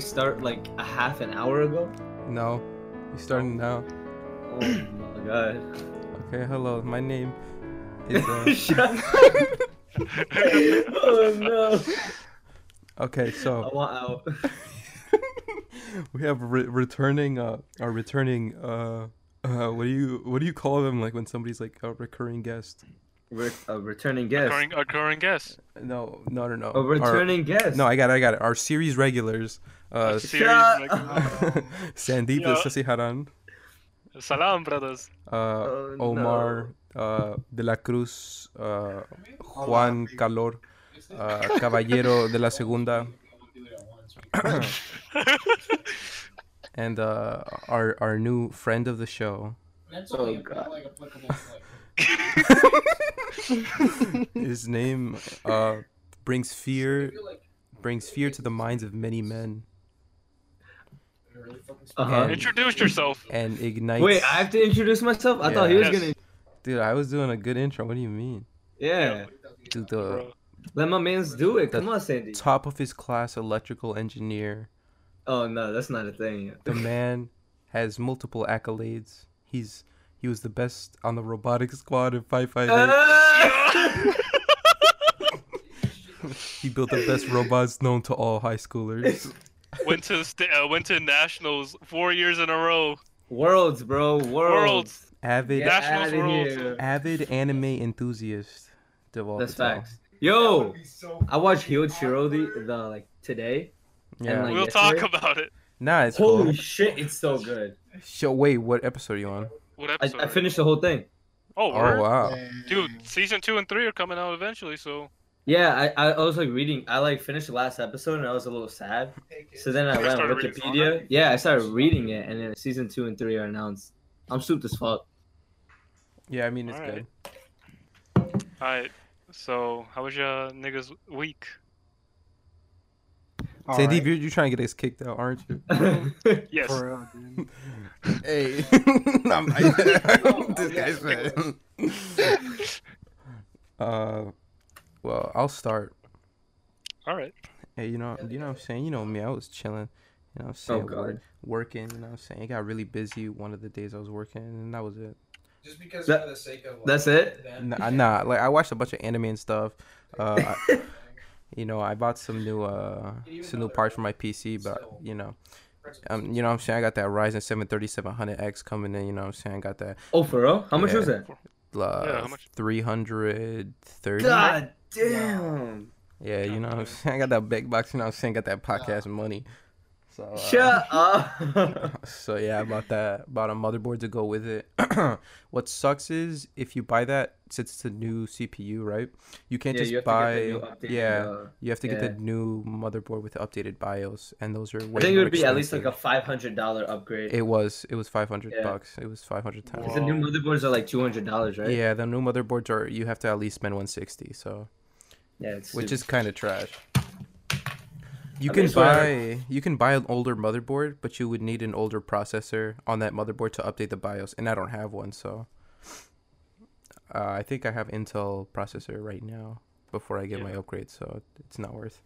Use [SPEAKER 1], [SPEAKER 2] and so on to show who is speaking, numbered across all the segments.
[SPEAKER 1] start like a half an hour ago?
[SPEAKER 2] No, you starting now.
[SPEAKER 1] Oh my god.
[SPEAKER 2] Okay, hello. My name is. Uh,
[SPEAKER 1] Shut up. oh no.
[SPEAKER 2] okay,
[SPEAKER 1] I
[SPEAKER 2] so
[SPEAKER 1] want out. Oh.
[SPEAKER 2] we have re- returning uh, our returning uh, uh, what do you what do you call them like when somebody's like a recurring guest?
[SPEAKER 1] We're a returning guest.
[SPEAKER 3] Occurring, occurring guest.
[SPEAKER 2] No, no, no, no.
[SPEAKER 1] A
[SPEAKER 2] Our-
[SPEAKER 1] returning Oh, guest.
[SPEAKER 2] no, I got it. I got it. Our series regulars. Uh,
[SPEAKER 3] Series
[SPEAKER 1] Shut
[SPEAKER 3] regular.
[SPEAKER 1] up.
[SPEAKER 2] Sandeep
[SPEAKER 3] Yeah.
[SPEAKER 2] Sasiharan,
[SPEAKER 3] Salam, brothers.
[SPEAKER 1] Oh,
[SPEAKER 2] uh,
[SPEAKER 1] no.
[SPEAKER 2] Omar uh, De La Cruz, uh, Juan Calor, uh, Caballero de la Segunda, and uh, our our new friend of the show
[SPEAKER 4] That's
[SPEAKER 1] Oh,
[SPEAKER 4] only oh,
[SPEAKER 1] God.
[SPEAKER 4] like applicable to like
[SPEAKER 2] his name uh, brings fear
[SPEAKER 4] I feel like
[SPEAKER 2] brings fear to the minds of many men
[SPEAKER 4] they're really fucking stupid.
[SPEAKER 1] Uh-huh.
[SPEAKER 2] And-
[SPEAKER 3] Introduce yourself.
[SPEAKER 2] and ignites
[SPEAKER 1] Wait, I have to introduce myself. I thought he was
[SPEAKER 3] Yeah.
[SPEAKER 1] gonna.
[SPEAKER 2] dude i was doing a good intro what do you mean
[SPEAKER 1] Yeah.
[SPEAKER 2] dude the
[SPEAKER 3] Bro.
[SPEAKER 1] Let my man's do it.
[SPEAKER 2] The
[SPEAKER 1] Come on, Sandy.
[SPEAKER 2] top of his class electrical engineer
[SPEAKER 1] Oh no, that's not a thing.
[SPEAKER 2] the man has multiple accolades he's he was the best on the robotic squad in 558
[SPEAKER 1] Ah!
[SPEAKER 2] he built the best robots known to all high schoolers
[SPEAKER 3] Went to st- uh, went to nationals four years in a row.
[SPEAKER 1] Worlds, bro. Worlds.
[SPEAKER 2] avid
[SPEAKER 1] Get
[SPEAKER 3] Nationals
[SPEAKER 1] out
[SPEAKER 3] worlds.
[SPEAKER 1] here.
[SPEAKER 2] avid anime enthusiast Deval
[SPEAKER 1] That's
[SPEAKER 2] Patel.
[SPEAKER 1] facts. Yo, I watched Hyochiro the, the like today.
[SPEAKER 2] yeah
[SPEAKER 1] like-
[SPEAKER 3] We'll
[SPEAKER 1] yes,
[SPEAKER 3] talk
[SPEAKER 1] sir.
[SPEAKER 3] about it.
[SPEAKER 2] nah it's
[SPEAKER 1] Holy
[SPEAKER 2] cool.
[SPEAKER 1] shit, it's so good.
[SPEAKER 2] So wait, what episode are you on?
[SPEAKER 3] What
[SPEAKER 1] I,
[SPEAKER 3] episode?
[SPEAKER 1] I finished the whole thing.
[SPEAKER 3] Oh,
[SPEAKER 2] Oh
[SPEAKER 3] word?
[SPEAKER 2] wow.
[SPEAKER 3] dude, season two and three are coming out eventually. So
[SPEAKER 1] Yeah, I, I, I was like reading. I like finished the last episode and I was a little sad. So then I
[SPEAKER 3] You
[SPEAKER 1] went on
[SPEAKER 3] started reading
[SPEAKER 1] Wikipedia. Yeah, I started reading it, and then season two and three are announced. I'm souped as fuck.
[SPEAKER 2] Yeah, I mean it's
[SPEAKER 3] Alright.
[SPEAKER 2] good.
[SPEAKER 3] all right. So how was your niggas week?
[SPEAKER 2] Sandeep, you're, you're trying to get us kicked out, aren't you?
[SPEAKER 1] Oh,
[SPEAKER 3] Yes.
[SPEAKER 2] hey, this guy's Uh, well, I'll start.
[SPEAKER 3] All right.
[SPEAKER 2] Hey, you know, you know what I'm saying? You know me, I was chilling. You know what I'm saying?
[SPEAKER 1] Oh, God.
[SPEAKER 2] Work- working, you know what I'm saying? It got really busy one of the days I was working, and that was it.
[SPEAKER 4] Just because
[SPEAKER 1] That-
[SPEAKER 4] for the sake of like,
[SPEAKER 1] That's it?
[SPEAKER 4] them-
[SPEAKER 2] Nah, nah, like I watched a bunch of anime and stuff. Uh, I, you know, I bought some new uh
[SPEAKER 4] Even
[SPEAKER 2] some
[SPEAKER 4] though
[SPEAKER 2] new
[SPEAKER 4] they're
[SPEAKER 2] parts for my PC, but
[SPEAKER 4] still-
[SPEAKER 2] you know, um, you know what I'm saying I got that Ryzen 7 3700X coming in. You know what I'm saying I got that
[SPEAKER 1] Oh, for real? How much
[SPEAKER 2] Yeah.
[SPEAKER 1] was that?
[SPEAKER 2] uh,
[SPEAKER 3] Yeah, how much?
[SPEAKER 2] 330.
[SPEAKER 1] God damn.
[SPEAKER 2] Yeah, you know what I'm saying I got that big box. You know what I'm saying got that podcast money. So
[SPEAKER 1] Oh,
[SPEAKER 2] uh,
[SPEAKER 1] Shut up.
[SPEAKER 2] So yeah, I bought that. Bought a motherboard to go with it. what sucks is if you buy that, since it's a new CPU, right? You can't just buy. yeah, you have to get
[SPEAKER 1] yeah.
[SPEAKER 2] the new motherboard with the updated BIOS, and those are. Way
[SPEAKER 1] I think it
[SPEAKER 2] more
[SPEAKER 1] would be at least like a
[SPEAKER 2] expensive.
[SPEAKER 1] five hundred dollar upgrade.
[SPEAKER 2] It was. It was five hundred
[SPEAKER 1] Yeah.
[SPEAKER 2] bucks. It was five hundred times.
[SPEAKER 1] Because the new motherboards are like two hundred dollars, right?
[SPEAKER 2] Yeah, the new motherboards are. You have to at least spend one sixty. So,
[SPEAKER 1] yeah it's
[SPEAKER 2] which
[SPEAKER 1] stupid.
[SPEAKER 2] is kind of trash. You
[SPEAKER 1] I
[SPEAKER 2] can
[SPEAKER 1] think so.
[SPEAKER 2] buy you can buy an older motherboard, but you would need an older processor on that motherboard to update the BIOS, and I don't have one, so uh, I think I have Intel processor right now before I get my
[SPEAKER 3] Yeah.
[SPEAKER 2] upgrade, so it's not worth.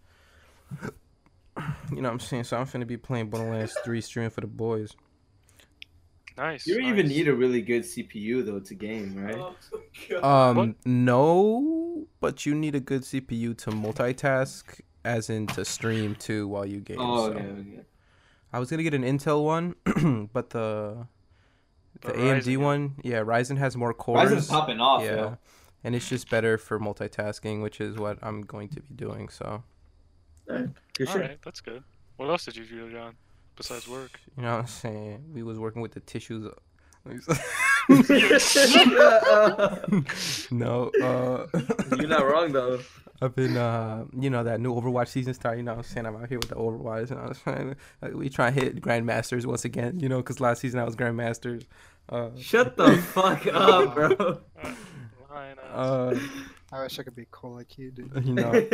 [SPEAKER 2] You know what I'm saying? So I'm finna be playing Borderlands 3 streaming for the boys.
[SPEAKER 3] Nice.
[SPEAKER 1] You don't even
[SPEAKER 3] nice.
[SPEAKER 1] need a really good CPU though to game, right?
[SPEAKER 4] Oh, God.
[SPEAKER 2] Um, no, but you need a good CPU to multitask, as in to stream too while you game.
[SPEAKER 1] Oh,
[SPEAKER 2] so.
[SPEAKER 1] okay, okay.
[SPEAKER 2] I was gonna get an Intel one, but the the,
[SPEAKER 3] The
[SPEAKER 2] AMD
[SPEAKER 3] Ryzen,
[SPEAKER 2] one, yeah, Ryzen has more cores.
[SPEAKER 1] Ryzen's popping off,
[SPEAKER 2] yeah,
[SPEAKER 1] yo.
[SPEAKER 2] and it's just better for multitasking, which is what I'm going to be doing. So
[SPEAKER 1] Good
[SPEAKER 3] All
[SPEAKER 1] shit.
[SPEAKER 3] right, that's good. What else did you do, John? Besides work.
[SPEAKER 2] you know what I'm saying? We was working with the tissues. no, uh,
[SPEAKER 1] You're not wrong though.
[SPEAKER 2] I've been, uh, you know, that new Overwatch season started. You know, what I'm saying I'm out here with the Overwatch, and I was trying, to, like, we try and hit Grandmasters once again. You know, because last season I was Grandmasters. Uh,
[SPEAKER 1] Shut the fuck up, bro.
[SPEAKER 3] Line up.
[SPEAKER 2] uh,
[SPEAKER 5] I wish I could be cool like you, dude.
[SPEAKER 2] you know,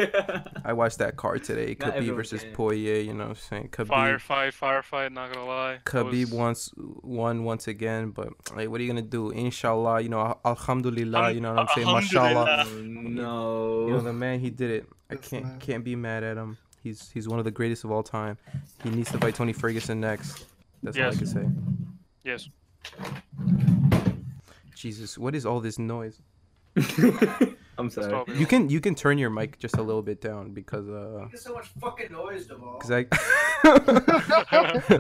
[SPEAKER 2] I watched that card today.
[SPEAKER 1] Not
[SPEAKER 2] Khabib
[SPEAKER 1] everyone
[SPEAKER 2] versus
[SPEAKER 1] can.
[SPEAKER 2] Poirier. You know what I'm saying? Khabib,
[SPEAKER 3] firefight, firefight. Not gonna lie. That
[SPEAKER 2] Khabib
[SPEAKER 3] was-
[SPEAKER 2] once won once again, but like, what are you gonna do? Inshallah, you know, al- alhamdulillah, you know what I'm saying?
[SPEAKER 3] Alhamdulillah.
[SPEAKER 2] Mashallah.
[SPEAKER 1] Oh,
[SPEAKER 2] You know
[SPEAKER 1] no.
[SPEAKER 2] the man, he did it. I
[SPEAKER 5] That's
[SPEAKER 2] can't
[SPEAKER 5] mad.
[SPEAKER 2] can't be mad at him. He's he's one of the greatest of all time. He needs to fight Tony Ferguson next. That's all I
[SPEAKER 3] Yes.
[SPEAKER 2] can say.
[SPEAKER 3] Yes.
[SPEAKER 2] Jesus, what is all this noise?
[SPEAKER 1] I'm
[SPEAKER 3] That's
[SPEAKER 1] sorry.
[SPEAKER 3] probably
[SPEAKER 2] You
[SPEAKER 3] all.
[SPEAKER 2] can you can turn your mic just a little bit down because uh
[SPEAKER 4] There's so much fucking noise, Deval.
[SPEAKER 2] cause I cause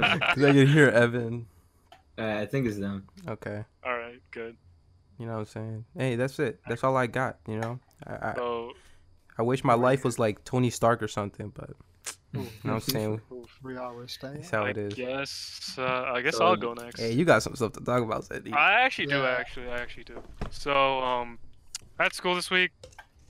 [SPEAKER 2] I can hear Evan.
[SPEAKER 1] Alright, I think it's them.
[SPEAKER 2] Okay,
[SPEAKER 3] All right, good.
[SPEAKER 2] you know what I'm saying. Hey, that's it. That's all I got. You know, I I,
[SPEAKER 3] So,
[SPEAKER 2] I wish my life was like Tony Stark or something, but you
[SPEAKER 5] Ooh,
[SPEAKER 2] know what I'm saying.
[SPEAKER 5] Three hours stay.
[SPEAKER 2] That's how
[SPEAKER 3] I
[SPEAKER 2] it is.
[SPEAKER 3] guess uh, I guess
[SPEAKER 1] So-
[SPEAKER 3] I'll go next.
[SPEAKER 2] Hey, you got some stuff to talk about, Sandy.
[SPEAKER 3] I actually do.
[SPEAKER 5] Yeah.
[SPEAKER 3] Actually, I actually do. So, um, I had school this week.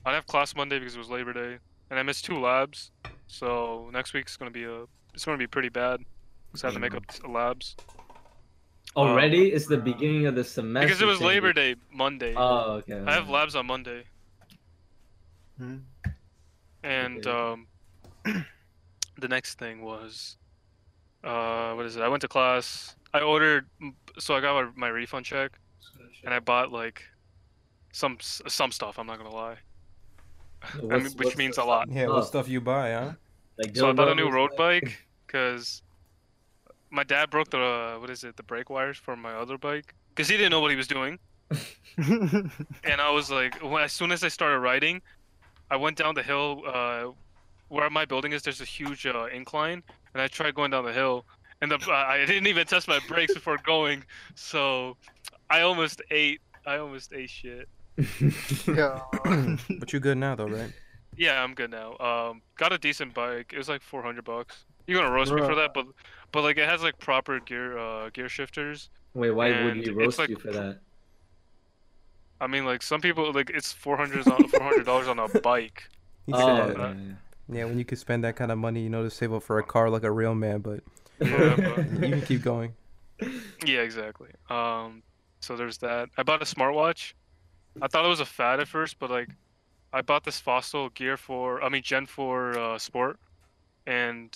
[SPEAKER 3] I didn't have class Monday because it was Labor Day, and I missed two labs. So next week's gonna be a it's gonna be pretty bad because I have to make up
[SPEAKER 2] Mm.
[SPEAKER 3] t- labs
[SPEAKER 1] Already, it's the beginning of the semester.
[SPEAKER 3] Uh, because it was
[SPEAKER 1] Sandy.
[SPEAKER 3] Labor Day Monday.
[SPEAKER 1] Oh, okay.
[SPEAKER 3] I have labs on Monday,
[SPEAKER 5] Hmm.
[SPEAKER 3] and
[SPEAKER 1] Okay.
[SPEAKER 3] um, the next thing was, uh, what is it? I went to class. I ordered, so I got my, my refund check. and I bought like some s- some stuff. I'm not gonna lie, I mean,
[SPEAKER 1] What's-
[SPEAKER 3] which
[SPEAKER 1] what's
[SPEAKER 3] means
[SPEAKER 1] the-
[SPEAKER 3] a lot.
[SPEAKER 2] Yeah,
[SPEAKER 1] Oh.
[SPEAKER 2] what stuff you buy, huh?
[SPEAKER 1] Like
[SPEAKER 3] So I bought a new
[SPEAKER 1] dildos,
[SPEAKER 3] road
[SPEAKER 1] like-
[SPEAKER 3] bike because my dad broke the uh, what is it the brake wires for my other bike because he didn't know what he was doing. and I was like, when, as soon as I started riding, I went down the hill uh, where my building is. There's a huge uh, incline, and I tried going down the hill, and the, I I didn't even test my brakes before going, so I almost ate. I almost ate shit.
[SPEAKER 5] Yeah.
[SPEAKER 2] but you good now though, right?
[SPEAKER 3] Yeah, I'm good now. Um, got a decent bike. It was like 400 bucks. You're gonna roast me for that, but but like it has like proper gear uh gear shifters.
[SPEAKER 1] Wait, why would
[SPEAKER 3] And
[SPEAKER 1] he
[SPEAKER 3] it's
[SPEAKER 1] roast
[SPEAKER 3] like-
[SPEAKER 1] you for that?
[SPEAKER 3] I mean, like some people like it's 400 on 400 dollars on a bike.
[SPEAKER 2] He
[SPEAKER 1] Oh,
[SPEAKER 3] Uh,
[SPEAKER 2] said,
[SPEAKER 1] yeah,
[SPEAKER 2] "Yeah, when you could spend that kind of money, you know, to save up for a car like a real man." But
[SPEAKER 3] Yeah, but,
[SPEAKER 2] you can keep going.
[SPEAKER 3] yeah, exactly. Um, so there's that. I bought a smartwatch. I thought it was a fad at first, but like I bought this Fossil Gear for I mean Gen 4 uh, Sport, and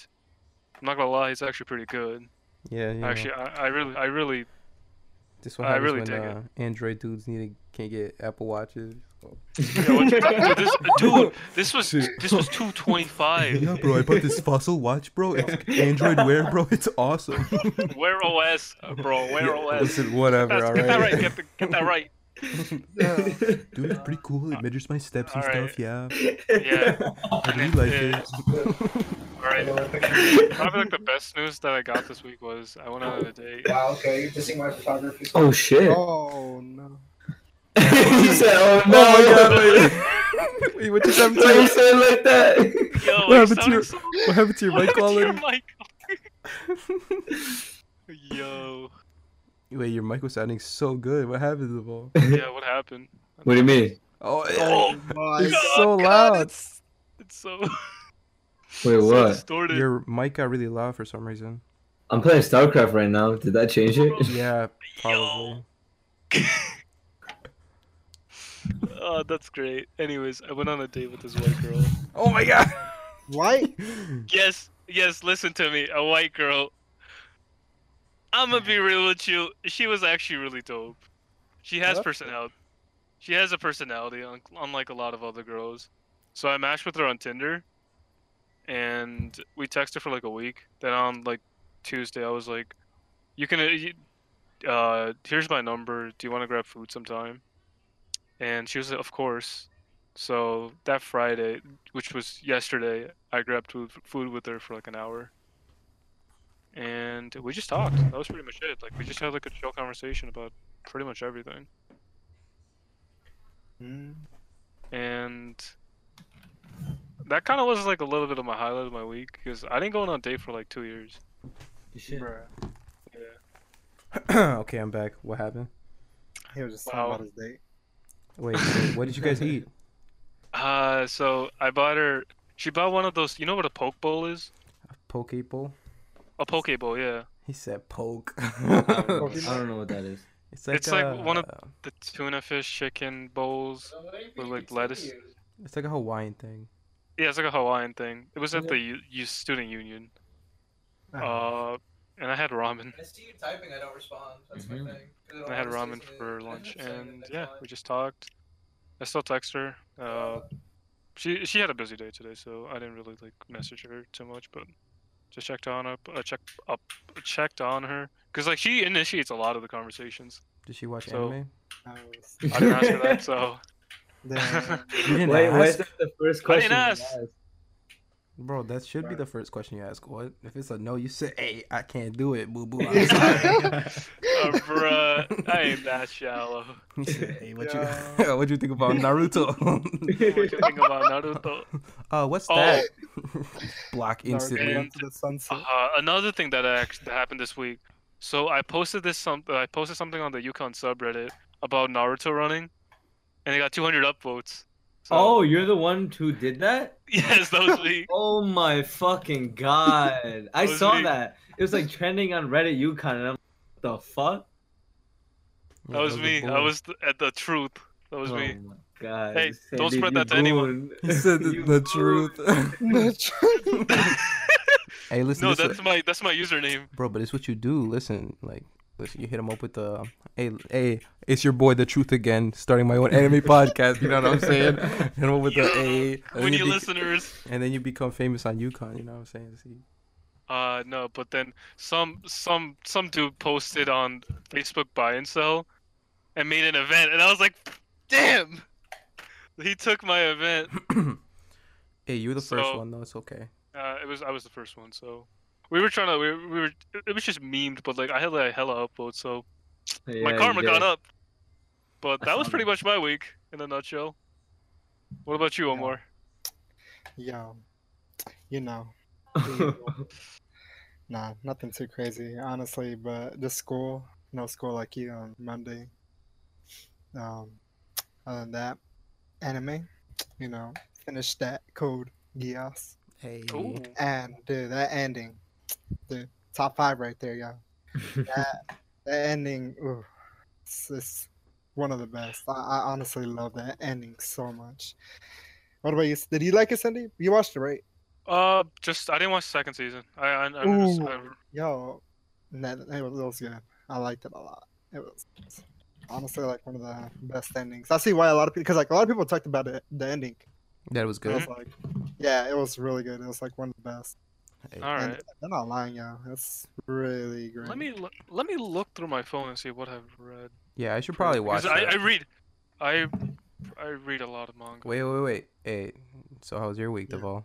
[SPEAKER 3] I'm not gonna lie, it's actually pretty good.
[SPEAKER 2] Yeah, yeah.
[SPEAKER 3] Actually, I, I really I really
[SPEAKER 2] this what
[SPEAKER 3] I
[SPEAKER 2] happens
[SPEAKER 3] really
[SPEAKER 2] when
[SPEAKER 3] dig it.
[SPEAKER 2] uh, Android dudes need to can't get Apple watches.
[SPEAKER 3] Yeah, what you- dude, this, dude, this was
[SPEAKER 2] Shit.
[SPEAKER 3] this was two twenty five.
[SPEAKER 2] bro, I bought this Fossil watch, bro. It's Android Wear, bro. It's awesome.
[SPEAKER 3] Wear OS, bro. Wear OS.
[SPEAKER 2] Listen, whatever.
[SPEAKER 3] That's,
[SPEAKER 2] all
[SPEAKER 3] Get that
[SPEAKER 2] right.
[SPEAKER 3] right. Get, the, get that right.
[SPEAKER 5] yeah.
[SPEAKER 2] Dude, it's pretty cool. It measures my steps and
[SPEAKER 3] Alright.
[SPEAKER 2] stuff. Yeah,
[SPEAKER 3] Yeah.
[SPEAKER 2] I really like it.
[SPEAKER 3] All right. Probably like the best news that I got this week was I went on a date.
[SPEAKER 4] Wow, okay, you're dissing my photography.
[SPEAKER 1] Oh shit!
[SPEAKER 5] Oh no.
[SPEAKER 1] he said, "Oh no!"
[SPEAKER 2] Wait, what just happened
[SPEAKER 1] Why you say it like that?
[SPEAKER 3] Yo,
[SPEAKER 2] What
[SPEAKER 3] you
[SPEAKER 2] happened to
[SPEAKER 3] sounded
[SPEAKER 2] your-
[SPEAKER 3] so-
[SPEAKER 2] What happened to your
[SPEAKER 3] what
[SPEAKER 2] mic
[SPEAKER 3] happened to your
[SPEAKER 2] quality?
[SPEAKER 3] mic? Yo.
[SPEAKER 2] Wait, your mic was sounding so good. What happened to the ball?
[SPEAKER 3] Yeah. What happened?
[SPEAKER 1] What do you mean?
[SPEAKER 2] Oh,
[SPEAKER 3] Oh,
[SPEAKER 5] My
[SPEAKER 2] it's
[SPEAKER 3] God,
[SPEAKER 2] so
[SPEAKER 3] God,
[SPEAKER 2] loud.
[SPEAKER 3] it's, it's so.
[SPEAKER 1] Wait,
[SPEAKER 3] so
[SPEAKER 1] what?
[SPEAKER 3] distorted.
[SPEAKER 2] Your mic got really loud for some reason.
[SPEAKER 1] I'm playing StarCraft right now. Did that change it?
[SPEAKER 2] Yeah, probably.
[SPEAKER 3] Oh, that's great. Anyways, I went on a date with this white girl.
[SPEAKER 2] Oh my god.
[SPEAKER 5] White.
[SPEAKER 3] Yes, yes, listen to me, a white girl. I'm gonna be real with you. She was actually really dope. She has
[SPEAKER 5] Huh?
[SPEAKER 3] personality. She has a personality, un- unlike a lot of other girls. So I matched with her on Tinder, and we texted for like a week. Then on like Tuesday, I was like, "You can, uh, you, uh, here's my number. Do you want to grab food sometime?" And she was like, "Of course." So that Friday, which was yesterday, I grabbed food, food with her for like an hour, and we just talked. That was pretty much it. Like we just had like a chill conversation about pretty much everything,
[SPEAKER 4] Mm.
[SPEAKER 5] Hmm.
[SPEAKER 3] and that kind of was like a little bit of my highlight of my week because I didn't go on a date for like two years.
[SPEAKER 5] Bruh.
[SPEAKER 2] okay, I'm back. What happened?
[SPEAKER 5] He was just
[SPEAKER 3] Wow.
[SPEAKER 5] talking about his date.
[SPEAKER 2] Wait, so what did you guys eat?
[SPEAKER 3] Uh, so I bought her. She bought one of those. You know what a poke bowl is?
[SPEAKER 2] Poke bowl?
[SPEAKER 3] A poke bowl, yeah.
[SPEAKER 2] He said poke.
[SPEAKER 1] I don't know what that is.
[SPEAKER 2] it's like
[SPEAKER 3] It's like one of-
[SPEAKER 2] uh,
[SPEAKER 3] The tuna fish chicken bowls. With, like, lettuce.
[SPEAKER 2] It's like a Hawaiian thing.
[SPEAKER 3] Yeah, it's like a Hawaiian thing. It was at the U- U- student union.
[SPEAKER 5] Ah.
[SPEAKER 3] Uh, and I had ramen.
[SPEAKER 4] I see you typing, I don't respond. That's
[SPEAKER 1] Mhm.
[SPEAKER 4] my thing. 'Cause it
[SPEAKER 3] And I had
[SPEAKER 4] always
[SPEAKER 3] ramen
[SPEAKER 4] says it.
[SPEAKER 3] for
[SPEAKER 4] I'm
[SPEAKER 3] lunch,
[SPEAKER 4] not saying
[SPEAKER 3] and
[SPEAKER 4] that
[SPEAKER 3] yeah,
[SPEAKER 4] that's
[SPEAKER 3] we just talked. I still text her. Uh, She she had a busy day today, so I didn't really like message her too much, but just checked on up, uh, check up, checked on her because like she initiates a lot of the conversations.
[SPEAKER 2] Did she watch
[SPEAKER 3] So-
[SPEAKER 2] anime?
[SPEAKER 5] I was-
[SPEAKER 3] I didn't ask her that, so
[SPEAKER 5] Damn.
[SPEAKER 2] You didn't
[SPEAKER 1] Wait, why is
[SPEAKER 2] ask?
[SPEAKER 1] that the first
[SPEAKER 3] I didn't
[SPEAKER 1] question? you
[SPEAKER 3] ask.
[SPEAKER 1] asked?
[SPEAKER 2] Bro, that should be
[SPEAKER 4] Right.
[SPEAKER 2] the first question you ask. What if it's a no? You say, "Hey, I can't do it, boo boo." I'm sorry."
[SPEAKER 5] Yeah.
[SPEAKER 3] uh, bruh, I ain't that shallow.
[SPEAKER 2] You say, hey, what
[SPEAKER 5] Yeah.
[SPEAKER 2] you what you think about Naruto?
[SPEAKER 3] What you think about Naruto?
[SPEAKER 2] uh, what's
[SPEAKER 3] Oh.
[SPEAKER 2] that? Block
[SPEAKER 5] Dark
[SPEAKER 2] instantly.
[SPEAKER 5] Dawn to the sunset.
[SPEAKER 3] Uh, another thing that act- that happened this week. So I posted this some I posted something on the Yukon subreddit about Naruto running, and it got 200 upvotes. So,
[SPEAKER 1] Oh, you're the one who did that?
[SPEAKER 3] yes, that was me.
[SPEAKER 1] Oh my fucking god. I
[SPEAKER 3] That was
[SPEAKER 1] saw
[SPEAKER 3] me.
[SPEAKER 1] that. It was like trending on Reddit Yukon and I'm like, what the fuck?
[SPEAKER 2] Yeah,
[SPEAKER 3] That was
[SPEAKER 2] a
[SPEAKER 3] me. I
[SPEAKER 2] bull.
[SPEAKER 3] was th- at the truth. That was
[SPEAKER 1] oh
[SPEAKER 3] me.
[SPEAKER 1] my god.
[SPEAKER 3] Hey,
[SPEAKER 1] Sandy,
[SPEAKER 3] don't spread
[SPEAKER 1] you
[SPEAKER 3] that to anyone.
[SPEAKER 1] goon.
[SPEAKER 2] He said
[SPEAKER 1] You
[SPEAKER 2] the
[SPEAKER 1] goon.
[SPEAKER 2] truth. hey, listen,
[SPEAKER 3] no,
[SPEAKER 2] this is-
[SPEAKER 3] that's my that's my username.
[SPEAKER 2] bro, but it's what you do. Listen, like, listen, you hit him up with the, hey, hey, it's your boy, the truth again, starting my own anime podcast. You know what I'm saying? Hit him up with the hey, and then
[SPEAKER 3] We need
[SPEAKER 2] be-
[SPEAKER 3] listeners.
[SPEAKER 2] and then you become famous on UConn. You know what I'm saying? See,
[SPEAKER 3] Uh no, but then some some some dude posted on Facebook buy and sell and made an event and I was like, damn. He took my event.
[SPEAKER 2] hey, you're the first
[SPEAKER 3] So-
[SPEAKER 2] one though. It's okay.
[SPEAKER 3] Uh, it was I was the first one, so we were trying to we, were- we were it was just memed, but like I had like hella upvotes, so my
[SPEAKER 1] Yeah,
[SPEAKER 3] karma
[SPEAKER 1] you
[SPEAKER 3] got
[SPEAKER 1] did.
[SPEAKER 3] up. But
[SPEAKER 1] I
[SPEAKER 3] that was
[SPEAKER 1] saw
[SPEAKER 3] pretty
[SPEAKER 1] that.
[SPEAKER 3] much my week in a nutshell. What about you,
[SPEAKER 5] Yeah.
[SPEAKER 3] Omar?
[SPEAKER 5] Yo, you know, nah, nothing too crazy, honestly. But just school, no school like you on Monday. Um, other than that, anime, you know, finished that code Geass,
[SPEAKER 2] Hey,
[SPEAKER 3] Ooh.
[SPEAKER 5] and dude, that ending, dude, top five right there, yo. That that ending, ooh, it's, it's one of the best. I, I honestly love that ending so much. What about you? Did you like it, Cindy? You watched it, right?
[SPEAKER 3] Uh, just I didn't watch the second season. I I, I, just, I
[SPEAKER 5] Ooh. Yo, that, that was, that was good. I liked it a lot. It was honestly like one of the best endings. I see why a lot of people, because like a lot of people talked about it, the ending.
[SPEAKER 2] that was
[SPEAKER 5] It
[SPEAKER 2] good.
[SPEAKER 3] Mm-hmm.
[SPEAKER 5] was like, yeah, it was really good. It was like one of the best.
[SPEAKER 3] all
[SPEAKER 5] And
[SPEAKER 3] right.
[SPEAKER 5] they're not lying, yo. It's really great.
[SPEAKER 3] Let me lo- let me look through my phone and see what I've read.
[SPEAKER 2] Yeah, I should probably watch.
[SPEAKER 3] Because I,
[SPEAKER 2] that.
[SPEAKER 3] I read, I I read a lot of manga.
[SPEAKER 2] Wait, wait, wait. Hey, so how was your week,
[SPEAKER 5] Yeah.
[SPEAKER 2] Deval?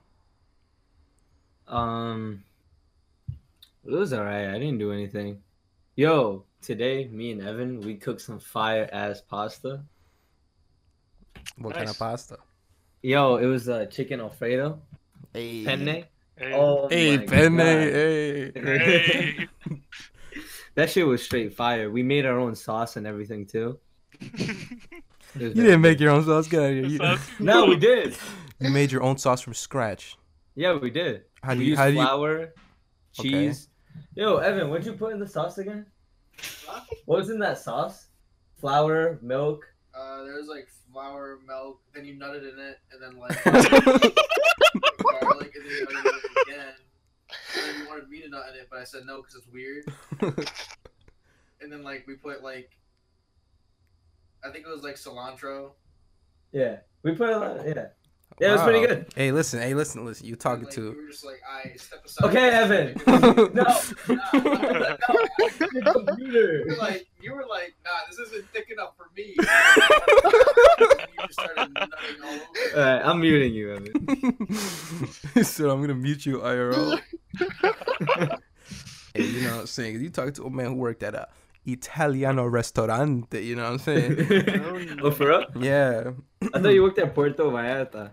[SPEAKER 1] Um, it was all right. I didn't do anything. Yo, today me and Evan we cooked some fire ass pasta.
[SPEAKER 2] What kind of
[SPEAKER 3] Nice.
[SPEAKER 2] pasta?
[SPEAKER 1] Yo, it was uh, chicken alfredo,
[SPEAKER 2] Hey,
[SPEAKER 1] penne.
[SPEAKER 3] Hey.
[SPEAKER 1] Oh
[SPEAKER 2] hey,
[SPEAKER 1] my
[SPEAKER 2] penne.
[SPEAKER 1] God.
[SPEAKER 2] Hey.
[SPEAKER 3] Hey.
[SPEAKER 1] That shit was straight fire. We made our own sauce and everything too. It was
[SPEAKER 2] You
[SPEAKER 1] very
[SPEAKER 2] didn't
[SPEAKER 1] good.
[SPEAKER 2] make your own sauce. Get out of here. You-
[SPEAKER 3] Sounds
[SPEAKER 1] No, we
[SPEAKER 3] cool.
[SPEAKER 1] did.
[SPEAKER 2] You made your own sauce from scratch.
[SPEAKER 1] Yeah, we did.
[SPEAKER 2] How do
[SPEAKER 1] we
[SPEAKER 2] you-
[SPEAKER 1] used
[SPEAKER 2] how do you-
[SPEAKER 1] flour,
[SPEAKER 2] Okay.
[SPEAKER 1] cheese. Yo, Evan, what'd you put in the sauce again? What was in that sauce? Flour, milk.
[SPEAKER 4] Uh, there was like flour, milk, then you nutted in it, and then like garlic, and then you nutted in it again. And then you wanted me to nut in it, but I said no because it's weird. And then like we put like, I think it was like cilantro.
[SPEAKER 1] Yeah, we put a lot. Yeah, yeah, it was pretty
[SPEAKER 2] Wow.
[SPEAKER 1] good.
[SPEAKER 2] Hey, listen, hey, listen, listen. You talking
[SPEAKER 4] and, like,
[SPEAKER 2] to?
[SPEAKER 4] You were just like, I step aside.
[SPEAKER 1] Okay, Evan. No.
[SPEAKER 4] No,
[SPEAKER 1] Your computer.
[SPEAKER 4] you were like, you were like, nah, this isn't thick enough for me. And you just started nutting all over. it.
[SPEAKER 1] All right, I'm muting you, Evan.
[SPEAKER 2] he said, "I'm gonna mute you, IRL." hey, you know what I'm saying? You talking to a man who worked at a Italiano restaurante. You know what I'm saying?
[SPEAKER 1] oh, for real?
[SPEAKER 2] yeah.
[SPEAKER 1] I thought you worked at Puerto Vallarta.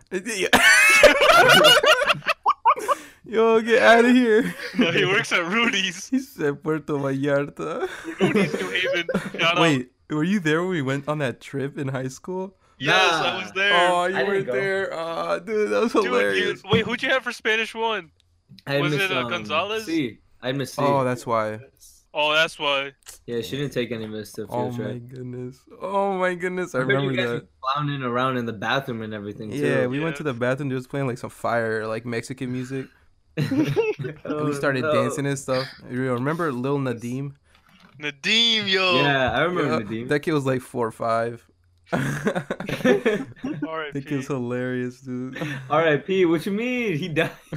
[SPEAKER 2] Yo, get out of here.
[SPEAKER 3] No, he works at Rudy's.
[SPEAKER 2] He said Puerto Vallarta.
[SPEAKER 3] Rudy's New Haven. Shout out.
[SPEAKER 2] Wait, were you there when we went on that trip in high school?
[SPEAKER 3] Yes, I
[SPEAKER 1] Nah.
[SPEAKER 3] was there.
[SPEAKER 2] Oh, you
[SPEAKER 1] I didn't
[SPEAKER 2] weren't
[SPEAKER 1] go.
[SPEAKER 2] there. Oh, dude, that was
[SPEAKER 3] Dude, you,
[SPEAKER 2] hilarious.
[SPEAKER 3] wait, who'd you have for Spanish one?
[SPEAKER 1] I
[SPEAKER 3] Was
[SPEAKER 1] miss,
[SPEAKER 3] it, uh, Gonzalez?
[SPEAKER 1] C. I missed C.
[SPEAKER 2] Oh, that's why.
[SPEAKER 3] Oh, that's why.
[SPEAKER 1] yeah, she didn't take any miss to field
[SPEAKER 2] Oh my
[SPEAKER 1] trip.
[SPEAKER 2] goodness. Oh my goodness. I
[SPEAKER 1] I heard
[SPEAKER 2] remember
[SPEAKER 1] you guys
[SPEAKER 2] that.
[SPEAKER 1] were clowning around in the bathroom and everything
[SPEAKER 2] Yeah,
[SPEAKER 1] too.
[SPEAKER 2] we went to the bathroom. They was playing like some fire, like Mexican music. and
[SPEAKER 1] Oh,
[SPEAKER 2] we started dancing and stuff. You remember Lil Nadim?
[SPEAKER 3] Nadim, yo.
[SPEAKER 1] Yeah, I remember
[SPEAKER 2] Yeah,
[SPEAKER 1] Nadim.
[SPEAKER 2] That kid was like four or five.
[SPEAKER 3] Alright,
[SPEAKER 2] think it's hilarious, dude.
[SPEAKER 1] R.I.P. What you mean? He died,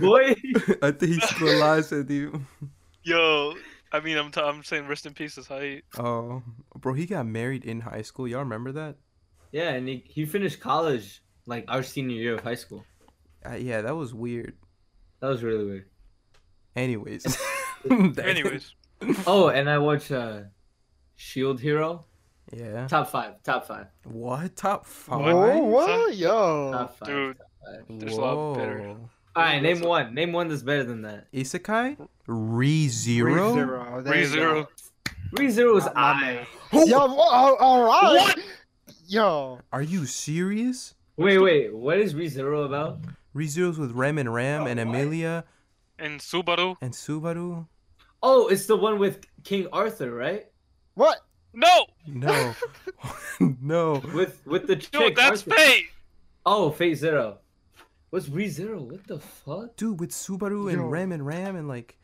[SPEAKER 1] boy.
[SPEAKER 2] I think he's still alive, Sandy.
[SPEAKER 3] yo. I mean, I'm t- I'm saying rest in peace is height.
[SPEAKER 2] Oh, bro, he got married in high school. Y'all remember that?
[SPEAKER 1] Yeah, and he, he finished college like our senior year of high school.
[SPEAKER 2] Uh, yeah, that was weird.
[SPEAKER 1] That was really weird.
[SPEAKER 2] Anyways. That-
[SPEAKER 3] Anyways,
[SPEAKER 1] Oh, and I watched uh, Shield Hero.
[SPEAKER 2] Yeah.
[SPEAKER 1] Top five. Top five.
[SPEAKER 2] What? Top five?
[SPEAKER 5] Oh,
[SPEAKER 3] Son.
[SPEAKER 5] what? Yo.
[SPEAKER 1] Top five.
[SPEAKER 3] Oh, dude, There's a lot better.
[SPEAKER 2] Whoa.
[SPEAKER 1] All right, name one. Name one that's better than that.
[SPEAKER 2] Isekai? Re
[SPEAKER 5] Re
[SPEAKER 2] Zero?
[SPEAKER 5] Zero. there you
[SPEAKER 3] ReZero.
[SPEAKER 5] go.
[SPEAKER 1] ReZero was
[SPEAKER 5] Not my
[SPEAKER 1] I.
[SPEAKER 5] man. Yo, all, all right.
[SPEAKER 3] What?
[SPEAKER 5] Yo.
[SPEAKER 2] Are you serious?
[SPEAKER 1] Wait, wait. What is ReZero about?
[SPEAKER 2] Re Zero's with Rem and Ram
[SPEAKER 3] Oh,
[SPEAKER 2] and Amelia
[SPEAKER 3] and Subaru.
[SPEAKER 2] and Subaru?
[SPEAKER 1] Oh, it's the one with King Arthur, right?
[SPEAKER 5] What?
[SPEAKER 3] No,
[SPEAKER 2] No. no.
[SPEAKER 1] With with the chick.
[SPEAKER 3] dude, that's
[SPEAKER 1] Arthur.
[SPEAKER 3] fate.
[SPEAKER 1] Oh, Fate Zero. What's ReZero? What the fuck?
[SPEAKER 2] Dude, with Subaru and
[SPEAKER 5] Yo.
[SPEAKER 2] Rem and Ram and like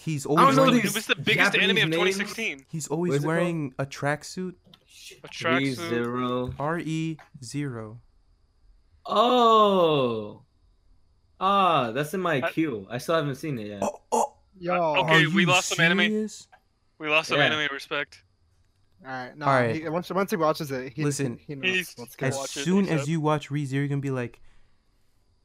[SPEAKER 2] he's
[SPEAKER 1] I
[SPEAKER 2] always
[SPEAKER 1] don't know
[SPEAKER 2] wearing,
[SPEAKER 1] these
[SPEAKER 3] It was the biggest
[SPEAKER 1] Japanese
[SPEAKER 3] anime of
[SPEAKER 1] names.
[SPEAKER 3] 2016.
[SPEAKER 2] he's
[SPEAKER 1] what
[SPEAKER 2] always
[SPEAKER 1] is it called?
[SPEAKER 2] wearing a tracksuit.
[SPEAKER 3] A tracksuit.
[SPEAKER 1] ReZero.
[SPEAKER 2] R E zero.
[SPEAKER 1] Oh. Ah, that's in my
[SPEAKER 3] I-
[SPEAKER 1] queue. I still haven't seen it yet.
[SPEAKER 2] Oh, oh,
[SPEAKER 5] Yo.
[SPEAKER 3] Uh, Okay,
[SPEAKER 2] are
[SPEAKER 3] we
[SPEAKER 2] you
[SPEAKER 3] lost some anime.
[SPEAKER 2] serious?
[SPEAKER 3] We lost some
[SPEAKER 1] Yeah.
[SPEAKER 3] anime respect.
[SPEAKER 5] All right. No.
[SPEAKER 2] All right.
[SPEAKER 5] He, once, once he watches it, he,
[SPEAKER 2] Listen,
[SPEAKER 5] he knows
[SPEAKER 3] he's-
[SPEAKER 5] what's going
[SPEAKER 2] As
[SPEAKER 5] on.
[SPEAKER 3] watch it,
[SPEAKER 2] soon as
[SPEAKER 3] except-
[SPEAKER 2] you watch Re Zero, you're gonna be like,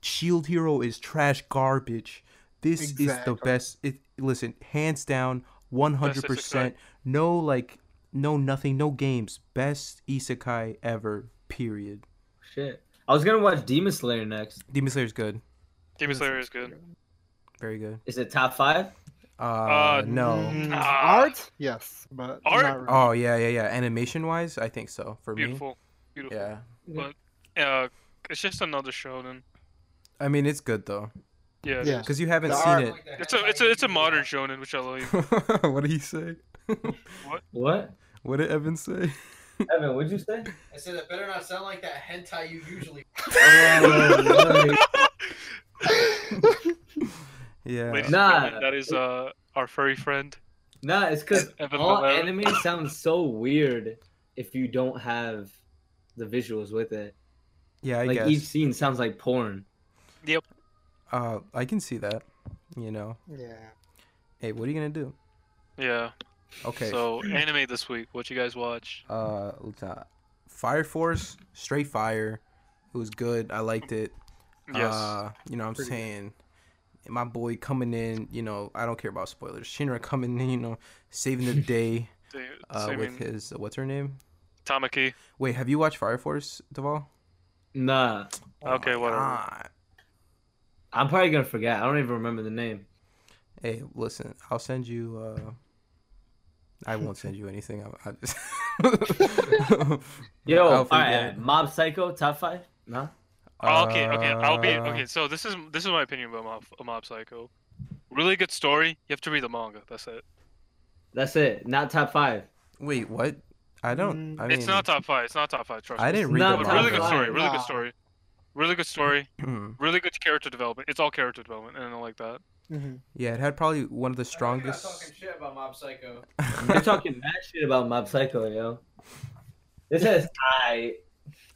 [SPEAKER 2] Shield Hero is trash garbage. This is the
[SPEAKER 5] Exactly.
[SPEAKER 2] best. It listen, hands down, one hundred
[SPEAKER 3] isekai.
[SPEAKER 2] percent. No like, no nothing, no games. Best isekai ever. Period.
[SPEAKER 1] Shit. I was gonna watch Demon Slayer next.
[SPEAKER 2] Demon Slayer is good.
[SPEAKER 3] Demon Slayer is good.
[SPEAKER 2] Very good.
[SPEAKER 1] Is it top five?
[SPEAKER 2] Uh,
[SPEAKER 3] Uh,
[SPEAKER 2] no.
[SPEAKER 5] Mm,
[SPEAKER 3] Ah.
[SPEAKER 5] art? Yes, but
[SPEAKER 3] Art?
[SPEAKER 5] Not really.
[SPEAKER 2] Oh yeah, yeah, yeah. Animation wise, I think so. For
[SPEAKER 3] Beautiful,
[SPEAKER 2] me,
[SPEAKER 3] beautiful.
[SPEAKER 2] yeah.
[SPEAKER 3] Uh, it's just another shonen.
[SPEAKER 2] I mean, it's good though,
[SPEAKER 3] Yeah.
[SPEAKER 5] Yeah.
[SPEAKER 2] because you haven't
[SPEAKER 5] The
[SPEAKER 2] seen
[SPEAKER 5] art-
[SPEAKER 2] it.
[SPEAKER 3] It's a it's a it's a modern shonen, which I like.
[SPEAKER 2] what did he say?
[SPEAKER 1] What?
[SPEAKER 2] What did Evan say?
[SPEAKER 1] Evan, what'd you say?
[SPEAKER 4] I said it better not sound like that hentai you usually.
[SPEAKER 2] Yeah.
[SPEAKER 3] Ladies and
[SPEAKER 1] Nah.
[SPEAKER 3] gentlemen, that is uh our furry friend.
[SPEAKER 1] Nah, it's because
[SPEAKER 3] Evan
[SPEAKER 1] all
[SPEAKER 3] Valero.
[SPEAKER 1] anime sounds so weird if you don't have the visuals with it.
[SPEAKER 2] Yeah, I
[SPEAKER 1] like
[SPEAKER 2] guess.
[SPEAKER 1] each scene sounds like porn.
[SPEAKER 2] Uh, I can see that. You know.
[SPEAKER 5] Yeah.
[SPEAKER 2] Hey, what are you gonna do?
[SPEAKER 3] Yeah.
[SPEAKER 2] Okay.
[SPEAKER 3] So anime this week, what you guys watch?
[SPEAKER 2] Uh, let's, uh, Fire Force, straight fire. It was good. I liked it.
[SPEAKER 3] Yes.
[SPEAKER 2] Uh, you know what I'm
[SPEAKER 5] Pretty good.
[SPEAKER 2] saying? My boy coming in, you know, I don't care about spoilers. Shinra coming in, you know, saving the day
[SPEAKER 3] Dude,
[SPEAKER 2] uh,
[SPEAKER 3] saving
[SPEAKER 2] with his, what's her name?
[SPEAKER 3] Tamaki.
[SPEAKER 2] Wait, have you watched Fire Force, Duval?
[SPEAKER 1] Nah,
[SPEAKER 2] Oh
[SPEAKER 3] Okay,
[SPEAKER 2] my
[SPEAKER 3] whatever.
[SPEAKER 2] God.
[SPEAKER 1] I'm probably gonna forget. I don't even remember the name.
[SPEAKER 2] Hey, listen, I'll send you. uh I won't send you anything. I, I just...
[SPEAKER 1] Yo,
[SPEAKER 2] I'll
[SPEAKER 1] all right,
[SPEAKER 2] forget.
[SPEAKER 1] Mob Psycho top five? Nah.
[SPEAKER 3] Oh, okay, okay, I'll be
[SPEAKER 2] Uh,
[SPEAKER 3] okay. So this is this is my opinion about Mob, Mob Psycho. Really good story. You have to read the manga. That's it.
[SPEAKER 1] That's it. Not top five.
[SPEAKER 2] Wait, what? I don't.
[SPEAKER 5] Mm,
[SPEAKER 2] I mean,
[SPEAKER 3] it's not top five. It's not top five. Trust
[SPEAKER 2] I
[SPEAKER 3] me.
[SPEAKER 2] didn't
[SPEAKER 1] It's
[SPEAKER 2] read
[SPEAKER 1] not
[SPEAKER 2] the
[SPEAKER 3] But
[SPEAKER 1] top
[SPEAKER 3] really good
[SPEAKER 1] five.
[SPEAKER 3] story. Really good
[SPEAKER 5] Nah.
[SPEAKER 3] story. Really good story.
[SPEAKER 2] Hmm.
[SPEAKER 3] Really good character development. It's all character development, and I like that.
[SPEAKER 5] Mhm.
[SPEAKER 2] yeah, it had probably one of the
[SPEAKER 4] Strongest.
[SPEAKER 2] strongest.
[SPEAKER 4] talking shit about Mob Psycho.
[SPEAKER 1] You're talking mad shit about Mob Psycho, yo. It says I.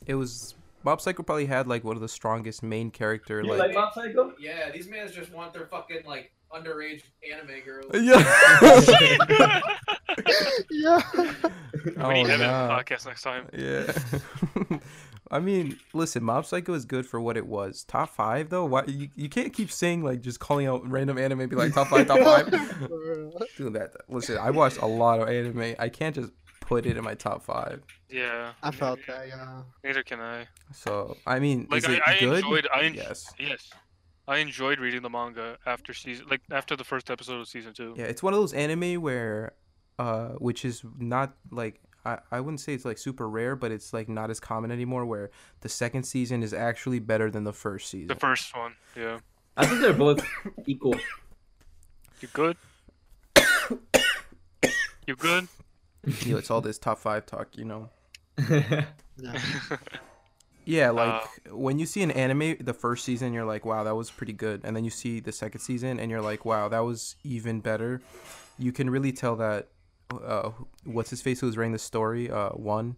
[SPEAKER 2] it was Mob Psycho probably had like one of the strongest main character
[SPEAKER 1] You
[SPEAKER 2] like.
[SPEAKER 1] like, Mob Psycho?
[SPEAKER 4] Yeah, these mans just want their fucking like underage anime girls.
[SPEAKER 2] yeah.
[SPEAKER 5] yeah.
[SPEAKER 2] oh,
[SPEAKER 3] we need Evan on
[SPEAKER 2] nah.
[SPEAKER 3] the podcast next time.
[SPEAKER 2] Yeah. I mean, listen, Mob Psycho is good for what it was. Top five though, why you, you can't keep saying like just calling out random anime and be like top five, top five. Do that. Listen, I watched a lot of anime. I can't just put it in my top five.
[SPEAKER 3] Yeah.
[SPEAKER 5] I felt that, yeah.
[SPEAKER 3] Neither can I.
[SPEAKER 2] So I mean,
[SPEAKER 3] Like
[SPEAKER 2] is it
[SPEAKER 3] I, I
[SPEAKER 2] good?
[SPEAKER 3] enjoyed. I en-
[SPEAKER 2] yes.
[SPEAKER 3] yes. I enjoyed reading the manga after season, like after the first episode of season two.
[SPEAKER 2] Yeah, it's one of those anime where, uh, which is not like I, I wouldn't say it's like super rare, but it's like not as common anymore. Where the second season is actually better than the first season.
[SPEAKER 3] The first one. Yeah.
[SPEAKER 1] I think they're both equal.
[SPEAKER 3] You good? you good?
[SPEAKER 2] You know, it's all this top five talk, you know.
[SPEAKER 5] Yeah.
[SPEAKER 2] Yeah, like when you see an anime, the first season you're like, wow, that was pretty good, and then you see the second season and you're like, wow, that was even better. You can really tell that. Uh, what's his face who was writing the story? Uh, one.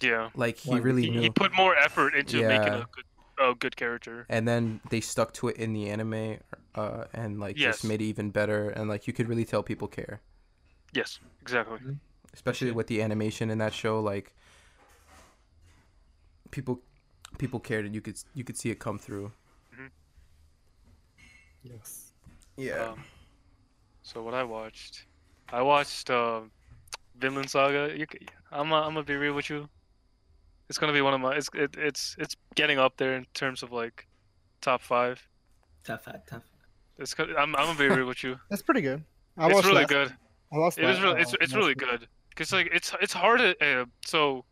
[SPEAKER 3] Yeah.
[SPEAKER 2] Like he
[SPEAKER 1] Like,
[SPEAKER 2] really
[SPEAKER 3] He,
[SPEAKER 2] knew.
[SPEAKER 3] he put more effort into making
[SPEAKER 2] Yeah.
[SPEAKER 3] a good, a good character.
[SPEAKER 2] and then they stuck to it in the anime, uh, and like
[SPEAKER 3] Yes.
[SPEAKER 2] just made it even better. And like you could really tell people care,
[SPEAKER 3] Yes, exactly.
[SPEAKER 2] especially
[SPEAKER 1] Appreciate
[SPEAKER 2] with the animation in that show. Like people, people cared, and you could you could see it come through.
[SPEAKER 5] Yes.
[SPEAKER 3] Um, so what I watched, I watched uh, Vinland Saga. You, c- I'm i I'm gonna be real with you. It's gonna be one of my. It's it, it's it's getting up there in terms of like top five.
[SPEAKER 1] Tough fact, tough.
[SPEAKER 3] It's co- I'm I'm gonna be real with you.
[SPEAKER 5] That's pretty good. I
[SPEAKER 3] it's
[SPEAKER 5] watched
[SPEAKER 3] really
[SPEAKER 5] that.
[SPEAKER 3] good.
[SPEAKER 5] I lost
[SPEAKER 3] It
[SPEAKER 5] that,
[SPEAKER 3] is really it's
[SPEAKER 5] uh,
[SPEAKER 3] it's
[SPEAKER 5] last
[SPEAKER 3] really
[SPEAKER 5] week.
[SPEAKER 3] good. Cause like it's it's hard to uh, so.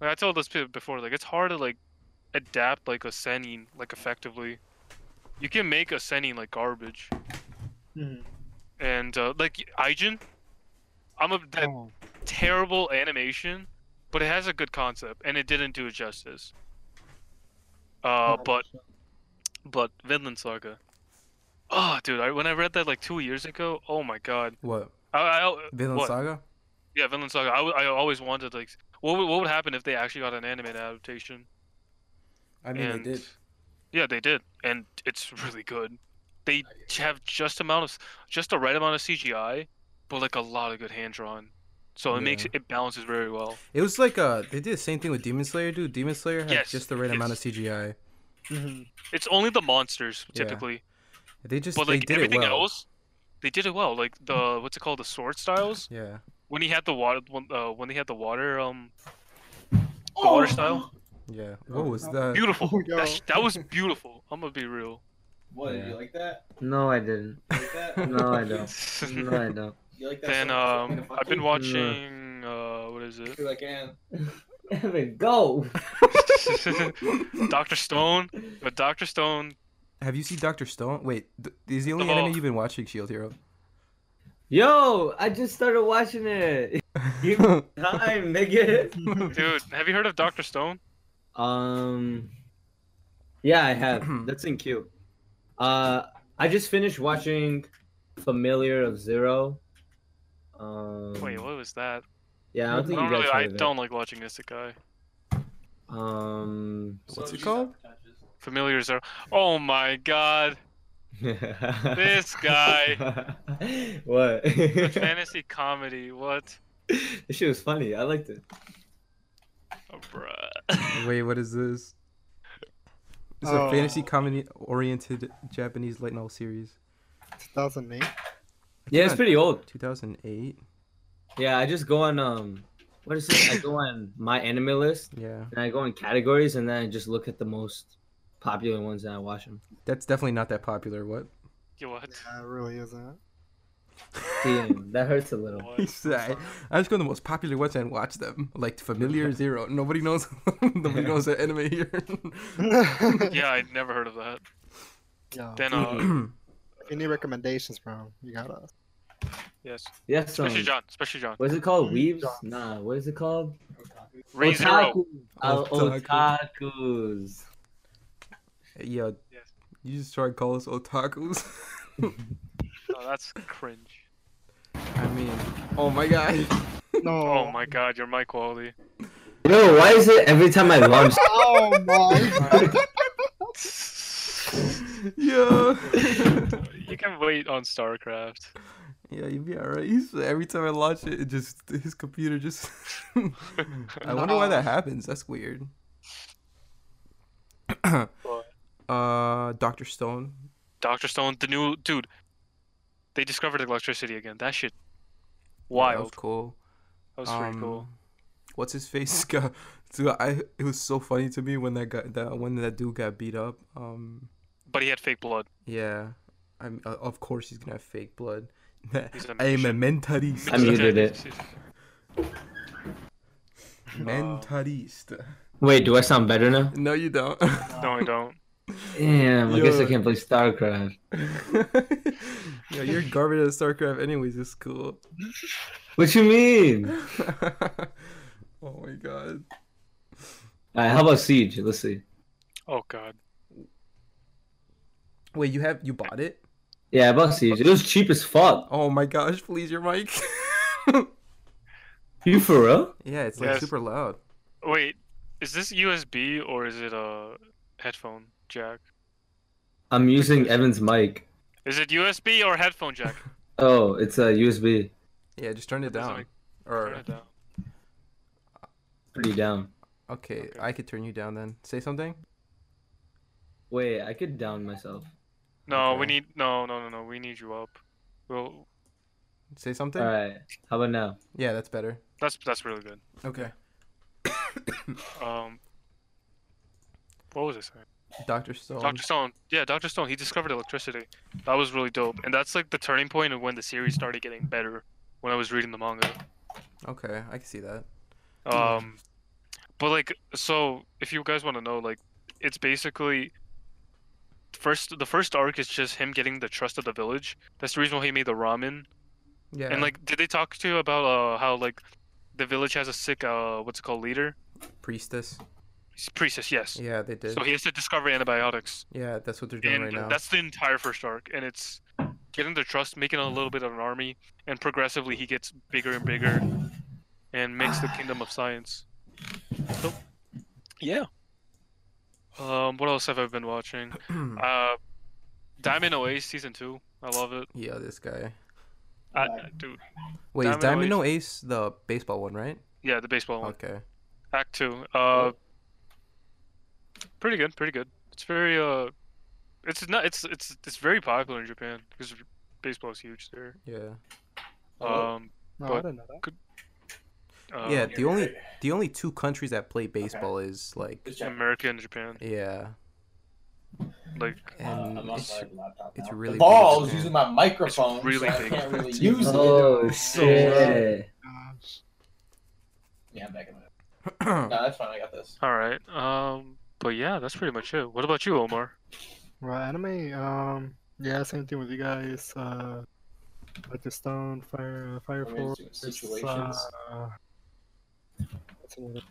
[SPEAKER 3] Like I told this pe- before, like it's hard to like adapt like a senin like effectively. You can make a senin like garbage,
[SPEAKER 5] Mhm.
[SPEAKER 3] and uh, like Aijin, I'm a that
[SPEAKER 5] Oh,
[SPEAKER 3] terrible animation, but it has a good concept, and it didn't do it justice. Uh,
[SPEAKER 5] Oh.
[SPEAKER 3] but but Vinland Saga. Oh, dude! I, when I read that like two years ago, oh my god!
[SPEAKER 2] What
[SPEAKER 3] I, I
[SPEAKER 2] Vinland
[SPEAKER 3] what?
[SPEAKER 2] Saga?
[SPEAKER 3] yeah, Vinland Saga. I, w- I always wanted like, what would, what would happen if they actually got an anime adaptation?
[SPEAKER 2] I mean,
[SPEAKER 3] and
[SPEAKER 2] they did.
[SPEAKER 3] yeah, they did, and it's really good. They have just amount of just the right amount of CGI, but like a lot of good hand drawn, so it makes
[SPEAKER 2] Yeah.
[SPEAKER 3] it balances very well.
[SPEAKER 2] It was like uh, they did the same thing with Demon Slayer, dude. Demon Slayer had
[SPEAKER 3] Yes,
[SPEAKER 2] just the right
[SPEAKER 3] yes.
[SPEAKER 2] amount of CGI.
[SPEAKER 5] mhm.
[SPEAKER 3] It's only the monsters
[SPEAKER 2] Yeah.
[SPEAKER 3] typically.
[SPEAKER 2] They just
[SPEAKER 3] but
[SPEAKER 2] they
[SPEAKER 3] like
[SPEAKER 2] did it
[SPEAKER 3] everything
[SPEAKER 2] well.
[SPEAKER 3] else, they did it well. Like the what's it called, the sword styles.
[SPEAKER 2] Yeah,
[SPEAKER 3] When he had the water, when, uh, when he had the water, um, the water style,
[SPEAKER 2] yeah.
[SPEAKER 1] Oh,
[SPEAKER 2] What was that?
[SPEAKER 3] beautiful.
[SPEAKER 5] Oh,
[SPEAKER 3] That,
[SPEAKER 5] no.
[SPEAKER 3] sh- that was beautiful. I'm gonna be real.
[SPEAKER 4] What did
[SPEAKER 2] Yeah.
[SPEAKER 4] you like that?
[SPEAKER 1] No, I didn't.
[SPEAKER 4] You like that?
[SPEAKER 1] No, I don't. No, I don't.
[SPEAKER 4] You like that?
[SPEAKER 3] then
[SPEAKER 4] so much?
[SPEAKER 3] um,
[SPEAKER 4] Fuck
[SPEAKER 3] I've been
[SPEAKER 4] you.
[SPEAKER 3] watching uh, what is it?
[SPEAKER 4] You're like, man,
[SPEAKER 1] Evan, go.
[SPEAKER 3] Doctor Stone. But Doctor Stone,
[SPEAKER 2] Have you seen Doctor Stone? Wait, th- is the only
[SPEAKER 3] Oh.
[SPEAKER 2] anime you've been watching Shield Hero?
[SPEAKER 1] Yo, I just started watching it. Give me time, nigga.
[SPEAKER 3] dude. Have you heard of Doctor Stone?
[SPEAKER 1] Um, yeah, I have. That's in queue. Uh, I just finished watching Familiar of Zero. Um,
[SPEAKER 3] Wait, what was that?
[SPEAKER 1] Yeah, I don't
[SPEAKER 3] I
[SPEAKER 1] think
[SPEAKER 3] don't
[SPEAKER 1] you guys
[SPEAKER 3] really.
[SPEAKER 1] heard
[SPEAKER 3] I
[SPEAKER 1] of it.
[SPEAKER 3] don't like watching Isekai.
[SPEAKER 1] Um,
[SPEAKER 2] What's
[SPEAKER 4] so
[SPEAKER 2] it
[SPEAKER 4] she
[SPEAKER 2] called?
[SPEAKER 4] touches.
[SPEAKER 3] Familiars are. Oh my god, this guy.
[SPEAKER 1] what?
[SPEAKER 3] The
[SPEAKER 1] this
[SPEAKER 3] fantasy comedy. What?
[SPEAKER 1] shit was funny. I liked it.
[SPEAKER 3] Oh, bruh.
[SPEAKER 2] Wait, what is this? It's
[SPEAKER 5] Oh.
[SPEAKER 2] a fantasy comedy oriented Japanese light novel series.
[SPEAKER 5] 2008.
[SPEAKER 1] Yeah, it's
[SPEAKER 2] on.
[SPEAKER 1] pretty old.
[SPEAKER 2] 2008.
[SPEAKER 1] Yeah, I just go on um, what is it? I go on my anime list
[SPEAKER 2] Yeah,
[SPEAKER 1] and I go in categories and then I just look at the most popular ones and I watch them.
[SPEAKER 2] that's definitely not that popular. What?
[SPEAKER 3] You what?
[SPEAKER 5] Yeah, it really isn't.
[SPEAKER 1] Damn, that hurts a little.
[SPEAKER 3] What?
[SPEAKER 2] He said, I just go to the most popular ones and watch them. Like Familiar Zero. Nobody knows. nobody knows that anime here.
[SPEAKER 3] Yeah, I never heard of that.
[SPEAKER 5] Yo,
[SPEAKER 3] Then, uh,
[SPEAKER 5] if you need recommendations, bro, you got us.
[SPEAKER 3] yes,
[SPEAKER 1] Yes, um,
[SPEAKER 3] especially John, especially John.
[SPEAKER 1] what is it called?
[SPEAKER 5] Mm,
[SPEAKER 1] Weaves?
[SPEAKER 5] John.
[SPEAKER 1] Nah, what is it called?
[SPEAKER 3] Ray Zero.
[SPEAKER 1] Otaku. Uh,
[SPEAKER 2] Otaku.
[SPEAKER 1] otakus.
[SPEAKER 2] yeah.
[SPEAKER 3] Yes.
[SPEAKER 2] You just try to call us otakus.
[SPEAKER 3] Oh, that's cringe.
[SPEAKER 2] I mean, oh my god.
[SPEAKER 5] No.
[SPEAKER 3] Oh my god, you're my quality.
[SPEAKER 1] Yo, why is it every time I launch?
[SPEAKER 5] Oh my.
[SPEAKER 2] yeah.
[SPEAKER 3] You can wait on StarCraft.
[SPEAKER 2] yeah, you'd be alright. He's- Every time I launch it, it just his computer just. I wonder why that happens. That's weird. Uh, Doctor Stone.
[SPEAKER 3] Doctor Stone, the new dude. They discovered electricity again. That shit,
[SPEAKER 2] Wow, That was
[SPEAKER 3] wild.
[SPEAKER 2] cool.
[SPEAKER 3] That was pretty cool.
[SPEAKER 2] Um, What's his face? got- Dude, I it was so funny to me when that guy that when that dude got beat up. Um,
[SPEAKER 3] But he had fake blood.
[SPEAKER 2] yeah, I'm uh, of course he's gonna have fake blood.
[SPEAKER 3] He's a
[SPEAKER 2] I am a
[SPEAKER 3] magician.
[SPEAKER 2] mentalist.
[SPEAKER 1] I muted it.
[SPEAKER 2] mentalist.
[SPEAKER 1] Wait, do I sound better now?
[SPEAKER 2] No, you don't.
[SPEAKER 3] No, I don't.
[SPEAKER 1] Damn, I guess I
[SPEAKER 2] Yo.
[SPEAKER 1] can't play StarCraft.
[SPEAKER 2] yeah, you're garbage at StarCraft. Anyways, it's cool.
[SPEAKER 1] What you mean?
[SPEAKER 2] oh my god.
[SPEAKER 1] All right, how about Siege? Let's see.
[SPEAKER 3] Oh god.
[SPEAKER 2] Wait, you have you bought it?
[SPEAKER 1] Yeah, about Siege. It was cheap as fuck.
[SPEAKER 2] Oh my gosh! Please, your mic.
[SPEAKER 1] You for real?
[SPEAKER 2] yeah, it's like
[SPEAKER 3] Yes.
[SPEAKER 2] super loud.
[SPEAKER 3] Wait, is this USB or is it a headphone jack?
[SPEAKER 1] I'm using Evan's mic.
[SPEAKER 3] Is it USB or headphone jack?
[SPEAKER 1] Oh, it's a USB.
[SPEAKER 2] Yeah, just turn it
[SPEAKER 3] Doesn't
[SPEAKER 2] down.
[SPEAKER 3] make- Turn
[SPEAKER 2] or
[SPEAKER 3] it down.
[SPEAKER 1] Pretty down.
[SPEAKER 2] okay,
[SPEAKER 3] Okay.
[SPEAKER 2] I could turn you down then. Say something.
[SPEAKER 1] Wait, I could down myself.
[SPEAKER 3] No, we
[SPEAKER 2] Okay.
[SPEAKER 3] need no, no, no, no. We need you up. Well,
[SPEAKER 2] Say something.
[SPEAKER 1] All right. How about now?
[SPEAKER 2] Yeah, that's better.
[SPEAKER 3] that's that's really good.
[SPEAKER 2] Okay.
[SPEAKER 3] Um, what was I saying?
[SPEAKER 2] Doctor Stone.
[SPEAKER 3] Doctor Stone. Yeah, Doctor Stone. He discovered electricity. That was really dope, and that's like the turning point of when the series started getting better. When I was reading the manga.
[SPEAKER 2] Okay, I can see that.
[SPEAKER 3] Um, but like, so if you guys want to know, like, it's basically first the first arc is just him getting the trust of the village. That's the reason why he made the ramen.
[SPEAKER 2] Yeah.
[SPEAKER 3] And like, did they talk to you about uh, how like the village has a sick uh, what's it called leader?
[SPEAKER 2] priestess.
[SPEAKER 3] He's priestess, yes.
[SPEAKER 2] Yeah, they did.
[SPEAKER 3] So he has to discover antibiotics,
[SPEAKER 2] yeah, that's what they're doing
[SPEAKER 3] and
[SPEAKER 2] right now.
[SPEAKER 3] that's the entire first arc. And it's getting the trust, making a little bit of an army, and progressively he gets bigger and bigger, and makes the kingdom of science. So, yeah. Um, what else have I been watching? Uh, Diamond Oasis season two. I love it.
[SPEAKER 2] yeah, this guy.
[SPEAKER 3] I, dude,
[SPEAKER 2] Wait, is
[SPEAKER 3] Diamond
[SPEAKER 2] Diamond Ace the baseball one, right?
[SPEAKER 3] yeah, the baseball one.
[SPEAKER 2] Okay.
[SPEAKER 3] Act two. Uh, pretty good, pretty good. It's very uh, it's not it's it's it's very popular in Japan because baseball is huge there.
[SPEAKER 2] Yeah.
[SPEAKER 5] Oh.
[SPEAKER 3] Um,
[SPEAKER 5] No,
[SPEAKER 3] But-
[SPEAKER 5] I didn't know that.
[SPEAKER 3] uh,
[SPEAKER 2] yeah, the only the only two countries that play baseball is like
[SPEAKER 6] Just check.
[SPEAKER 3] America and Japan.
[SPEAKER 2] yeah,
[SPEAKER 3] Like
[SPEAKER 2] and
[SPEAKER 6] Uh, I'm
[SPEAKER 2] Um,
[SPEAKER 6] on
[SPEAKER 2] it's,
[SPEAKER 6] my laptop
[SPEAKER 2] it's
[SPEAKER 6] now.
[SPEAKER 2] really
[SPEAKER 6] the ball
[SPEAKER 2] big,
[SPEAKER 6] is
[SPEAKER 2] man.
[SPEAKER 6] using my microphone,
[SPEAKER 3] It's really
[SPEAKER 6] so I
[SPEAKER 3] big.
[SPEAKER 6] can't really use it.
[SPEAKER 1] Oh
[SPEAKER 6] shit.
[SPEAKER 1] shit!
[SPEAKER 5] Gosh.
[SPEAKER 6] Yeah, I'm back in it. No, that's fine. I got this.
[SPEAKER 3] all right. Um, but yeah, that's pretty much it. What about you, Omar?
[SPEAKER 5] Well, anime. Um, yeah, same thing with you guys. Uh, like the Stone, Fire, uh, Fire
[SPEAKER 6] We're
[SPEAKER 5] Force.
[SPEAKER 6] just doing situations.
[SPEAKER 5] Uh, what's another?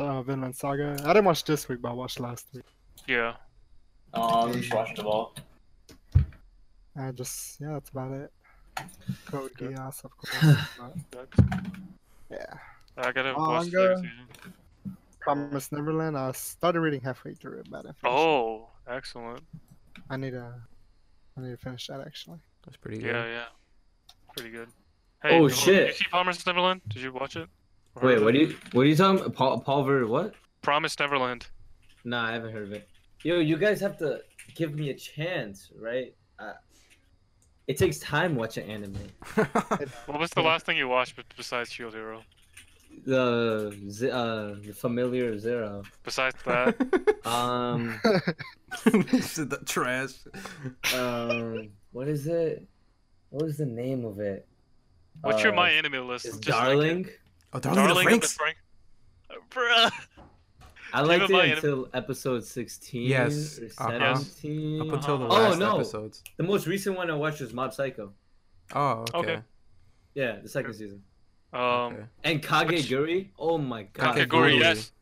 [SPEAKER 5] Uh, Vinland Saga. I didn't watch this week, but I watched last week.
[SPEAKER 3] Yeah.
[SPEAKER 6] Oh, I'm just watching the ball.
[SPEAKER 5] I just yeah, that's about it. Code Geass, of course. but,
[SPEAKER 3] that's-
[SPEAKER 5] yeah.
[SPEAKER 3] I gotta watch the next
[SPEAKER 5] Manga.
[SPEAKER 3] season.
[SPEAKER 5] Promise Neverland. I started reading halfway through it, but I, finished-
[SPEAKER 3] Oh, excellent.
[SPEAKER 5] I need to, I need to finish that actually.
[SPEAKER 2] That's pretty good.
[SPEAKER 3] Yeah, yeah. Pretty good.
[SPEAKER 1] Oh,
[SPEAKER 3] Omar, Did you
[SPEAKER 1] shit.
[SPEAKER 3] see Promise Neverland? Did you watch it? Or heard
[SPEAKER 1] Wait,
[SPEAKER 3] of
[SPEAKER 1] what
[SPEAKER 3] it?
[SPEAKER 1] are you? What are you talking? about? Paul, Paul Ver, what?
[SPEAKER 3] Promise Neverland.
[SPEAKER 1] Nah, I haven't heard of it. Yo, you guys have to give me a chance, right? Uh, it takes time watching anime.
[SPEAKER 3] What was the
[SPEAKER 5] Yeah.
[SPEAKER 3] last thing you watched be- besides Shield Hero?
[SPEAKER 1] The Z- uh, the familiar zero.
[SPEAKER 3] Besides that,
[SPEAKER 1] Um,
[SPEAKER 2] Said the trash.
[SPEAKER 1] um, what is it? What is the name of it?
[SPEAKER 3] what's your
[SPEAKER 1] Uh,
[SPEAKER 3] my anime list?
[SPEAKER 1] It's
[SPEAKER 3] Just like it.
[SPEAKER 1] darling.
[SPEAKER 2] Oh, darling,
[SPEAKER 3] Darling,
[SPEAKER 2] the
[SPEAKER 3] and the
[SPEAKER 2] Franks.
[SPEAKER 3] Frank. Uh, Bruh.
[SPEAKER 1] I
[SPEAKER 3] Keep
[SPEAKER 1] liked
[SPEAKER 3] in
[SPEAKER 1] it
[SPEAKER 3] mind-
[SPEAKER 1] until episode 16
[SPEAKER 2] Yes,
[SPEAKER 1] or
[SPEAKER 2] uh-huh.
[SPEAKER 1] 17.
[SPEAKER 2] Up until the
[SPEAKER 3] Oh,
[SPEAKER 2] last
[SPEAKER 1] no.
[SPEAKER 2] episodes.
[SPEAKER 1] The most recent one I watched was Mob Psycho.
[SPEAKER 2] Oh, okay.
[SPEAKER 3] Okay.
[SPEAKER 1] Yeah, the second
[SPEAKER 3] Sure.
[SPEAKER 1] season.
[SPEAKER 3] Um,
[SPEAKER 2] okay.
[SPEAKER 1] And Kage
[SPEAKER 3] Which-
[SPEAKER 1] Guri. Oh my god.
[SPEAKER 3] Kakegurui,
[SPEAKER 2] Kakegurui.
[SPEAKER 3] yes.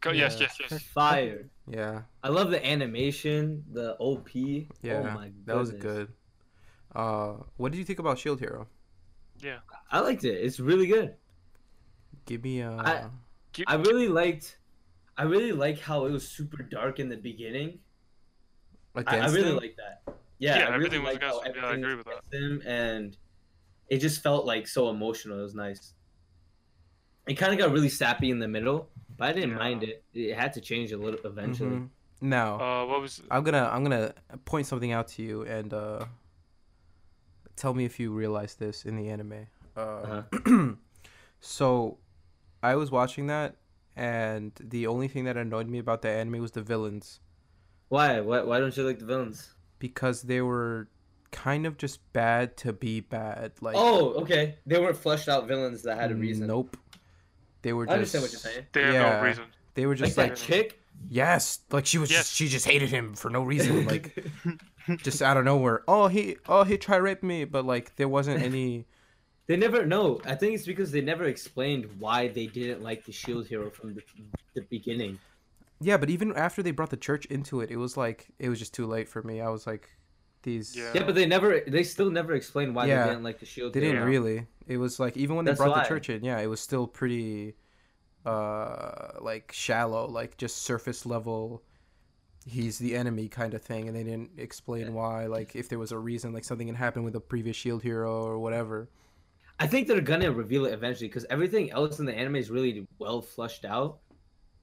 [SPEAKER 3] Go, Yes,
[SPEAKER 2] Yeah.
[SPEAKER 3] yes, yes.
[SPEAKER 1] Fire.
[SPEAKER 2] Yeah,
[SPEAKER 1] I love the animation, the OP.
[SPEAKER 2] yeah,
[SPEAKER 1] oh my
[SPEAKER 2] that was
[SPEAKER 1] goodness.
[SPEAKER 2] good. Uh, what did you think about Shield Hero?
[SPEAKER 1] I liked it. It's really good.
[SPEAKER 2] Give me uh, a.
[SPEAKER 1] I- I really liked I really like how it was super dark in the beginning. I, I
[SPEAKER 2] against
[SPEAKER 1] really
[SPEAKER 2] him?
[SPEAKER 1] like that. Yeah,
[SPEAKER 3] Yeah,
[SPEAKER 1] I really
[SPEAKER 3] everything was
[SPEAKER 1] liked how
[SPEAKER 3] against him. Yeah, I
[SPEAKER 1] everything
[SPEAKER 3] agree
[SPEAKER 1] was
[SPEAKER 3] with
[SPEAKER 1] against him, and it just felt like so emotional. It was nice. It kind of got really sappy in the middle, but I didn't
[SPEAKER 3] Yeah.
[SPEAKER 1] mind it. It had to change a little eventually.
[SPEAKER 2] Mhm. Now,
[SPEAKER 3] Uh, what was?
[SPEAKER 2] I'm gonna I'm gonna point something out to you and uh, tell me if you realize this in the anime. Uh,
[SPEAKER 1] Uh-huh.
[SPEAKER 2] so, I was watching that, and the only thing that annoyed me about the anime was the villains
[SPEAKER 1] Why? Why? Why don't you like the villains?
[SPEAKER 2] because they were kind of just bad to be bad. Like,
[SPEAKER 1] oh, okay. They weren't fleshed out villains that had a reason.
[SPEAKER 2] Nope, they were.
[SPEAKER 1] I understand what
[SPEAKER 2] just-
[SPEAKER 1] you're saying.
[SPEAKER 3] They have
[SPEAKER 2] yeah,
[SPEAKER 3] no reason.
[SPEAKER 2] They were
[SPEAKER 1] Like
[SPEAKER 2] just
[SPEAKER 1] that
[SPEAKER 2] like
[SPEAKER 1] chick.
[SPEAKER 2] yes, like she was
[SPEAKER 3] Yes.
[SPEAKER 2] just she just hated him for no reason. Like just out of nowhere. Oh he oh he tried rape me, but like there wasn't any
[SPEAKER 1] they never. No, I think it's because they never explained why they didn't like the shield hero from the, the beginning.
[SPEAKER 2] Yeah, but even after they brought the church into it, it was like it was just too late for me. I was like these
[SPEAKER 3] Yeah.
[SPEAKER 1] Yeah, but they never. They still never explained why
[SPEAKER 2] Yeah.
[SPEAKER 1] they didn't like the shield.
[SPEAKER 2] they didn't
[SPEAKER 1] hero.
[SPEAKER 2] really. It was like even when they
[SPEAKER 1] That's
[SPEAKER 2] brought
[SPEAKER 1] why.
[SPEAKER 2] the church in, yeah, it was still pretty uh like shallow, like just surface level he's the enemy kind of thing and they didn't explain
[SPEAKER 1] Yeah.
[SPEAKER 2] why like if there was a reason like something had happened with a previous shield hero or whatever
[SPEAKER 1] I think they're gonna reveal it eventually because everything else in the anime is really well flushed out.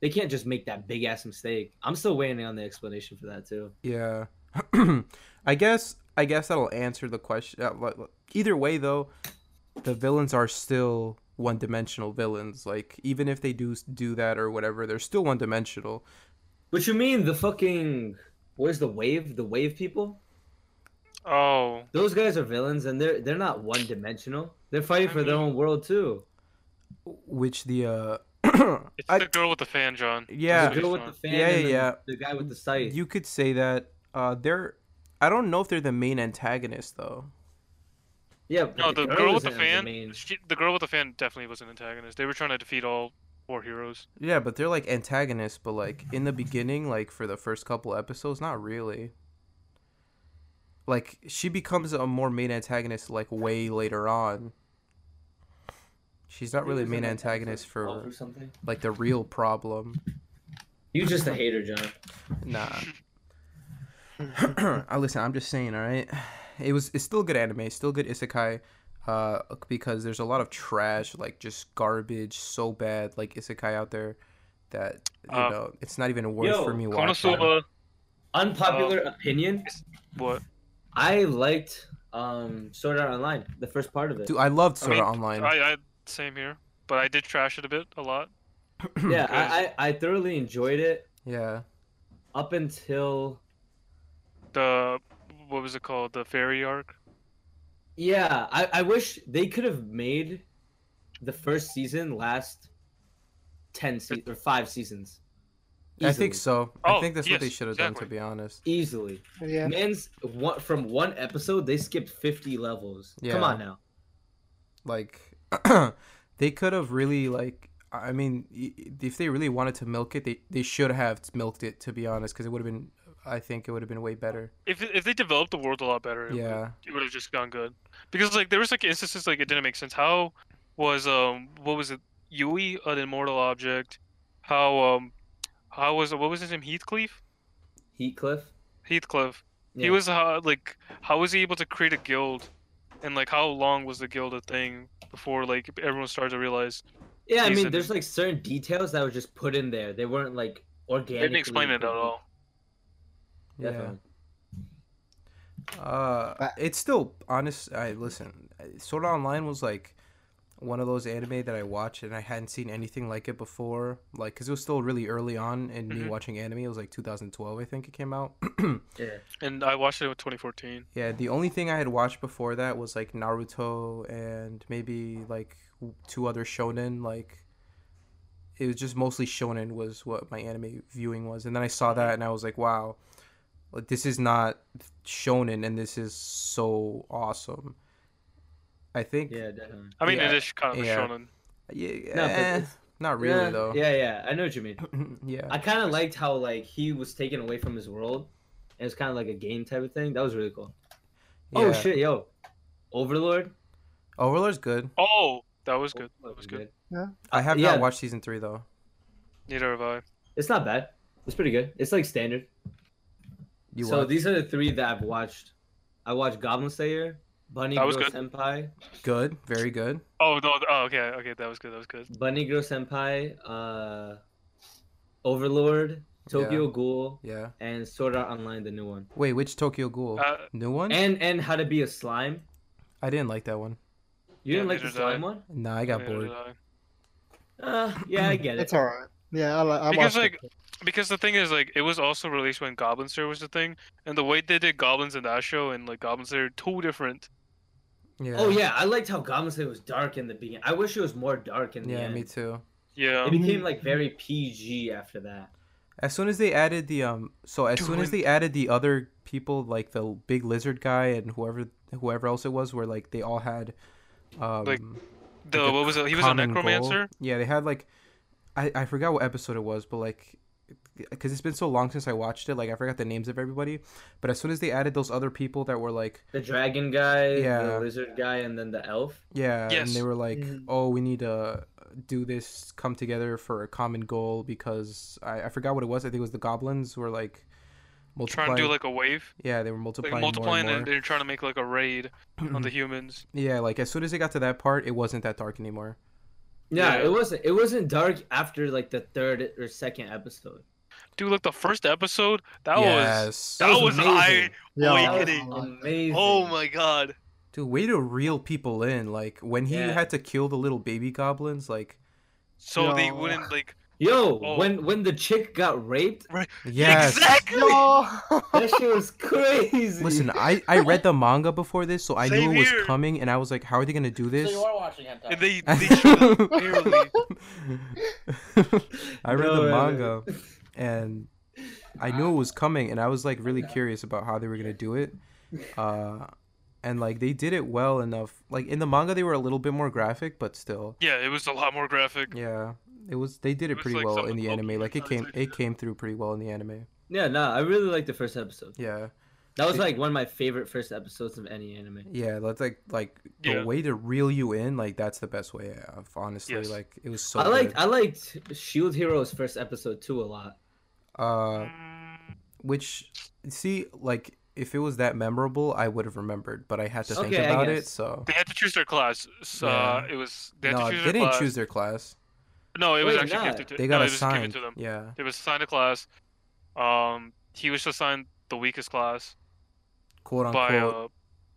[SPEAKER 1] They can't just make that big ass mistake. I'm still waiting on the explanation for that too.
[SPEAKER 2] yeah i guess i guess that'll answer the question uh, wha- wha- either way though the villains are still one-dimensional villains like even if they do s- do that or whatever they're still one-dimensional
[SPEAKER 1] What you mean the fucking where's the wave? The wave people?
[SPEAKER 3] Oh,
[SPEAKER 1] Those guys are villains and they're they're not one dimensional. They're fighting for their own world too.
[SPEAKER 2] which the uh
[SPEAKER 3] it's
[SPEAKER 2] I-
[SPEAKER 3] the girl with the fan, John.
[SPEAKER 2] yeah
[SPEAKER 1] The girl with the fan
[SPEAKER 2] Yeah,
[SPEAKER 1] and the,
[SPEAKER 2] yeah.
[SPEAKER 1] the guy with the sight.
[SPEAKER 2] You could say that uh, they're. I don't know if they're the main antagonist though.
[SPEAKER 1] yeah, but
[SPEAKER 3] No, the girl with the
[SPEAKER 1] isn't
[SPEAKER 3] fan.
[SPEAKER 1] main-
[SPEAKER 3] she, the girl with the fan definitely was an antagonist. They were trying to defeat all four heroes.
[SPEAKER 2] Yeah, but they're like antagonists, but like in the beginning, like for the first couple episodes, not really. Like she becomes a more main antagonist like way later on. She's not really a main antagonist for
[SPEAKER 6] or something.
[SPEAKER 2] like the real problem.
[SPEAKER 1] You just a hater, John.
[SPEAKER 2] Nah. I listen. I'm just saying. All right, it was. It's still good anime. Still good isekai. Uh, because there's a lot of trash, like just garbage, so bad, like isekai out there, that you
[SPEAKER 3] Uh,
[SPEAKER 2] know it's not even worth
[SPEAKER 1] yo,
[SPEAKER 2] for me watching.
[SPEAKER 3] Konosuba,
[SPEAKER 1] Unpopular
[SPEAKER 3] Um,
[SPEAKER 1] opinion.
[SPEAKER 3] what?
[SPEAKER 1] I liked um Sword Art Online, the first part of it.
[SPEAKER 2] Dude, I loved
[SPEAKER 3] I
[SPEAKER 2] Sora
[SPEAKER 3] mean,
[SPEAKER 2] Online.
[SPEAKER 3] I, I same here, but I did trash it a bit, a lot.
[SPEAKER 1] yeah,
[SPEAKER 3] Good.
[SPEAKER 1] I, I I thoroughly enjoyed it
[SPEAKER 2] yeah,
[SPEAKER 1] up until
[SPEAKER 3] The what was it called? The fairy arc.
[SPEAKER 1] yeah. I I wish they could have made the first season last ten se- or five seasons.
[SPEAKER 2] I think
[SPEAKER 1] Easily.
[SPEAKER 2] so. I
[SPEAKER 3] Oh,
[SPEAKER 2] think that's what they
[SPEAKER 3] yes,
[SPEAKER 2] should have done, to
[SPEAKER 3] exactly.
[SPEAKER 2] be honest.
[SPEAKER 1] Easily,
[SPEAKER 5] Yeah.
[SPEAKER 1] man's one, from one episode they skipped fifty levels. Come
[SPEAKER 2] Yeah.
[SPEAKER 1] on now.
[SPEAKER 2] Like, they could have really like. I mean, y- if they really wanted to milk it, they they should have milked it. To be honest, because it would have been. I think it would have been way better.
[SPEAKER 3] If if they developed the world a lot better, it would've-
[SPEAKER 2] Yeah.
[SPEAKER 3] it would have just gone good. Because like there was like instances like it didn't make sense. How was um what was it Yui an immortal object? How um how was what was his name Heathcliff?
[SPEAKER 1] Heatcliff.
[SPEAKER 3] Heathcliff. He
[SPEAKER 1] Yeah.
[SPEAKER 3] was how like how was he able to create a guild? And like how long was the guild a thing before like everyone started to realize
[SPEAKER 1] Yeah, I
[SPEAKER 3] he's
[SPEAKER 1] mean,
[SPEAKER 3] in-
[SPEAKER 1] there's like certain details that were just put in there. They weren't like
[SPEAKER 3] they
[SPEAKER 1] organic.
[SPEAKER 3] didn't explain it at all.
[SPEAKER 2] Yeah.
[SPEAKER 1] Definitely.
[SPEAKER 2] Uh,
[SPEAKER 5] But-
[SPEAKER 2] it's still honest. I listen. Sword Art Online was like one of those anime that I watched, and I hadn't seen anything like it before. Like, cause it was still really early on in me
[SPEAKER 3] Mhm.
[SPEAKER 2] watching anime. It was like 2012, I think it came out.
[SPEAKER 1] Yeah.
[SPEAKER 3] And I watched it in 2014.
[SPEAKER 2] yeah, the only thing I had watched before that was like Naruto and maybe like two other shonen. Like, it was just mostly shonen was what my anime viewing was, and then I saw that and I was like, wow, like this is not shonen, and this is so awesome. I think
[SPEAKER 1] Yeah, definitely.
[SPEAKER 3] I mean,
[SPEAKER 2] Yeah,
[SPEAKER 3] it is kind of a
[SPEAKER 2] yeah.
[SPEAKER 3] shonen.
[SPEAKER 2] Yeah,
[SPEAKER 1] No, but
[SPEAKER 2] eh,
[SPEAKER 1] it's-
[SPEAKER 2] not really
[SPEAKER 1] yeah,
[SPEAKER 2] though.
[SPEAKER 1] Yeah, yeah. I know what you mean.
[SPEAKER 2] yeah.
[SPEAKER 1] I kind of liked how like he was taken away from his world, and it's kind of like a game type of thing. That was really cool. Oh
[SPEAKER 2] Yeah.
[SPEAKER 1] shit, yo, Overlord.
[SPEAKER 2] Overlord's good.
[SPEAKER 3] Oh, that was good. That
[SPEAKER 1] Overlord
[SPEAKER 3] was good.
[SPEAKER 2] I have
[SPEAKER 1] Uh, yeah.
[SPEAKER 2] not watched season three though.
[SPEAKER 3] Neither have I.
[SPEAKER 1] It's not bad. It's pretty good. It's like standard.
[SPEAKER 2] You
[SPEAKER 1] so
[SPEAKER 2] watched?
[SPEAKER 1] these are the three that I've watched. I watched Goblin Slayer, Bunny
[SPEAKER 3] That
[SPEAKER 1] Girl
[SPEAKER 3] was good.
[SPEAKER 1] Senpai,
[SPEAKER 2] good, very good.
[SPEAKER 3] Oh no. Oh, okay. Okay, that was good. That was good.
[SPEAKER 1] Bunny Girl Senpai, uh, Overlord, Tokyo Ghoul,
[SPEAKER 2] Yeah.
[SPEAKER 1] and Sword Art Online, the new one,
[SPEAKER 2] Wait, which Tokyo Ghoul?
[SPEAKER 3] Uh,
[SPEAKER 2] New one?
[SPEAKER 1] and and How to Be a Slime.
[SPEAKER 2] I didn't like that one.
[SPEAKER 1] You
[SPEAKER 3] Yeah,
[SPEAKER 1] didn't like the
[SPEAKER 3] neither did I.
[SPEAKER 1] slime one?
[SPEAKER 2] Nah, I got
[SPEAKER 3] neither
[SPEAKER 2] bored.
[SPEAKER 3] did I.
[SPEAKER 1] Uh, yeah, I get it.
[SPEAKER 5] It's alright. Yeah, I, li- I
[SPEAKER 3] Because,
[SPEAKER 5] watched it.
[SPEAKER 3] Because the thing is, like, it was also released when Goblin Slayer was a thing, and the way they did goblins in that show and like Goblin Slayer, two different.
[SPEAKER 2] Yeah.
[SPEAKER 1] Oh yeah, I liked how Goblin Slayer was dark in the beginning. I wish it was more dark in the
[SPEAKER 2] Yeah,
[SPEAKER 1] end.
[SPEAKER 2] me too.
[SPEAKER 3] Yeah,
[SPEAKER 1] It became like very PG after that.
[SPEAKER 2] As soon as they added the um, so as soon as they added the other people, like the big lizard guy and whoever whoever else it was, where like they all had, um,
[SPEAKER 3] Like, the
[SPEAKER 2] like a
[SPEAKER 3] what was it? He was a
[SPEAKER 2] common goal.
[SPEAKER 3] necromancer.
[SPEAKER 2] Yeah, they had like, I I forgot what episode it was, but like, because it's been so long since I watched it. Like I forgot the names of everybody, but as soon as they added those other people that were like,
[SPEAKER 1] The dragon guy,
[SPEAKER 2] Yeah.
[SPEAKER 1] the lizard guy, and then the elf.
[SPEAKER 2] yeah,
[SPEAKER 3] Yes.
[SPEAKER 2] and they were like,
[SPEAKER 6] Mm-hmm.
[SPEAKER 5] Mhm.
[SPEAKER 2] oh, we need to do this, come together for a common goal because I, I forgot what it was. I think it was the goblins were like multiplying.
[SPEAKER 3] Trying to do like a wave,
[SPEAKER 2] yeah, they were
[SPEAKER 3] like
[SPEAKER 2] multiplying,
[SPEAKER 3] multiplying,
[SPEAKER 2] more and
[SPEAKER 3] and
[SPEAKER 2] more.
[SPEAKER 3] they're trying to make like a raid on the humans.
[SPEAKER 2] yeah, like as soon as it got to that part, it wasn't that dark anymore.
[SPEAKER 1] Yeah,
[SPEAKER 3] Yeah.
[SPEAKER 1] it wasn't. It wasn't dark after like the third or second episode.
[SPEAKER 3] Dude, look, the first episode that was
[SPEAKER 2] yes,
[SPEAKER 3] that, was, I.
[SPEAKER 1] amazing.
[SPEAKER 3] Are you
[SPEAKER 1] That was
[SPEAKER 3] kidding?
[SPEAKER 1] Amazing.
[SPEAKER 3] Oh my god.
[SPEAKER 2] dude, way to reel people in. Like when he
[SPEAKER 1] Yeah.
[SPEAKER 2] had to kill the little baby goblins, like
[SPEAKER 3] So they
[SPEAKER 5] No.
[SPEAKER 3] wouldn't like.
[SPEAKER 1] Yo,
[SPEAKER 3] Oh.
[SPEAKER 1] when when the chick got raped,
[SPEAKER 2] yes.
[SPEAKER 3] Exactly.
[SPEAKER 1] that shit was crazy.
[SPEAKER 2] Listen, I, I read the manga before this, so I
[SPEAKER 3] Same
[SPEAKER 2] knew it was
[SPEAKER 3] here.
[SPEAKER 2] coming, and I was like, how are they gonna do
[SPEAKER 6] So
[SPEAKER 2] this?
[SPEAKER 6] you are watching hentai.
[SPEAKER 3] And they they showed it barely.
[SPEAKER 2] I read
[SPEAKER 1] No, no,
[SPEAKER 2] the
[SPEAKER 1] no.
[SPEAKER 2] manga, and I knew it was coming, and I was like really curious about how they were gonna do it. Uh, and like they did it well enough. Like in the manga, they were a little bit more graphic, but still,
[SPEAKER 3] Yeah, it was a lot more graphic.
[SPEAKER 2] yeah, it was. They did
[SPEAKER 3] It
[SPEAKER 2] it
[SPEAKER 3] was,
[SPEAKER 2] pretty
[SPEAKER 3] like,
[SPEAKER 2] well
[SPEAKER 3] some
[SPEAKER 2] in the anime.
[SPEAKER 3] Loki
[SPEAKER 2] Like it came,
[SPEAKER 3] translation.
[SPEAKER 2] it came through pretty well in the anime.
[SPEAKER 1] Yeah, nah, I really liked the first episode.
[SPEAKER 2] Yeah,
[SPEAKER 1] That was
[SPEAKER 2] It-
[SPEAKER 1] like one of my favorite first episodes of any anime.
[SPEAKER 2] yeah. That's like like
[SPEAKER 3] Yeah.
[SPEAKER 2] the way to reel you in. Like that's the best way. Of, honestly,
[SPEAKER 3] Yes.
[SPEAKER 2] like it was so.
[SPEAKER 1] I liked
[SPEAKER 2] good.
[SPEAKER 1] I liked Shield Hero's first episode too a lot.
[SPEAKER 2] Uh,
[SPEAKER 3] Mm,
[SPEAKER 2] which see like if it was that memorable i would have remembered but i had to think
[SPEAKER 1] Okay, I
[SPEAKER 2] about it
[SPEAKER 1] guess.
[SPEAKER 2] so
[SPEAKER 3] They had to choose their class. So uh, it was they had
[SPEAKER 2] no
[SPEAKER 3] to
[SPEAKER 2] they
[SPEAKER 3] choose
[SPEAKER 2] didn't
[SPEAKER 3] their class.
[SPEAKER 2] choose their class
[SPEAKER 3] No, it was
[SPEAKER 1] Wait,
[SPEAKER 3] actually
[SPEAKER 1] no.
[SPEAKER 3] gifted to
[SPEAKER 2] they got
[SPEAKER 3] no, it was given
[SPEAKER 2] assigned
[SPEAKER 3] to them.
[SPEAKER 2] yeah
[SPEAKER 3] It was assigned a class. Um, he was assigned the weakest class
[SPEAKER 2] quote
[SPEAKER 3] by
[SPEAKER 2] unquote
[SPEAKER 3] uh,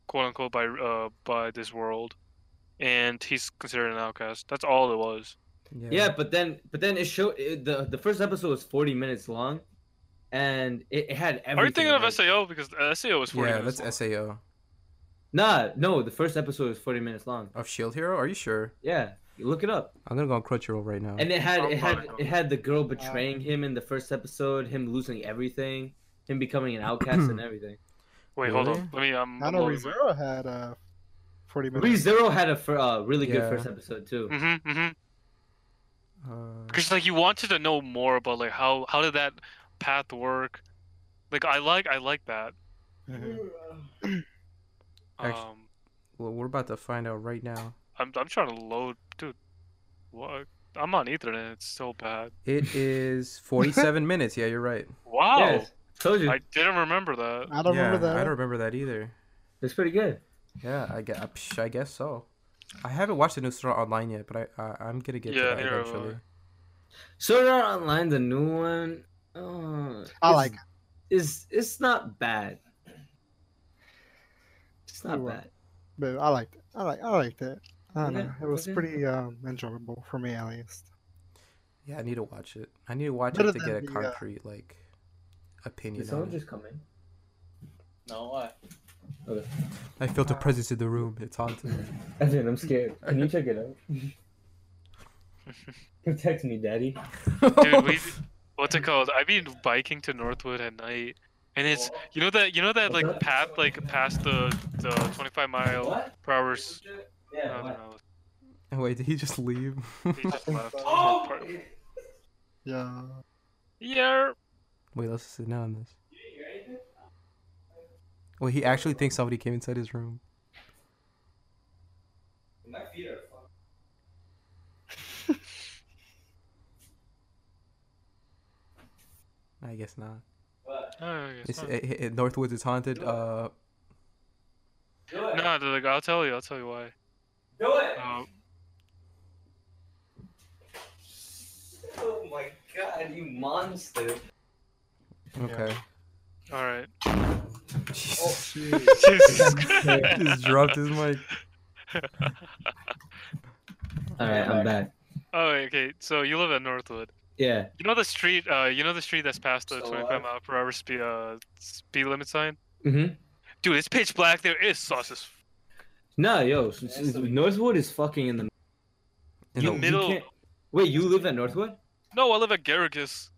[SPEAKER 3] quote unquote by uh by this world, and he's considered an outcast. That's all it was.
[SPEAKER 1] Yeah, but then but then it showed it, the the first episode was 40 minutes long, and it, it had everything.
[SPEAKER 3] Are you thinking
[SPEAKER 1] in it.
[SPEAKER 3] of SAO because uh, SAO was forty
[SPEAKER 2] yeah
[SPEAKER 3] minutes
[SPEAKER 2] that's
[SPEAKER 3] long.
[SPEAKER 2] sao
[SPEAKER 1] Nah, no, the first episode was 40 minutes long.
[SPEAKER 2] of shield E hero are you sure
[SPEAKER 1] Yeah, look it up.
[SPEAKER 2] i'm gonna go on crunchyroll right now
[SPEAKER 1] And it had
[SPEAKER 3] I'll
[SPEAKER 1] it had
[SPEAKER 3] probably go.
[SPEAKER 1] it had the girl betraying him in the first episode, him losing everything, him becoming an outcast and everything.
[SPEAKER 3] Wait, hold
[SPEAKER 2] Really?
[SPEAKER 3] on. Let me. Um,
[SPEAKER 5] I know ReZero had uh, 40 minutes.
[SPEAKER 1] ReZero had a fir- uh, really good
[SPEAKER 2] Yeah.
[SPEAKER 1] first episode too.
[SPEAKER 3] Mm-hmm, mm-hmm.
[SPEAKER 2] uh,
[SPEAKER 3] Because like you wanted to know more about like how how did that path work? Like I like I like that.
[SPEAKER 5] Mhm.
[SPEAKER 3] Um,
[SPEAKER 2] Actu- well we're about to find out right now
[SPEAKER 3] I'm I'm trying to load, dude. What? I'm on Ethernet. It's so bad.
[SPEAKER 2] it is 47 minutes yeah you're right
[SPEAKER 3] Wow.
[SPEAKER 1] Yes, told you
[SPEAKER 3] Oh. I didn't remember that.
[SPEAKER 5] I don't
[SPEAKER 2] yeah,
[SPEAKER 5] remember that.
[SPEAKER 2] i don't remember that either
[SPEAKER 1] it's pretty good.
[SPEAKER 2] yeah i guess, psh, I guess so i haven't watched the new story online yet but i, I i'm gonna get
[SPEAKER 3] Yeah,
[SPEAKER 2] to that
[SPEAKER 3] neither have I.
[SPEAKER 2] eventually
[SPEAKER 1] Sword Art Online, the new one. Uh,
[SPEAKER 5] I
[SPEAKER 1] it's-
[SPEAKER 5] like it.
[SPEAKER 1] It's it's not bad. It's not
[SPEAKER 5] You're right.
[SPEAKER 1] bad.
[SPEAKER 5] But I liked it. I like I liked it. I don't
[SPEAKER 1] Yeah,
[SPEAKER 5] know. It was
[SPEAKER 1] okay.
[SPEAKER 5] pretty um, enjoyable for me at least.
[SPEAKER 2] Yeah, I need to watch it. I need to watch
[SPEAKER 5] Better
[SPEAKER 2] it to
[SPEAKER 5] than
[SPEAKER 2] get a
[SPEAKER 5] the, uh,
[SPEAKER 2] concrete like opinion
[SPEAKER 1] Did
[SPEAKER 2] on
[SPEAKER 1] someone
[SPEAKER 2] it.
[SPEAKER 1] just come in?
[SPEAKER 6] No, why?
[SPEAKER 2] I felt a presence in the room. It's haunted.
[SPEAKER 1] Evan, I'm scared. Can you check it out? Protect me, daddy.
[SPEAKER 3] Dude, we what's it called? I've been biking to Northwood at night, and it's you know that you know that like path like past the the 25 mile
[SPEAKER 1] What?
[SPEAKER 3] per hour. s- No,
[SPEAKER 1] Yeah.
[SPEAKER 3] no,
[SPEAKER 1] what?
[SPEAKER 3] no.
[SPEAKER 2] Wait, did he just leave?
[SPEAKER 3] He just left.
[SPEAKER 1] Oh!
[SPEAKER 5] Yeah.
[SPEAKER 3] Yeah.
[SPEAKER 2] Wait, let's sit down on this. Well, he actually thinks somebody came inside his room. I guess not.
[SPEAKER 3] No,
[SPEAKER 2] It's, it, it, Northwoods is haunted. Uh,
[SPEAKER 3] no, like, I'll tell you. I'll tell you why.
[SPEAKER 1] Do it!
[SPEAKER 3] Um,
[SPEAKER 1] Oh my god, you monster.
[SPEAKER 2] okay.
[SPEAKER 3] all right.
[SPEAKER 2] Jesus.
[SPEAKER 3] Jesus Christ.
[SPEAKER 2] just dropped his mic.
[SPEAKER 1] Alright, I'm back.
[SPEAKER 3] Oh, okay. So you live at Northwood.
[SPEAKER 1] Yeah.
[SPEAKER 3] You know the street. Uh, you know the street that's past the
[SPEAKER 6] Still
[SPEAKER 3] 25
[SPEAKER 6] alive?
[SPEAKER 3] mile per hour speed uh speed limit sign.
[SPEAKER 1] Mm-hmm.
[SPEAKER 3] Dude, it's pitch black there. It's sus as
[SPEAKER 1] Nah, yo, s- s-
[SPEAKER 6] Yeah, so-
[SPEAKER 1] Northwood is fucking in the
[SPEAKER 2] In
[SPEAKER 3] You
[SPEAKER 2] the-
[SPEAKER 3] middle-
[SPEAKER 1] can't- Wait, you live at Northwood?
[SPEAKER 3] No, I live at Garrigus.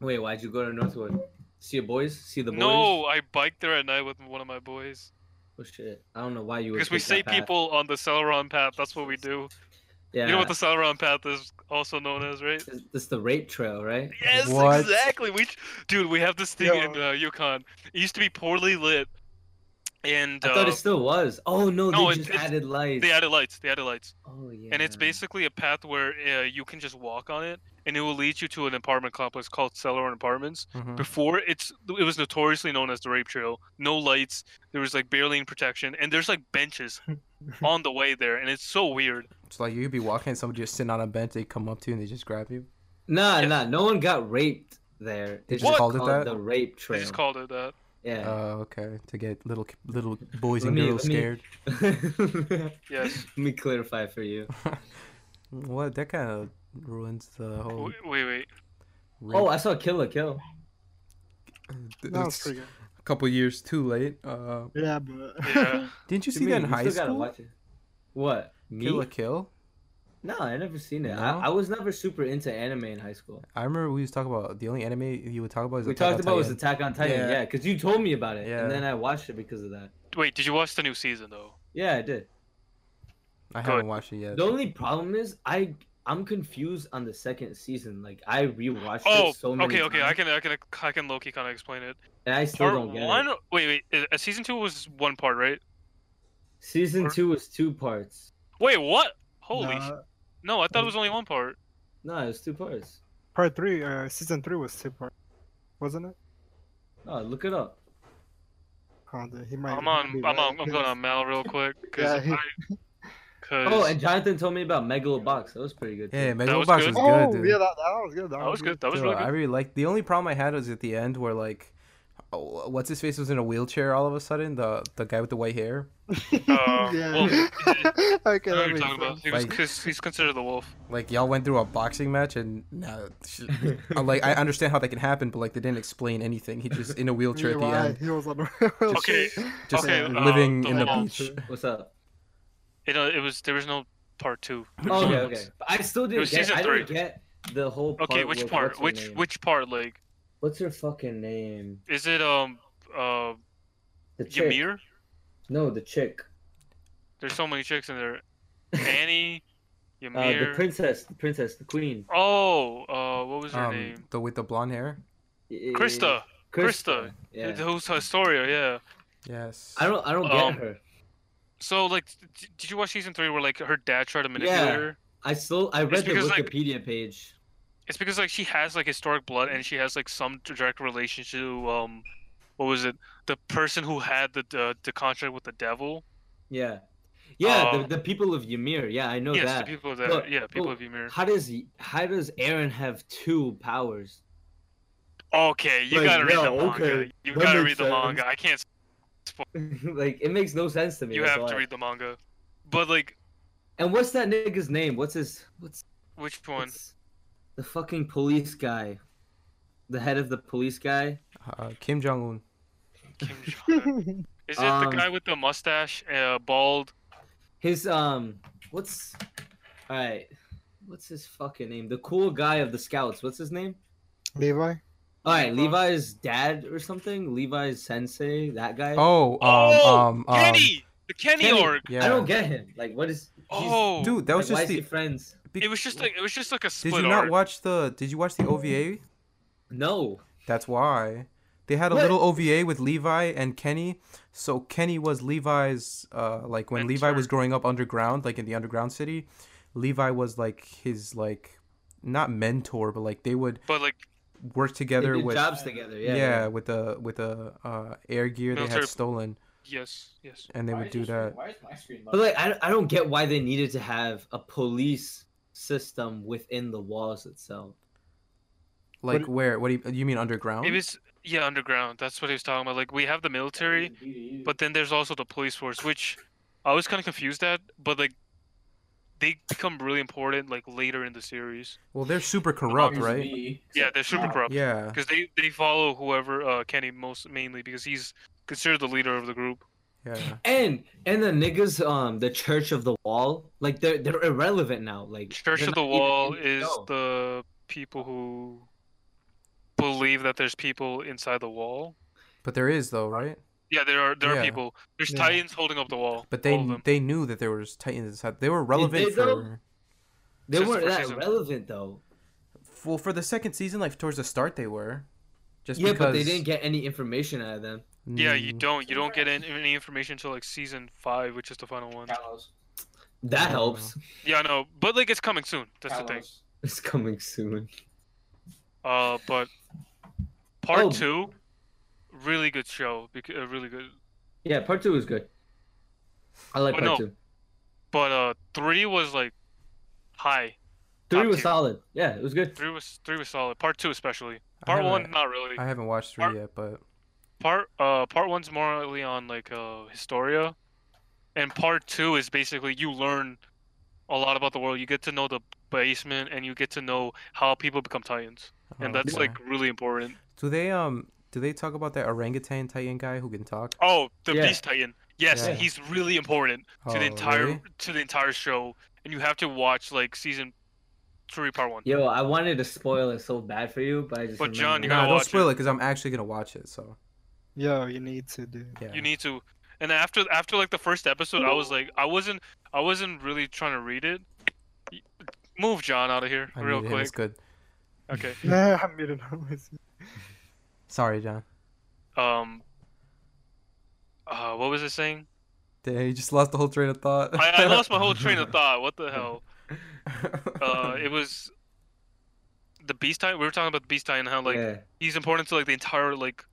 [SPEAKER 1] Wait, why'd you go to Northwood? See your boys? See the boys?
[SPEAKER 3] No, I biked there at night with one of my boys.
[SPEAKER 1] Oh shit. I don't know why you would
[SPEAKER 3] Because we
[SPEAKER 1] take
[SPEAKER 3] say
[SPEAKER 1] that path.
[SPEAKER 3] people on the Celeron path. That's what we do.
[SPEAKER 1] Yeah.
[SPEAKER 3] You know what the Sauron path is also known as, right?
[SPEAKER 1] this, this is the rape trail, right?
[SPEAKER 3] Yes,
[SPEAKER 2] What?
[SPEAKER 3] exactly. We, dude, we have this thing
[SPEAKER 5] Yo.
[SPEAKER 3] in uh, Yukon. It used to be poorly lit, and
[SPEAKER 1] I thought
[SPEAKER 3] uh,
[SPEAKER 1] it still was. Oh no,
[SPEAKER 3] No,
[SPEAKER 1] they
[SPEAKER 3] it-
[SPEAKER 1] just
[SPEAKER 3] it's-
[SPEAKER 1] added lights.
[SPEAKER 3] they added lights. They added lights,
[SPEAKER 1] oh yeah.
[SPEAKER 3] and it's basically a path where uh, you can just walk on it, and it will lead you to an apartment complex called Celeron Apartments.
[SPEAKER 1] Mm-hmm.
[SPEAKER 2] Mhm.
[SPEAKER 3] Before it's, it was notoriously known as the rape trail. No lights. There was like barely any protection, and there's like benches on the way there, and it's so weird.
[SPEAKER 2] It's like you'd be walking, somebody just sitting on a bench, they come up to you and they just grab you.
[SPEAKER 1] Nah,
[SPEAKER 3] Yeah.
[SPEAKER 1] nah. No one got raped there.
[SPEAKER 2] They
[SPEAKER 1] It's
[SPEAKER 2] just
[SPEAKER 1] just
[SPEAKER 2] called
[SPEAKER 1] called
[SPEAKER 2] it that?
[SPEAKER 1] the rape
[SPEAKER 3] They
[SPEAKER 1] trail.
[SPEAKER 3] just called it uh, that.
[SPEAKER 2] Oh,
[SPEAKER 1] yeah.
[SPEAKER 2] okay. To get little little boys
[SPEAKER 1] Let
[SPEAKER 2] and
[SPEAKER 1] me-
[SPEAKER 2] girls
[SPEAKER 1] let me-
[SPEAKER 2] scared. Oh.
[SPEAKER 3] Yes.
[SPEAKER 1] Let me clarify for you.
[SPEAKER 2] What? That kind of ruins the whole.
[SPEAKER 3] Wait, wait, wait.
[SPEAKER 1] Oh,
[SPEAKER 2] rape-
[SPEAKER 1] I saw Kill a Kill.
[SPEAKER 2] Th-
[SPEAKER 5] That was
[SPEAKER 2] it's
[SPEAKER 5] pretty
[SPEAKER 2] a couple years too late. Uh,
[SPEAKER 5] good. Yeah, but
[SPEAKER 3] Yeah.
[SPEAKER 2] didn't you
[SPEAKER 1] What
[SPEAKER 2] see
[SPEAKER 1] do mean?
[SPEAKER 2] that in
[SPEAKER 1] We
[SPEAKER 2] high
[SPEAKER 1] still gotta
[SPEAKER 2] school?
[SPEAKER 1] watch it. What? Me?
[SPEAKER 2] Kill a Kill.
[SPEAKER 1] No, I never seen it.
[SPEAKER 2] No?
[SPEAKER 1] I, I was never super into anime in high school.
[SPEAKER 2] I remember we was talking about the only anime you would talk about is
[SPEAKER 1] we
[SPEAKER 2] Attack on
[SPEAKER 1] talked about was
[SPEAKER 2] Titan.
[SPEAKER 1] Attack on Titan.
[SPEAKER 2] Yeah.
[SPEAKER 1] Yeah, because you told me about it,
[SPEAKER 2] Yeah.
[SPEAKER 1] and then I watched it because of that.
[SPEAKER 3] Wait, did you watch the new season though?
[SPEAKER 1] Yeah, I did.
[SPEAKER 2] I
[SPEAKER 3] Good.
[SPEAKER 2] haven't watched it yet.
[SPEAKER 1] The only problem is I I'm confused on the second season. Like I rewatched
[SPEAKER 3] Oh,
[SPEAKER 1] it so many
[SPEAKER 3] okay, okay. I
[SPEAKER 1] times,
[SPEAKER 3] can, I can, I can low-key kind of explain it.
[SPEAKER 1] and I still
[SPEAKER 3] Part
[SPEAKER 1] don't get
[SPEAKER 3] one,
[SPEAKER 1] it.
[SPEAKER 3] wait, wait. is- uh, Season two was one part, right?
[SPEAKER 1] Season
[SPEAKER 3] or-
[SPEAKER 1] two was two parts.
[SPEAKER 3] Wait, what? Holy sh-
[SPEAKER 5] nah,
[SPEAKER 3] no! I thought it was only one part.
[SPEAKER 1] No, it was two parts.
[SPEAKER 5] part three, uh, season three was two part, wasn't it?
[SPEAKER 1] Oh, look it up.
[SPEAKER 5] Oh, dude, he might.
[SPEAKER 3] I'm
[SPEAKER 5] he might
[SPEAKER 3] on,
[SPEAKER 5] be
[SPEAKER 3] I'm on,
[SPEAKER 5] right.
[SPEAKER 3] I'm going on Mal real quick.
[SPEAKER 5] Yeah,
[SPEAKER 3] Cause
[SPEAKER 5] he-
[SPEAKER 3] I- 'cause
[SPEAKER 1] Oh, and Jonathan told me about Megalobox. That was pretty good.
[SPEAKER 2] yeah,
[SPEAKER 1] too.
[SPEAKER 2] Megalobox
[SPEAKER 3] was good.
[SPEAKER 2] was good,
[SPEAKER 5] Oh
[SPEAKER 2] dude.
[SPEAKER 5] yeah, that, that was good. That,
[SPEAKER 3] that was good. That was
[SPEAKER 2] Dude,
[SPEAKER 3] really
[SPEAKER 2] I
[SPEAKER 3] good.
[SPEAKER 2] really like. The only problem I had was at the end where like, oh, what's his face was in a wheelchair all of a sudden. The the guy with the white hair.
[SPEAKER 3] Uh,
[SPEAKER 5] yeah.
[SPEAKER 3] well,
[SPEAKER 5] okay,
[SPEAKER 3] I know what
[SPEAKER 5] that
[SPEAKER 3] you're talking
[SPEAKER 5] makes sense.
[SPEAKER 3] about. He was,
[SPEAKER 2] Like-
[SPEAKER 3] cause he's considered the wolf.
[SPEAKER 2] Like y'all went through a boxing match and no, sh- I, like I understand how that can happen, but like they didn't explain anything. He just in a wheelchair at the
[SPEAKER 5] Yeah,
[SPEAKER 2] end,
[SPEAKER 5] He was on the
[SPEAKER 1] Oh,
[SPEAKER 3] Okay,
[SPEAKER 2] just
[SPEAKER 3] okay, uh,
[SPEAKER 2] living
[SPEAKER 3] the
[SPEAKER 2] in the
[SPEAKER 3] whole-
[SPEAKER 2] beach.
[SPEAKER 1] What's up?
[SPEAKER 3] It, uh, it was there was no part two. There was
[SPEAKER 1] Oh, okay,
[SPEAKER 3] no-
[SPEAKER 1] okay. But I still
[SPEAKER 3] It
[SPEAKER 1] didn't
[SPEAKER 3] was
[SPEAKER 1] get.
[SPEAKER 3] season
[SPEAKER 1] I didn't
[SPEAKER 3] three.
[SPEAKER 1] get the whole. Part
[SPEAKER 3] Okay, which
[SPEAKER 1] with
[SPEAKER 3] part?
[SPEAKER 1] what's her
[SPEAKER 3] Which
[SPEAKER 1] name.
[SPEAKER 3] which part? Like,
[SPEAKER 1] What's her fucking name?
[SPEAKER 3] is it um uh
[SPEAKER 1] The chick.
[SPEAKER 3] Ymir?
[SPEAKER 1] No, the chick.
[SPEAKER 3] There's so many chicks in there. Annie,
[SPEAKER 1] Uh, the
[SPEAKER 3] Ymir.
[SPEAKER 1] princess. The princess. The queen.
[SPEAKER 3] oh, uh, what was her
[SPEAKER 2] Um,
[SPEAKER 3] name?
[SPEAKER 2] the with the blonde hair.
[SPEAKER 1] Eh,
[SPEAKER 3] Krista. Krista.
[SPEAKER 1] Yeah.
[SPEAKER 3] Who's Historia? Yeah.
[SPEAKER 2] Yes.
[SPEAKER 1] I don't. I don't
[SPEAKER 3] Um,
[SPEAKER 1] get her.
[SPEAKER 3] So like, d- did you watch season three where like her dad tried to manipulate
[SPEAKER 1] Yeah.
[SPEAKER 3] her?
[SPEAKER 1] I still. I read the
[SPEAKER 3] because, like-
[SPEAKER 1] Wikipedia page.
[SPEAKER 3] It's because like she has like historic blood and she has like some direct relationship to um, what was it? The person who had the the, the contract with the devil.
[SPEAKER 1] Yeah. Yeah.
[SPEAKER 3] Um,
[SPEAKER 1] the, the people of Ymir. Yeah, I know
[SPEAKER 3] yes,
[SPEAKER 1] that.
[SPEAKER 3] the people of that.
[SPEAKER 1] Look,
[SPEAKER 3] yeah, people
[SPEAKER 1] oh,
[SPEAKER 3] of Ymir.
[SPEAKER 1] How does how does Aaron have two powers?
[SPEAKER 3] Okay, you
[SPEAKER 1] Like,
[SPEAKER 3] gotta read
[SPEAKER 1] yeah,
[SPEAKER 3] the manga.
[SPEAKER 1] okay,
[SPEAKER 3] You
[SPEAKER 1] that
[SPEAKER 3] gotta read
[SPEAKER 1] makes
[SPEAKER 3] the
[SPEAKER 1] sense.
[SPEAKER 3] manga. I can't.
[SPEAKER 1] like it makes no sense to me.
[SPEAKER 3] You
[SPEAKER 1] that's
[SPEAKER 3] have
[SPEAKER 1] all
[SPEAKER 3] to
[SPEAKER 1] I-
[SPEAKER 3] read the manga. But like,
[SPEAKER 1] And what's that nigga's name? What's his what's,
[SPEAKER 3] which one?
[SPEAKER 1] what's the fucking police guy? The head of the police guy?
[SPEAKER 2] Uh, Kim Jong Un.
[SPEAKER 3] Kim Jong-un. Is it the
[SPEAKER 1] Um,
[SPEAKER 3] guy with the mustache, uh, bald?
[SPEAKER 1] His um what's all right. What's his fucking name? The cool guy of the scouts. What's his name?
[SPEAKER 5] Levi.
[SPEAKER 1] All right,
[SPEAKER 3] Levi.
[SPEAKER 1] Levi's dad or something. Levi's sensei. That guy.
[SPEAKER 2] Oh, um,
[SPEAKER 3] oh,
[SPEAKER 2] um, um,
[SPEAKER 3] Kenny, the Kenny,
[SPEAKER 1] Kenny.
[SPEAKER 3] org.
[SPEAKER 2] yeah.
[SPEAKER 1] I don't get him. Like, what is? he's-
[SPEAKER 3] Oh,
[SPEAKER 2] Dude, that
[SPEAKER 1] like,
[SPEAKER 2] was
[SPEAKER 1] why
[SPEAKER 2] just
[SPEAKER 1] is he
[SPEAKER 2] the.
[SPEAKER 1] friends.
[SPEAKER 2] bec-
[SPEAKER 3] it was just like it was just like a
[SPEAKER 2] Did
[SPEAKER 3] split
[SPEAKER 2] you not
[SPEAKER 3] arc.
[SPEAKER 2] watch the? Did you watch the OVA?
[SPEAKER 1] No.
[SPEAKER 2] That's why they had a
[SPEAKER 1] What?
[SPEAKER 2] little OVA with Levi and Kenny. So Kenny was Levi's, uh, like when Levi
[SPEAKER 3] Mentor.
[SPEAKER 2] was growing up underground, like in the underground city. Levi was like his like, not mentor, but like they would
[SPEAKER 3] But like
[SPEAKER 2] work
[SPEAKER 1] They
[SPEAKER 2] together
[SPEAKER 1] did
[SPEAKER 2] with
[SPEAKER 1] jobs together.
[SPEAKER 2] yeah,
[SPEAKER 1] Yeah.
[SPEAKER 2] with the with the uh, air gear they
[SPEAKER 3] Military-
[SPEAKER 2] had stolen,
[SPEAKER 3] yes, yes.
[SPEAKER 2] and they
[SPEAKER 6] Why
[SPEAKER 2] would
[SPEAKER 6] is
[SPEAKER 2] do
[SPEAKER 6] your screen-
[SPEAKER 2] that.
[SPEAKER 6] Why is my screen?
[SPEAKER 1] But like, I, I don't get why they needed to have a police system within the walls itself.
[SPEAKER 2] Like where? What do you, you mean underground?
[SPEAKER 3] It was yeah underground. That's what he was talking about. Like we have the military, but then there's also the police force, which I was kind of confused at. But like they become really important like later in the series.
[SPEAKER 2] well, they're super corrupt, right?
[SPEAKER 3] Yeah, they're super
[SPEAKER 6] Wow.
[SPEAKER 3] corrupt
[SPEAKER 2] Yeah.
[SPEAKER 3] because they they follow whoever uh, Kenny most mainly because he's considered the leader of the group.
[SPEAKER 2] Yeah.
[SPEAKER 1] And and the niggas, um, the Church of the Wall, like they're they're irrelevant now. Like
[SPEAKER 3] Church
[SPEAKER 1] they're
[SPEAKER 3] of the
[SPEAKER 1] not even
[SPEAKER 3] Wall
[SPEAKER 1] in
[SPEAKER 3] is
[SPEAKER 1] show.
[SPEAKER 3] the people who believe that there's people inside the wall.
[SPEAKER 2] But there is though, right?
[SPEAKER 3] Yeah, there are there
[SPEAKER 2] Yeah.
[SPEAKER 3] are people. There's
[SPEAKER 5] Yeah.
[SPEAKER 3] titans holding up the wall.
[SPEAKER 2] But
[SPEAKER 3] all
[SPEAKER 2] they
[SPEAKER 3] of them.
[SPEAKER 2] they knew that there was Titans inside. They were relevant
[SPEAKER 1] they,
[SPEAKER 2] for
[SPEAKER 1] though? They
[SPEAKER 3] Since the
[SPEAKER 1] weren't
[SPEAKER 3] first
[SPEAKER 1] that
[SPEAKER 3] season.
[SPEAKER 1] relevant though.
[SPEAKER 2] Well, for the second season, like towards the start, they were. Just
[SPEAKER 1] yeah,
[SPEAKER 2] because.
[SPEAKER 1] but they didn't get any information out of them.
[SPEAKER 3] Yeah, you
[SPEAKER 2] Mm,
[SPEAKER 3] don't you don't get in, any information until like season five, which is the final one.
[SPEAKER 6] Kalos.
[SPEAKER 1] That
[SPEAKER 2] Oh.
[SPEAKER 1] helps.
[SPEAKER 3] Yeah, I know, but like it's coming soon. That's the thing.
[SPEAKER 6] Kalos.
[SPEAKER 1] It's coming soon.
[SPEAKER 3] Uh, but part
[SPEAKER 1] Oh.
[SPEAKER 3] two, really good show. Because uh, really good.
[SPEAKER 1] Yeah, part two was good. I like
[SPEAKER 3] Oh,
[SPEAKER 1] part
[SPEAKER 3] no.
[SPEAKER 1] two.
[SPEAKER 3] But uh, three was like high.
[SPEAKER 1] Three
[SPEAKER 3] Top
[SPEAKER 1] was
[SPEAKER 3] tier.
[SPEAKER 1] solid. Yeah, it was good.
[SPEAKER 3] Three was three was solid. Part two especially.
[SPEAKER 2] I
[SPEAKER 3] Part
[SPEAKER 2] haven't-
[SPEAKER 3] one not really.
[SPEAKER 2] I haven't watched three
[SPEAKER 3] Part-
[SPEAKER 2] yet, but
[SPEAKER 3] Part uh part one's more really on like uh Historia, and part two is basically you learn a lot about the world. You get to know the basement, and you get to know how people become Titans, and
[SPEAKER 2] oh,
[SPEAKER 3] that's
[SPEAKER 2] okay.
[SPEAKER 3] like really important.
[SPEAKER 2] Do they um? Do they talk about that orangutan Titan guy who can talk?
[SPEAKER 3] Oh, the
[SPEAKER 1] Yeah.
[SPEAKER 3] Beast Titan. Yes,
[SPEAKER 2] Yeah.
[SPEAKER 3] he's really important to
[SPEAKER 2] Oh,
[SPEAKER 3] the entire
[SPEAKER 2] really?
[SPEAKER 3] to the entire show, and you have to watch like season three, part one.
[SPEAKER 1] Yo, I wanted to spoil it so bad for you, but I just.
[SPEAKER 3] But John,
[SPEAKER 1] remembered.
[SPEAKER 3] you
[SPEAKER 2] Nah,
[SPEAKER 3] gotta
[SPEAKER 2] don't
[SPEAKER 3] watch
[SPEAKER 2] spoil it because I'm actually gonna watch it. So
[SPEAKER 5] Yo, you need to do.
[SPEAKER 2] yeah.
[SPEAKER 3] You need to. And after after like the first episode, I was like, I wasn't I wasn't really trying to read it. Move John out of here
[SPEAKER 2] I
[SPEAKER 3] real
[SPEAKER 2] need it, It's
[SPEAKER 3] quick.
[SPEAKER 2] good.
[SPEAKER 3] Okay.
[SPEAKER 5] Nah, I made it up with you.
[SPEAKER 2] Sorry, John.
[SPEAKER 3] Um. Uh, what was it saying?
[SPEAKER 2] Dang, you just lost the whole train of thought.
[SPEAKER 3] I, I lost my whole train of thought. What the hell? Uh, it was the Beast Titan. We were talking about the Beast Titan, how like
[SPEAKER 1] yeah.
[SPEAKER 3] he's important to like the entire like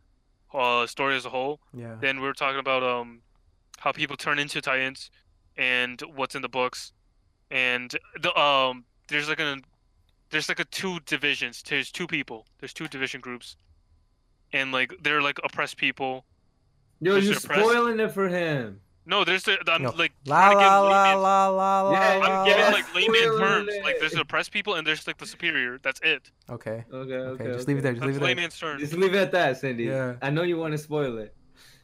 [SPEAKER 3] uh story as a whole.
[SPEAKER 2] yeah.
[SPEAKER 3] Then we were talking about um how people turn into titans and what's in the books, and the um there's like an there's like a two divisions. There's two people. There's two division groups, and like they're like oppressed people.
[SPEAKER 1] Yo,
[SPEAKER 3] Mr.
[SPEAKER 1] you're
[SPEAKER 3] Press-
[SPEAKER 1] spoiling it for him.
[SPEAKER 3] No, there's the I'm
[SPEAKER 2] No.
[SPEAKER 3] like
[SPEAKER 2] La
[SPEAKER 3] trying to give
[SPEAKER 2] la la
[SPEAKER 3] layman-
[SPEAKER 2] la la la.
[SPEAKER 1] Yeah,
[SPEAKER 2] la,
[SPEAKER 3] I'm giving
[SPEAKER 2] la.
[SPEAKER 3] like layman
[SPEAKER 1] Spoil
[SPEAKER 3] terms.
[SPEAKER 1] it.
[SPEAKER 3] Like there's the oppressed people and there's like the superior. That's it.
[SPEAKER 2] Okay.
[SPEAKER 1] Okay,
[SPEAKER 2] Okay.
[SPEAKER 1] okay.
[SPEAKER 2] just leave it there. Just
[SPEAKER 3] That's
[SPEAKER 2] leave it there.
[SPEAKER 3] layman's terms.
[SPEAKER 1] Just leave it at that, Cindy.
[SPEAKER 2] Yeah.
[SPEAKER 1] I know you want to spoil it.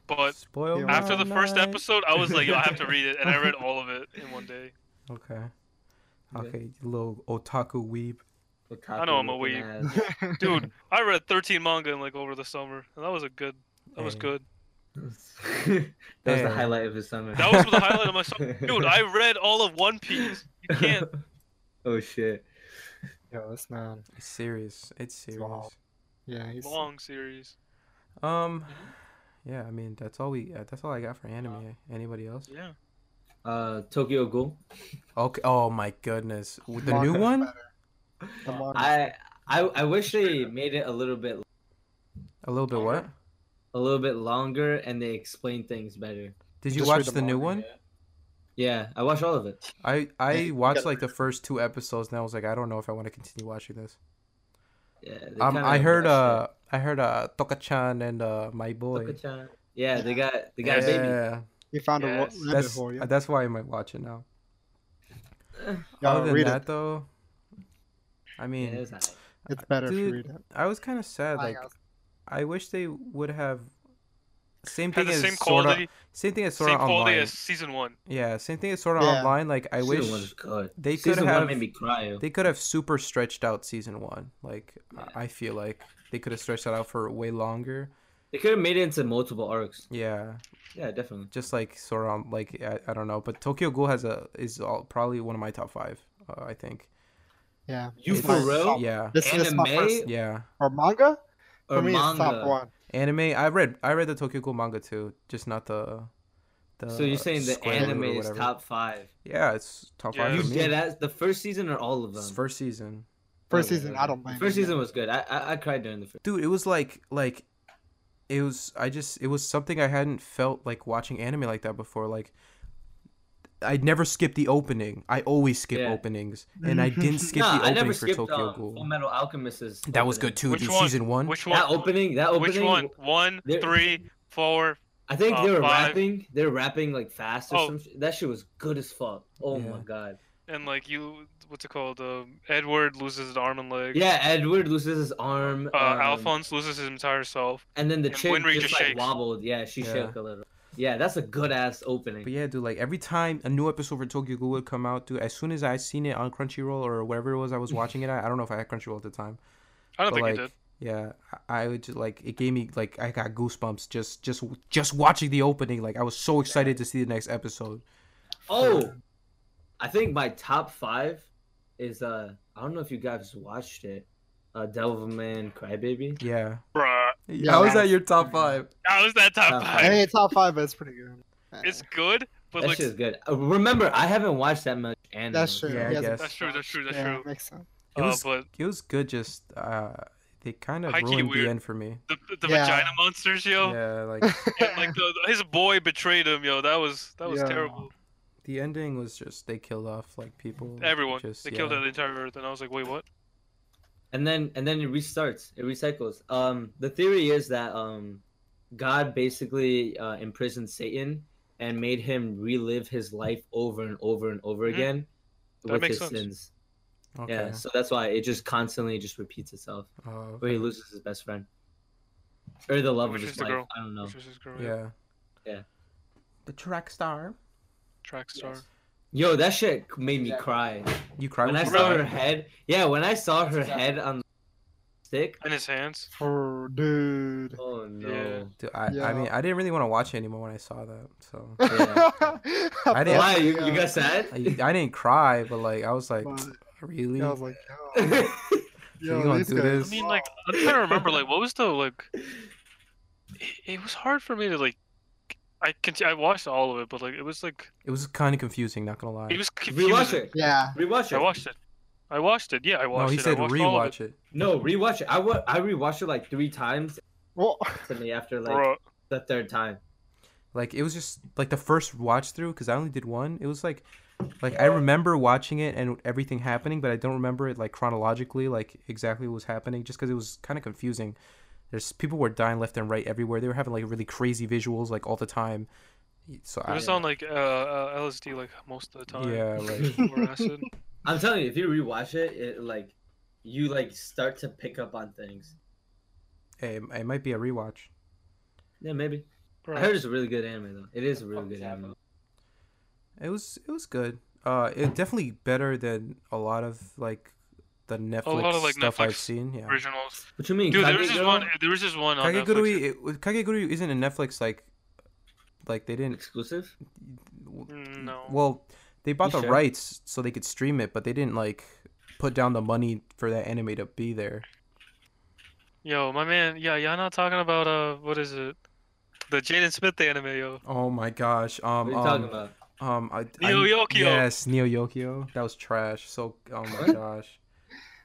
[SPEAKER 3] But
[SPEAKER 2] Spoil.
[SPEAKER 5] Yeah.
[SPEAKER 3] after the first
[SPEAKER 2] night.
[SPEAKER 3] episode, I was like, Yo, I have to read it, and I read all of it in one day.
[SPEAKER 2] Okay.
[SPEAKER 1] Yeah.
[SPEAKER 2] Okay, you little otaku weeb.
[SPEAKER 3] I know I'm a
[SPEAKER 1] Otaku-looking ass.
[SPEAKER 3] Dude, I read 13 manga in like over the summer, and that was a good. That was
[SPEAKER 2] Hey.
[SPEAKER 3] good.
[SPEAKER 1] that was
[SPEAKER 2] Hey.
[SPEAKER 1] the highlight of his summer.
[SPEAKER 3] That was the highlight of my summer. Dude, I read all of One Piece. You can't.
[SPEAKER 1] oh shit.
[SPEAKER 5] Yo, this man.
[SPEAKER 2] It's serious. It's serious.
[SPEAKER 5] Wow. Yeah, he's.
[SPEAKER 3] Long series.
[SPEAKER 2] Um,
[SPEAKER 5] Mm-hmm.
[SPEAKER 2] yeah. I mean, that's all we. Uh, that's all I got for anime. Anybody else?
[SPEAKER 3] Yeah.
[SPEAKER 1] Uh, Tokyo Ghoul.
[SPEAKER 2] Okay. Oh my goodness. With the new
[SPEAKER 5] Manga.
[SPEAKER 2] one,
[SPEAKER 5] The modern-
[SPEAKER 1] I I I wish they made it a little bit
[SPEAKER 2] a little bit. What?
[SPEAKER 1] a little bit longer and they explain things better.
[SPEAKER 2] Did you
[SPEAKER 5] Just read
[SPEAKER 2] watch
[SPEAKER 5] the
[SPEAKER 2] the new
[SPEAKER 5] manga,
[SPEAKER 2] one?
[SPEAKER 6] Yeah.
[SPEAKER 1] Yeah, I watched all of it.
[SPEAKER 2] I I
[SPEAKER 5] you
[SPEAKER 2] watched
[SPEAKER 5] gotta
[SPEAKER 2] like the first two episodes, and I was like, I don't know if I want to continue watching this.
[SPEAKER 1] Yeah. they
[SPEAKER 2] Um,
[SPEAKER 1] kinda
[SPEAKER 2] I heard uh,
[SPEAKER 1] rushed
[SPEAKER 2] I heard uh, Toka-chan and uh, my
[SPEAKER 1] it.
[SPEAKER 2] boy.
[SPEAKER 1] Toka-chan. Yeah, they got they got
[SPEAKER 3] Yes.
[SPEAKER 1] a
[SPEAKER 2] Yeah,
[SPEAKER 5] You found
[SPEAKER 3] Yes.
[SPEAKER 5] a wo- rabbit
[SPEAKER 2] that's
[SPEAKER 5] hole. Yeah.
[SPEAKER 2] that's why I might watch it now.
[SPEAKER 5] Yo,
[SPEAKER 2] Other than
[SPEAKER 5] read
[SPEAKER 2] that,
[SPEAKER 5] it.
[SPEAKER 2] though, I mean,
[SPEAKER 1] baby. Yeah, it was alright.
[SPEAKER 5] It's better if you
[SPEAKER 2] dude,
[SPEAKER 5] read it.
[SPEAKER 2] I was kind of sad.
[SPEAKER 5] I
[SPEAKER 1] uh,
[SPEAKER 2] Like,
[SPEAKER 5] got-
[SPEAKER 2] I wish they would have same
[SPEAKER 3] Had
[SPEAKER 2] thing
[SPEAKER 3] the
[SPEAKER 2] as
[SPEAKER 3] same
[SPEAKER 2] sort of
[SPEAKER 3] quality,
[SPEAKER 2] same thing as sort
[SPEAKER 3] same
[SPEAKER 2] of
[SPEAKER 3] quality
[SPEAKER 2] online.
[SPEAKER 3] as season one.
[SPEAKER 2] Yeah, same thing as sort of
[SPEAKER 5] Yeah.
[SPEAKER 2] online. Like, I
[SPEAKER 1] Season
[SPEAKER 2] wish
[SPEAKER 1] one was good.
[SPEAKER 2] they could
[SPEAKER 1] Season
[SPEAKER 2] have-
[SPEAKER 1] one made me cry. yo.
[SPEAKER 2] they could have super stretched out season one. Like, I I feel like they could have stretched that out for way longer.
[SPEAKER 1] They could have made it into multiple arcs.
[SPEAKER 2] Yeah,
[SPEAKER 1] Yeah, definitely.
[SPEAKER 2] just like sort of like I, I don't know, but Tokyo Ghoul has a is all, probably one of my top five. Uh, I think.
[SPEAKER 5] Yeah.
[SPEAKER 1] You
[SPEAKER 2] It's-
[SPEAKER 1] for real?
[SPEAKER 2] Yeah,
[SPEAKER 5] This is my
[SPEAKER 1] Anime?
[SPEAKER 5] first.
[SPEAKER 2] yeah.
[SPEAKER 5] Or manga?
[SPEAKER 1] Or
[SPEAKER 5] For me,
[SPEAKER 1] manga?
[SPEAKER 5] it's top one.
[SPEAKER 2] Anime. I read I read the Tokyo Ghoul manga too, just not the. the
[SPEAKER 1] So you're saying the
[SPEAKER 2] Square Root or
[SPEAKER 1] anime is
[SPEAKER 2] whatever.
[SPEAKER 1] top five?
[SPEAKER 2] Yeah, it's top
[SPEAKER 3] Yeah.
[SPEAKER 2] five.
[SPEAKER 1] You
[SPEAKER 2] for me.
[SPEAKER 1] get at the first season or all of them?
[SPEAKER 2] It's first season,
[SPEAKER 5] First
[SPEAKER 3] Oh,
[SPEAKER 1] Okay,
[SPEAKER 5] season,
[SPEAKER 1] okay.
[SPEAKER 5] I don't
[SPEAKER 1] The
[SPEAKER 5] blame
[SPEAKER 1] First
[SPEAKER 5] you.
[SPEAKER 1] season was good. I I, I cried during the first.
[SPEAKER 2] dude. It was like like, it was. I just it was something I hadn't felt like watching anime like that before. Like, I'd never skip the opening. I always skip
[SPEAKER 1] Yeah.
[SPEAKER 2] openings, and I didn't skip
[SPEAKER 1] Nah,
[SPEAKER 2] the
[SPEAKER 1] I
[SPEAKER 2] opening
[SPEAKER 1] never
[SPEAKER 2] for
[SPEAKER 1] skipped
[SPEAKER 2] Tokyo
[SPEAKER 1] um,
[SPEAKER 2] Ghoul.
[SPEAKER 1] Full Metal Alchemist's
[SPEAKER 2] That was good
[SPEAKER 1] opening.
[SPEAKER 2] too,
[SPEAKER 3] Which
[SPEAKER 2] dude.
[SPEAKER 3] one?
[SPEAKER 2] Season one.
[SPEAKER 3] Which
[SPEAKER 1] That
[SPEAKER 3] one?
[SPEAKER 1] opening, that opening.
[SPEAKER 3] Which one? One,
[SPEAKER 1] there-
[SPEAKER 3] three, four.
[SPEAKER 1] I think
[SPEAKER 3] Uh,
[SPEAKER 1] they were
[SPEAKER 3] five.
[SPEAKER 1] rapping. They were rapping like fast or
[SPEAKER 3] Oh.
[SPEAKER 1] some. Sh- that shit was good as fuck. Oh
[SPEAKER 2] Yeah.
[SPEAKER 1] my god.
[SPEAKER 3] And like you, what's it called? Um, Edward loses an arm and leg.
[SPEAKER 1] Yeah, Edward loses his arm.
[SPEAKER 3] Uh,
[SPEAKER 1] um,
[SPEAKER 3] Alphonse loses his entire self.
[SPEAKER 1] And then the
[SPEAKER 3] and
[SPEAKER 1] chick
[SPEAKER 3] Winry
[SPEAKER 1] just,
[SPEAKER 3] just
[SPEAKER 1] like
[SPEAKER 3] shakes.
[SPEAKER 1] wobbled. Yeah, she
[SPEAKER 2] Yeah.
[SPEAKER 1] shook a little. Yeah, that's a good ass
[SPEAKER 2] But
[SPEAKER 1] opening.
[SPEAKER 2] yeah, dude, like every time a new episode for Tokyo Ghoul would come out, dude, as soon as I seen it on Crunchyroll or whatever it was I was watching it at, I don't know if I had Crunchyroll at the time.
[SPEAKER 3] I don't
[SPEAKER 2] But
[SPEAKER 3] think
[SPEAKER 2] like,
[SPEAKER 3] he did.
[SPEAKER 2] yeah, I I would just like it gave me like I got goosebumps just just just watching the opening. Like I was so excited to see the next episode.
[SPEAKER 1] Oh, I think my top five is uh I don't know if you guys watched it, uh Devilman Crybaby.
[SPEAKER 2] Yeah.
[SPEAKER 3] Bruh,
[SPEAKER 5] Yeah.
[SPEAKER 2] How is that your top five?
[SPEAKER 3] how is that top
[SPEAKER 1] Top
[SPEAKER 5] I
[SPEAKER 3] five?
[SPEAKER 5] mean, top five, but it's pretty good. Uh,
[SPEAKER 3] It's good, but
[SPEAKER 1] That
[SPEAKER 3] like
[SPEAKER 1] shit's good. Uh, remember, I haven't watched that much anime.
[SPEAKER 5] that's true.
[SPEAKER 2] Yeah, I
[SPEAKER 5] He hasn't
[SPEAKER 2] guess.
[SPEAKER 3] that's true, that's true, that's
[SPEAKER 5] yeah,
[SPEAKER 3] true.
[SPEAKER 5] makes sense.
[SPEAKER 2] It
[SPEAKER 3] Uh,
[SPEAKER 2] was-
[SPEAKER 3] but
[SPEAKER 2] It was good. Just uh, they kind of
[SPEAKER 3] High-key
[SPEAKER 2] ruined
[SPEAKER 3] weird.
[SPEAKER 2] the end for me.
[SPEAKER 3] the the
[SPEAKER 5] Yeah.
[SPEAKER 3] vagina monsters, yo,
[SPEAKER 2] Yeah, like
[SPEAKER 3] and like the, his boy betrayed him, yo. That was that was
[SPEAKER 5] Yeah.
[SPEAKER 3] terrible.
[SPEAKER 2] the ending was just they killed off like people.
[SPEAKER 3] Everyone,
[SPEAKER 2] Just,
[SPEAKER 3] they killed
[SPEAKER 2] yeah.
[SPEAKER 3] the entire earth, and I was like, wait, what?
[SPEAKER 1] And then and then it restarts. It recycles. Um, the theory is that um, God basically uh, imprisoned Satan and made him relive his life over and over and over
[SPEAKER 3] Mhm.
[SPEAKER 1] again
[SPEAKER 3] That
[SPEAKER 1] with
[SPEAKER 3] makes
[SPEAKER 1] his
[SPEAKER 3] sense.
[SPEAKER 1] sins.
[SPEAKER 2] Okay.
[SPEAKER 1] Yeah, so that's why it just constantly just repeats itself.
[SPEAKER 2] Oh,
[SPEAKER 1] Where he loses his best friend or the love
[SPEAKER 3] Which is
[SPEAKER 1] of his
[SPEAKER 3] the
[SPEAKER 1] life.
[SPEAKER 3] girl.
[SPEAKER 1] I don't know.
[SPEAKER 3] Which was his girl, yeah.
[SPEAKER 2] yeah.
[SPEAKER 1] Yeah.
[SPEAKER 2] The track star.
[SPEAKER 3] Track star.
[SPEAKER 1] Yo, that shit made me
[SPEAKER 6] Exactly.
[SPEAKER 1] cry.
[SPEAKER 2] You cried
[SPEAKER 1] when I
[SPEAKER 2] when you
[SPEAKER 1] saw
[SPEAKER 2] cried?
[SPEAKER 1] her head, yeah, when I saw her
[SPEAKER 6] Exactly.
[SPEAKER 1] head on the stick,
[SPEAKER 3] And his hands.
[SPEAKER 5] Oh, dude.
[SPEAKER 1] oh no.
[SPEAKER 2] Dude, I, I
[SPEAKER 5] Yeah.
[SPEAKER 2] mean, I didn't really want to watch it anymore when I saw that. So
[SPEAKER 1] Yeah.
[SPEAKER 2] I didn't-
[SPEAKER 1] Why? You, you got sad?
[SPEAKER 2] I, I didn't cry, but like I was like,
[SPEAKER 5] uh, But,
[SPEAKER 2] really?
[SPEAKER 5] yeah, I was like, yo, yo,
[SPEAKER 2] gonna
[SPEAKER 5] these
[SPEAKER 2] do
[SPEAKER 5] guys-
[SPEAKER 2] this?
[SPEAKER 3] I mean, like, I'm trying to remember, like, what was the like? It, it was hard for me to like. I conti- I watched all of it, but like, it was like
[SPEAKER 2] it was kind of confusing. Not gonna lie.
[SPEAKER 3] it was confusing.
[SPEAKER 1] rewatch it.
[SPEAKER 5] yeah.
[SPEAKER 1] Rewatch it.
[SPEAKER 3] I watched it. I watched it. Yeah, I watched
[SPEAKER 2] no, he
[SPEAKER 3] it.
[SPEAKER 2] said
[SPEAKER 3] I watched all of
[SPEAKER 2] rewatch it.
[SPEAKER 1] No, rewatch it. I wa- I rewatched it like three times
[SPEAKER 5] Well,
[SPEAKER 1] to me after like
[SPEAKER 3] Bruh.
[SPEAKER 1] the third time.
[SPEAKER 2] Like it was just like the first watch through because I only did one. It was like, like I remember watching it and everything happening, but I don't remember it like chronologically, like exactly what was happening, just because it was kind of confusing. There's people were dying left and right everywhere. They were having like really crazy visuals like all the time. So
[SPEAKER 3] It
[SPEAKER 2] I,
[SPEAKER 3] was on like uh, uh, LSD like most of the time.
[SPEAKER 2] yeah, like
[SPEAKER 3] Or acid.
[SPEAKER 1] I'm telling you, if you rewatch it, it like you like start to pick up on things.
[SPEAKER 2] it, it might be a rewatch.
[SPEAKER 1] Yeah, maybe. I
[SPEAKER 3] Bruh.
[SPEAKER 1] heard it's a really good anime though. It is a really good anime.
[SPEAKER 2] It was it was good. Uh, it definitely better than a lot of like the Netflix
[SPEAKER 3] lot of, like,
[SPEAKER 2] stuff I've
[SPEAKER 3] Netflix
[SPEAKER 2] seen. Yeah,
[SPEAKER 3] Originals.
[SPEAKER 1] What you mean?
[SPEAKER 3] Dude, there was this
[SPEAKER 1] Kagegurui?
[SPEAKER 3] one. There was this one on
[SPEAKER 2] Kagegurui,
[SPEAKER 3] Netflix.
[SPEAKER 2] it, was- Kagegurui isn't a Netflix like, like they didn't.
[SPEAKER 1] exclusive.
[SPEAKER 3] Mm, No.
[SPEAKER 2] Well, they bought
[SPEAKER 1] You
[SPEAKER 2] the
[SPEAKER 1] sure?
[SPEAKER 2] rights so they could stream it, but they didn't like put down the money for that anime to be there.
[SPEAKER 3] Yo, my man. Yeah, y'all not talking about uh, what is it? The Jaden Smith anime, yo.
[SPEAKER 2] Oh my gosh.
[SPEAKER 1] What
[SPEAKER 2] Um,
[SPEAKER 1] are you
[SPEAKER 2] um,
[SPEAKER 1] talking about?
[SPEAKER 2] um, I,
[SPEAKER 3] Neo
[SPEAKER 2] I-
[SPEAKER 3] Yokio.
[SPEAKER 2] Yes, Neo Yokio. That was trash. So, oh my
[SPEAKER 1] What?
[SPEAKER 2] gosh.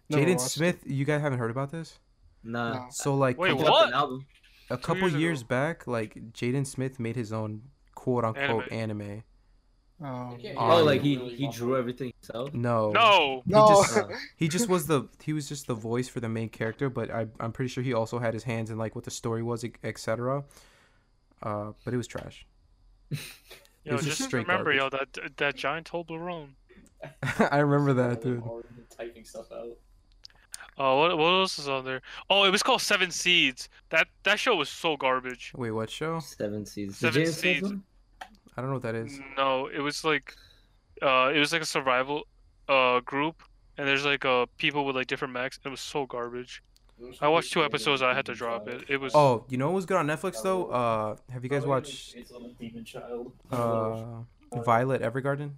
[SPEAKER 5] Never
[SPEAKER 2] Jaden
[SPEAKER 5] watched it.
[SPEAKER 2] Smith, you guys haven't heard about this?
[SPEAKER 1] Nah.
[SPEAKER 5] No.
[SPEAKER 2] So like
[SPEAKER 3] Wait,
[SPEAKER 2] a
[SPEAKER 1] He
[SPEAKER 2] couple-
[SPEAKER 1] dropped
[SPEAKER 3] what?
[SPEAKER 1] an album.
[SPEAKER 2] a
[SPEAKER 3] Two
[SPEAKER 2] couple
[SPEAKER 3] years
[SPEAKER 2] years,
[SPEAKER 3] ago.
[SPEAKER 2] back, like Jaden Smith made his own quote unquote anime.
[SPEAKER 5] Oh,
[SPEAKER 6] Okay.
[SPEAKER 1] Oh,
[SPEAKER 2] Um,
[SPEAKER 1] like he he drew everything himself.
[SPEAKER 2] No,
[SPEAKER 3] No.
[SPEAKER 5] no.
[SPEAKER 2] He just,
[SPEAKER 1] Uh,
[SPEAKER 2] he just was the he was just the voice for the main character, but I I'm pretty sure he also had his hands in like what the story was, e- etc. Uh, but it was trash.
[SPEAKER 3] Yo,
[SPEAKER 2] was
[SPEAKER 3] just
[SPEAKER 2] just straight
[SPEAKER 3] remember, yo, that that giant Toblerone.
[SPEAKER 2] I remember that, dude.
[SPEAKER 6] Typing stuff out.
[SPEAKER 3] Oh, what what else is on there? Oh, it was called Seven Seeds. That that show was so garbage.
[SPEAKER 2] Wait, what show?
[SPEAKER 1] Seven seeds.
[SPEAKER 3] Seven
[SPEAKER 1] James Smith
[SPEAKER 3] Seeds.
[SPEAKER 1] one?
[SPEAKER 2] I don't know what that is.
[SPEAKER 3] No, it was like, uh, it was like a survival, uh, group, and there's like uh people with like different mechs. It was so garbage. I watched two episodes. I had to drop it. It was.
[SPEAKER 2] Oh, you know what was good on Netflix though? Uh, have you guys watched
[SPEAKER 6] Demon Child.
[SPEAKER 2] uh Violet Evergarden?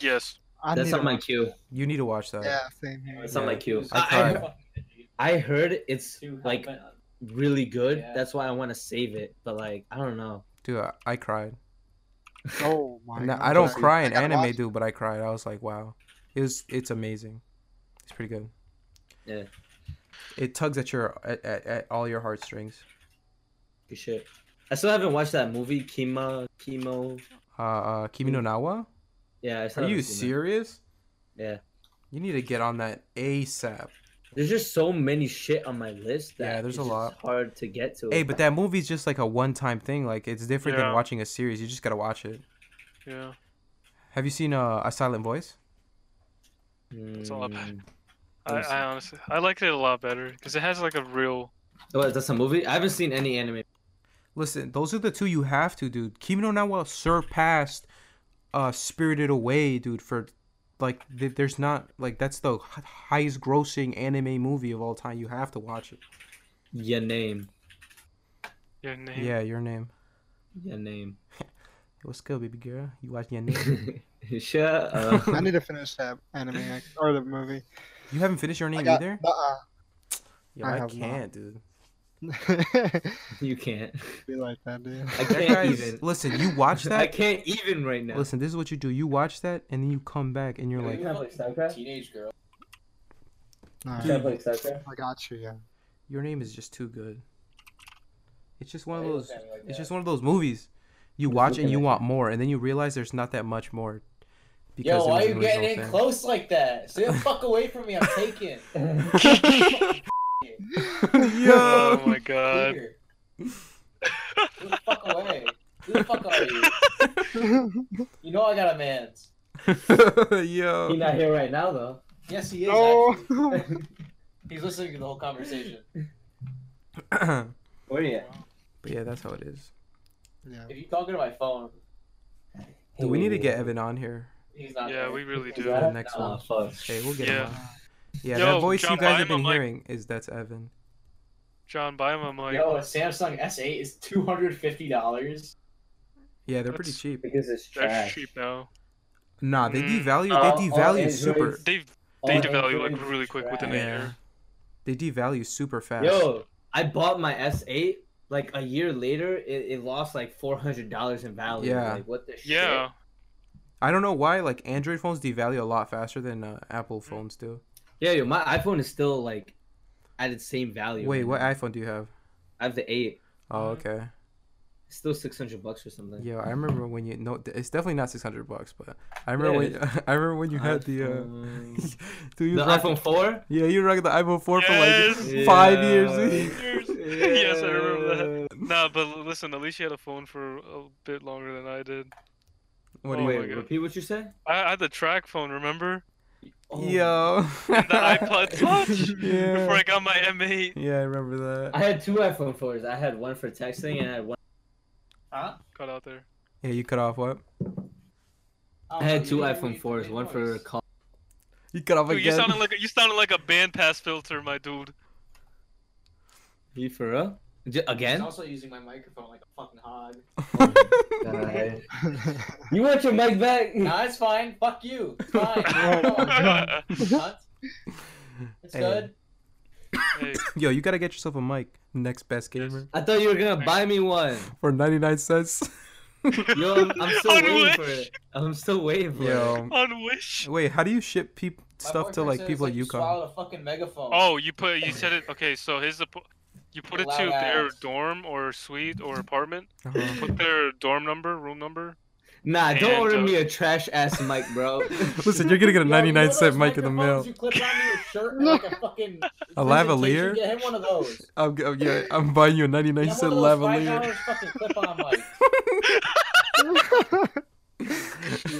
[SPEAKER 3] Yes.
[SPEAKER 5] I
[SPEAKER 1] That's
[SPEAKER 5] need to
[SPEAKER 1] on my
[SPEAKER 5] watch-
[SPEAKER 1] queue.
[SPEAKER 2] You need to watch that.
[SPEAKER 5] Yeah, same here.
[SPEAKER 1] It's on my queue.
[SPEAKER 2] I
[SPEAKER 1] I,
[SPEAKER 2] tried.
[SPEAKER 1] I, I heard it's like really good.
[SPEAKER 6] Yeah.
[SPEAKER 1] That's why I want to save it. But like, I don't know.
[SPEAKER 2] Dude, I, I cried.
[SPEAKER 5] Oh my.
[SPEAKER 2] No,
[SPEAKER 5] God.
[SPEAKER 2] I don't cry in
[SPEAKER 5] I gotta
[SPEAKER 2] anime,
[SPEAKER 5] watch
[SPEAKER 2] dude, but I cried. I was like, wow, it was it's amazing. It's pretty good.
[SPEAKER 1] Yeah.
[SPEAKER 2] It tugs at your at, at, at all your heartstrings.
[SPEAKER 1] Good shit. I still haven't watched that movie, Kima, Kimo.
[SPEAKER 2] Uh, uh Kimi no Nawa.
[SPEAKER 1] Yeah, I still
[SPEAKER 2] Are
[SPEAKER 1] haven't
[SPEAKER 2] you
[SPEAKER 1] seen that.
[SPEAKER 2] serious?
[SPEAKER 1] Yeah.
[SPEAKER 2] You need to get on that ASAP.
[SPEAKER 1] There's just so many shit on my list that
[SPEAKER 2] Yeah, there's
[SPEAKER 1] it's just
[SPEAKER 2] a lot.
[SPEAKER 1] hard to get to.
[SPEAKER 2] Hey, but that movie's just like a one-time thing. Like it's different
[SPEAKER 3] Yeah.
[SPEAKER 2] than watching a series. You just gotta watch it.
[SPEAKER 3] Yeah.
[SPEAKER 2] Have you seen uh, a Silent Voice?
[SPEAKER 1] it's
[SPEAKER 3] all about- I,
[SPEAKER 1] Honestly.
[SPEAKER 3] I honestly, I liked it a lot better because it has like a real.
[SPEAKER 1] Oh, that's a movie. I haven't seen any anime.
[SPEAKER 2] Listen, those are the two you have to, dude. Kimi no Nawa surpassed uh Spirited Away, dude, for like th- there's not like that's the hi- highest grossing anime movie of all time. You have to watch it.
[SPEAKER 1] Your name,
[SPEAKER 3] Your name.
[SPEAKER 2] Yeah, your name.
[SPEAKER 1] your name.
[SPEAKER 2] What's good, baby girl? You watch your name?
[SPEAKER 1] Wait, Shut up.
[SPEAKER 5] I need to finish that anime like, or the movie.
[SPEAKER 2] You haven't finished your name
[SPEAKER 5] I got,
[SPEAKER 2] either? Yo,
[SPEAKER 5] I
[SPEAKER 2] I,
[SPEAKER 5] have not.
[SPEAKER 2] can't, dude.
[SPEAKER 5] uh-uh.
[SPEAKER 1] You can't.
[SPEAKER 5] Be like that, dude.
[SPEAKER 1] I
[SPEAKER 2] That
[SPEAKER 1] can't
[SPEAKER 2] guy's,
[SPEAKER 1] even.
[SPEAKER 2] listen, you watch
[SPEAKER 1] I
[SPEAKER 2] that.
[SPEAKER 1] can't even right now.
[SPEAKER 2] Listen, this is what you do. You watch that, and then you come back, and you're
[SPEAKER 6] Dude,
[SPEAKER 2] like,
[SPEAKER 6] you
[SPEAKER 1] Can I play
[SPEAKER 6] fucking
[SPEAKER 1] StarCraft?
[SPEAKER 6] Teenage girl.
[SPEAKER 5] Nah,
[SPEAKER 1] Can I play StarCraft?
[SPEAKER 5] I got you. Yeah.
[SPEAKER 2] your name is just too good. It's just one of
[SPEAKER 6] Why you
[SPEAKER 2] those.
[SPEAKER 6] looking at me like
[SPEAKER 2] It's
[SPEAKER 6] that?
[SPEAKER 2] just one of those movies. You watch
[SPEAKER 1] looking
[SPEAKER 2] and you
[SPEAKER 1] at
[SPEAKER 2] want more, and then you realize there's not that much more.
[SPEAKER 6] Yo,
[SPEAKER 2] it
[SPEAKER 6] why
[SPEAKER 2] was
[SPEAKER 6] are you
[SPEAKER 2] an
[SPEAKER 6] getting in
[SPEAKER 2] original thing.
[SPEAKER 6] close like that? Stay the fuck away from me. I'm taken.
[SPEAKER 2] Yo.
[SPEAKER 3] Oh my god.
[SPEAKER 6] Here. Get the fuck away. Who the fuck are you? You know I got a man's.
[SPEAKER 1] He's
[SPEAKER 2] Yo.
[SPEAKER 1] not here right now though.
[SPEAKER 6] Yes, he is.
[SPEAKER 5] No.
[SPEAKER 6] actually. He's listening to the whole conversation.
[SPEAKER 2] but
[SPEAKER 1] Where are you? At?
[SPEAKER 2] Oh, yeah, that's how it is.
[SPEAKER 5] yeah.
[SPEAKER 6] If you talk into my phone,
[SPEAKER 2] Dude, we need to get Evan on here.
[SPEAKER 6] he's not.
[SPEAKER 3] Yeah,
[SPEAKER 6] there.
[SPEAKER 3] we really
[SPEAKER 6] Is
[SPEAKER 3] do.
[SPEAKER 6] that
[SPEAKER 2] The
[SPEAKER 6] it?
[SPEAKER 2] next
[SPEAKER 1] Oh
[SPEAKER 6] No.
[SPEAKER 1] fuck.
[SPEAKER 2] Hey, we'll get
[SPEAKER 3] Yeah.
[SPEAKER 2] him on. Yeah,
[SPEAKER 3] Yo,
[SPEAKER 2] that voice
[SPEAKER 3] John,
[SPEAKER 2] you guys
[SPEAKER 3] buy
[SPEAKER 2] have
[SPEAKER 3] him a
[SPEAKER 2] been
[SPEAKER 3] mic.
[SPEAKER 2] hearing is that's Evan.
[SPEAKER 3] John, buy him a mic.
[SPEAKER 6] Yo, a Samsung S8 is two hundred fifty dollars.
[SPEAKER 2] Yeah, they're pretty
[SPEAKER 3] That's-
[SPEAKER 2] cheap.
[SPEAKER 1] Because it's
[SPEAKER 3] That's
[SPEAKER 1] trash.
[SPEAKER 3] cheap now.
[SPEAKER 2] Nah, they
[SPEAKER 3] Mm,
[SPEAKER 2] devalue.
[SPEAKER 6] Oh,
[SPEAKER 1] uh,
[SPEAKER 2] They
[SPEAKER 1] all
[SPEAKER 2] devalue
[SPEAKER 1] Androids-
[SPEAKER 2] super.
[SPEAKER 3] They
[SPEAKER 1] Oh,
[SPEAKER 3] they devalue
[SPEAKER 1] Android
[SPEAKER 3] like
[SPEAKER 1] is
[SPEAKER 3] really quick within a
[SPEAKER 1] trash.
[SPEAKER 2] Yeah.
[SPEAKER 3] year.
[SPEAKER 2] They devalue super fast.
[SPEAKER 1] Yo, I bought my S8 like a year later. It, it lost like four hundred dollars in value.
[SPEAKER 2] Yeah.
[SPEAKER 1] Like what the shit?
[SPEAKER 3] Yeah.
[SPEAKER 2] I don't know why. Like Android phones devalue a lot faster than uh, Apple phones do.
[SPEAKER 1] Yeah, yo, my iPhone is still like at its same value.
[SPEAKER 2] Wait,
[SPEAKER 1] right
[SPEAKER 2] what
[SPEAKER 1] now.
[SPEAKER 2] iPhone do you have?
[SPEAKER 1] I have the eight.
[SPEAKER 2] Oh,
[SPEAKER 3] Mhm.
[SPEAKER 2] okay.
[SPEAKER 1] It's still six hundred bucks or something.
[SPEAKER 2] Yeah, I remember when you no, it's definitely not six hundred bucks, but I
[SPEAKER 1] Yeah,
[SPEAKER 2] remember when I remember when you had the uh,
[SPEAKER 1] iPhone-
[SPEAKER 2] dude, you
[SPEAKER 1] the
[SPEAKER 2] rocked-
[SPEAKER 1] iPhone four.
[SPEAKER 2] Yeah, you rocked the iPhone four for like
[SPEAKER 1] Yes.
[SPEAKER 2] five
[SPEAKER 1] Yeah.
[SPEAKER 2] years.
[SPEAKER 3] Years. yes, I remember that. Nah, but l- listen, at least you had a phone for a bit longer than I did.
[SPEAKER 2] what
[SPEAKER 3] Oh
[SPEAKER 2] do
[SPEAKER 3] my
[SPEAKER 2] you?
[SPEAKER 1] Wait,
[SPEAKER 3] God.
[SPEAKER 1] repeat what you said.
[SPEAKER 3] I, I had the track phone, remember?
[SPEAKER 1] Oh.
[SPEAKER 2] Yo.
[SPEAKER 3] The iPod Touch.
[SPEAKER 2] Yeah.
[SPEAKER 3] Before I got my M8.
[SPEAKER 2] Yeah, I remember
[SPEAKER 1] I
[SPEAKER 2] that.
[SPEAKER 1] had two iPhone fours. I had one for texting and I had one.
[SPEAKER 6] Huh?
[SPEAKER 3] Got out there.
[SPEAKER 2] Yeah, you cut off what?
[SPEAKER 6] Oh,
[SPEAKER 1] I had
[SPEAKER 6] you
[SPEAKER 1] two
[SPEAKER 6] didn't
[SPEAKER 1] iPhone
[SPEAKER 6] read
[SPEAKER 1] fours.
[SPEAKER 6] the
[SPEAKER 1] One for
[SPEAKER 6] voice.
[SPEAKER 1] call.
[SPEAKER 2] You cut off
[SPEAKER 3] Dude, you
[SPEAKER 2] again.
[SPEAKER 3] sounded like a, you sounded like a band pass filter, my dude.
[SPEAKER 1] You for real? J-
[SPEAKER 6] He's
[SPEAKER 1] Again?
[SPEAKER 6] also using my microphone like a fucking hog.
[SPEAKER 1] God. you want your mic back?
[SPEAKER 6] Nah, it's fine. Fuck you. It's fine. No,
[SPEAKER 3] Oh,
[SPEAKER 5] God.
[SPEAKER 6] it's not. It's
[SPEAKER 2] Hey.
[SPEAKER 6] good.
[SPEAKER 3] hey,
[SPEAKER 2] Yo, you gotta get yourself a mic. Next best gamer
[SPEAKER 1] I thought you were gonna buy me one.
[SPEAKER 2] for ninety nine cents.
[SPEAKER 1] Yo, I'm, I'm still
[SPEAKER 3] On
[SPEAKER 1] waiting
[SPEAKER 3] Wish.
[SPEAKER 1] for it. I'm still waiting for it.
[SPEAKER 2] Yo,
[SPEAKER 3] on Wish.
[SPEAKER 2] wait, how do you ship peop-
[SPEAKER 6] My
[SPEAKER 2] stuff to
[SPEAKER 6] boyfriend
[SPEAKER 2] like
[SPEAKER 6] said it's
[SPEAKER 2] people at
[SPEAKER 6] you
[SPEAKER 2] UConn?
[SPEAKER 6] Swallowed a fucking megaphone.
[SPEAKER 3] Oh, you put you said it. Okay, so here's the. po- You put it to
[SPEAKER 6] Loud
[SPEAKER 3] their
[SPEAKER 6] ass.
[SPEAKER 3] dorm or suite or apartment.
[SPEAKER 2] Uh-huh.
[SPEAKER 3] Put their dorm number, room number.
[SPEAKER 1] Nah, don't
[SPEAKER 3] And,
[SPEAKER 1] order
[SPEAKER 3] uh,
[SPEAKER 1] me a trash ass mic, bro.
[SPEAKER 2] Listen, you're gonna get a
[SPEAKER 6] Yo,
[SPEAKER 2] 99
[SPEAKER 6] you know those
[SPEAKER 2] cent mic in the mail.
[SPEAKER 6] microphones You clip onto your shirt and, like a fucking
[SPEAKER 2] A lavalier?
[SPEAKER 6] presentation? Get him one of those.
[SPEAKER 2] I'm, I'm, yeah, I'm buying you a 99
[SPEAKER 6] Get him
[SPEAKER 2] cent
[SPEAKER 6] one of those five
[SPEAKER 2] lavalier.
[SPEAKER 6] dollars fucking clip on mic.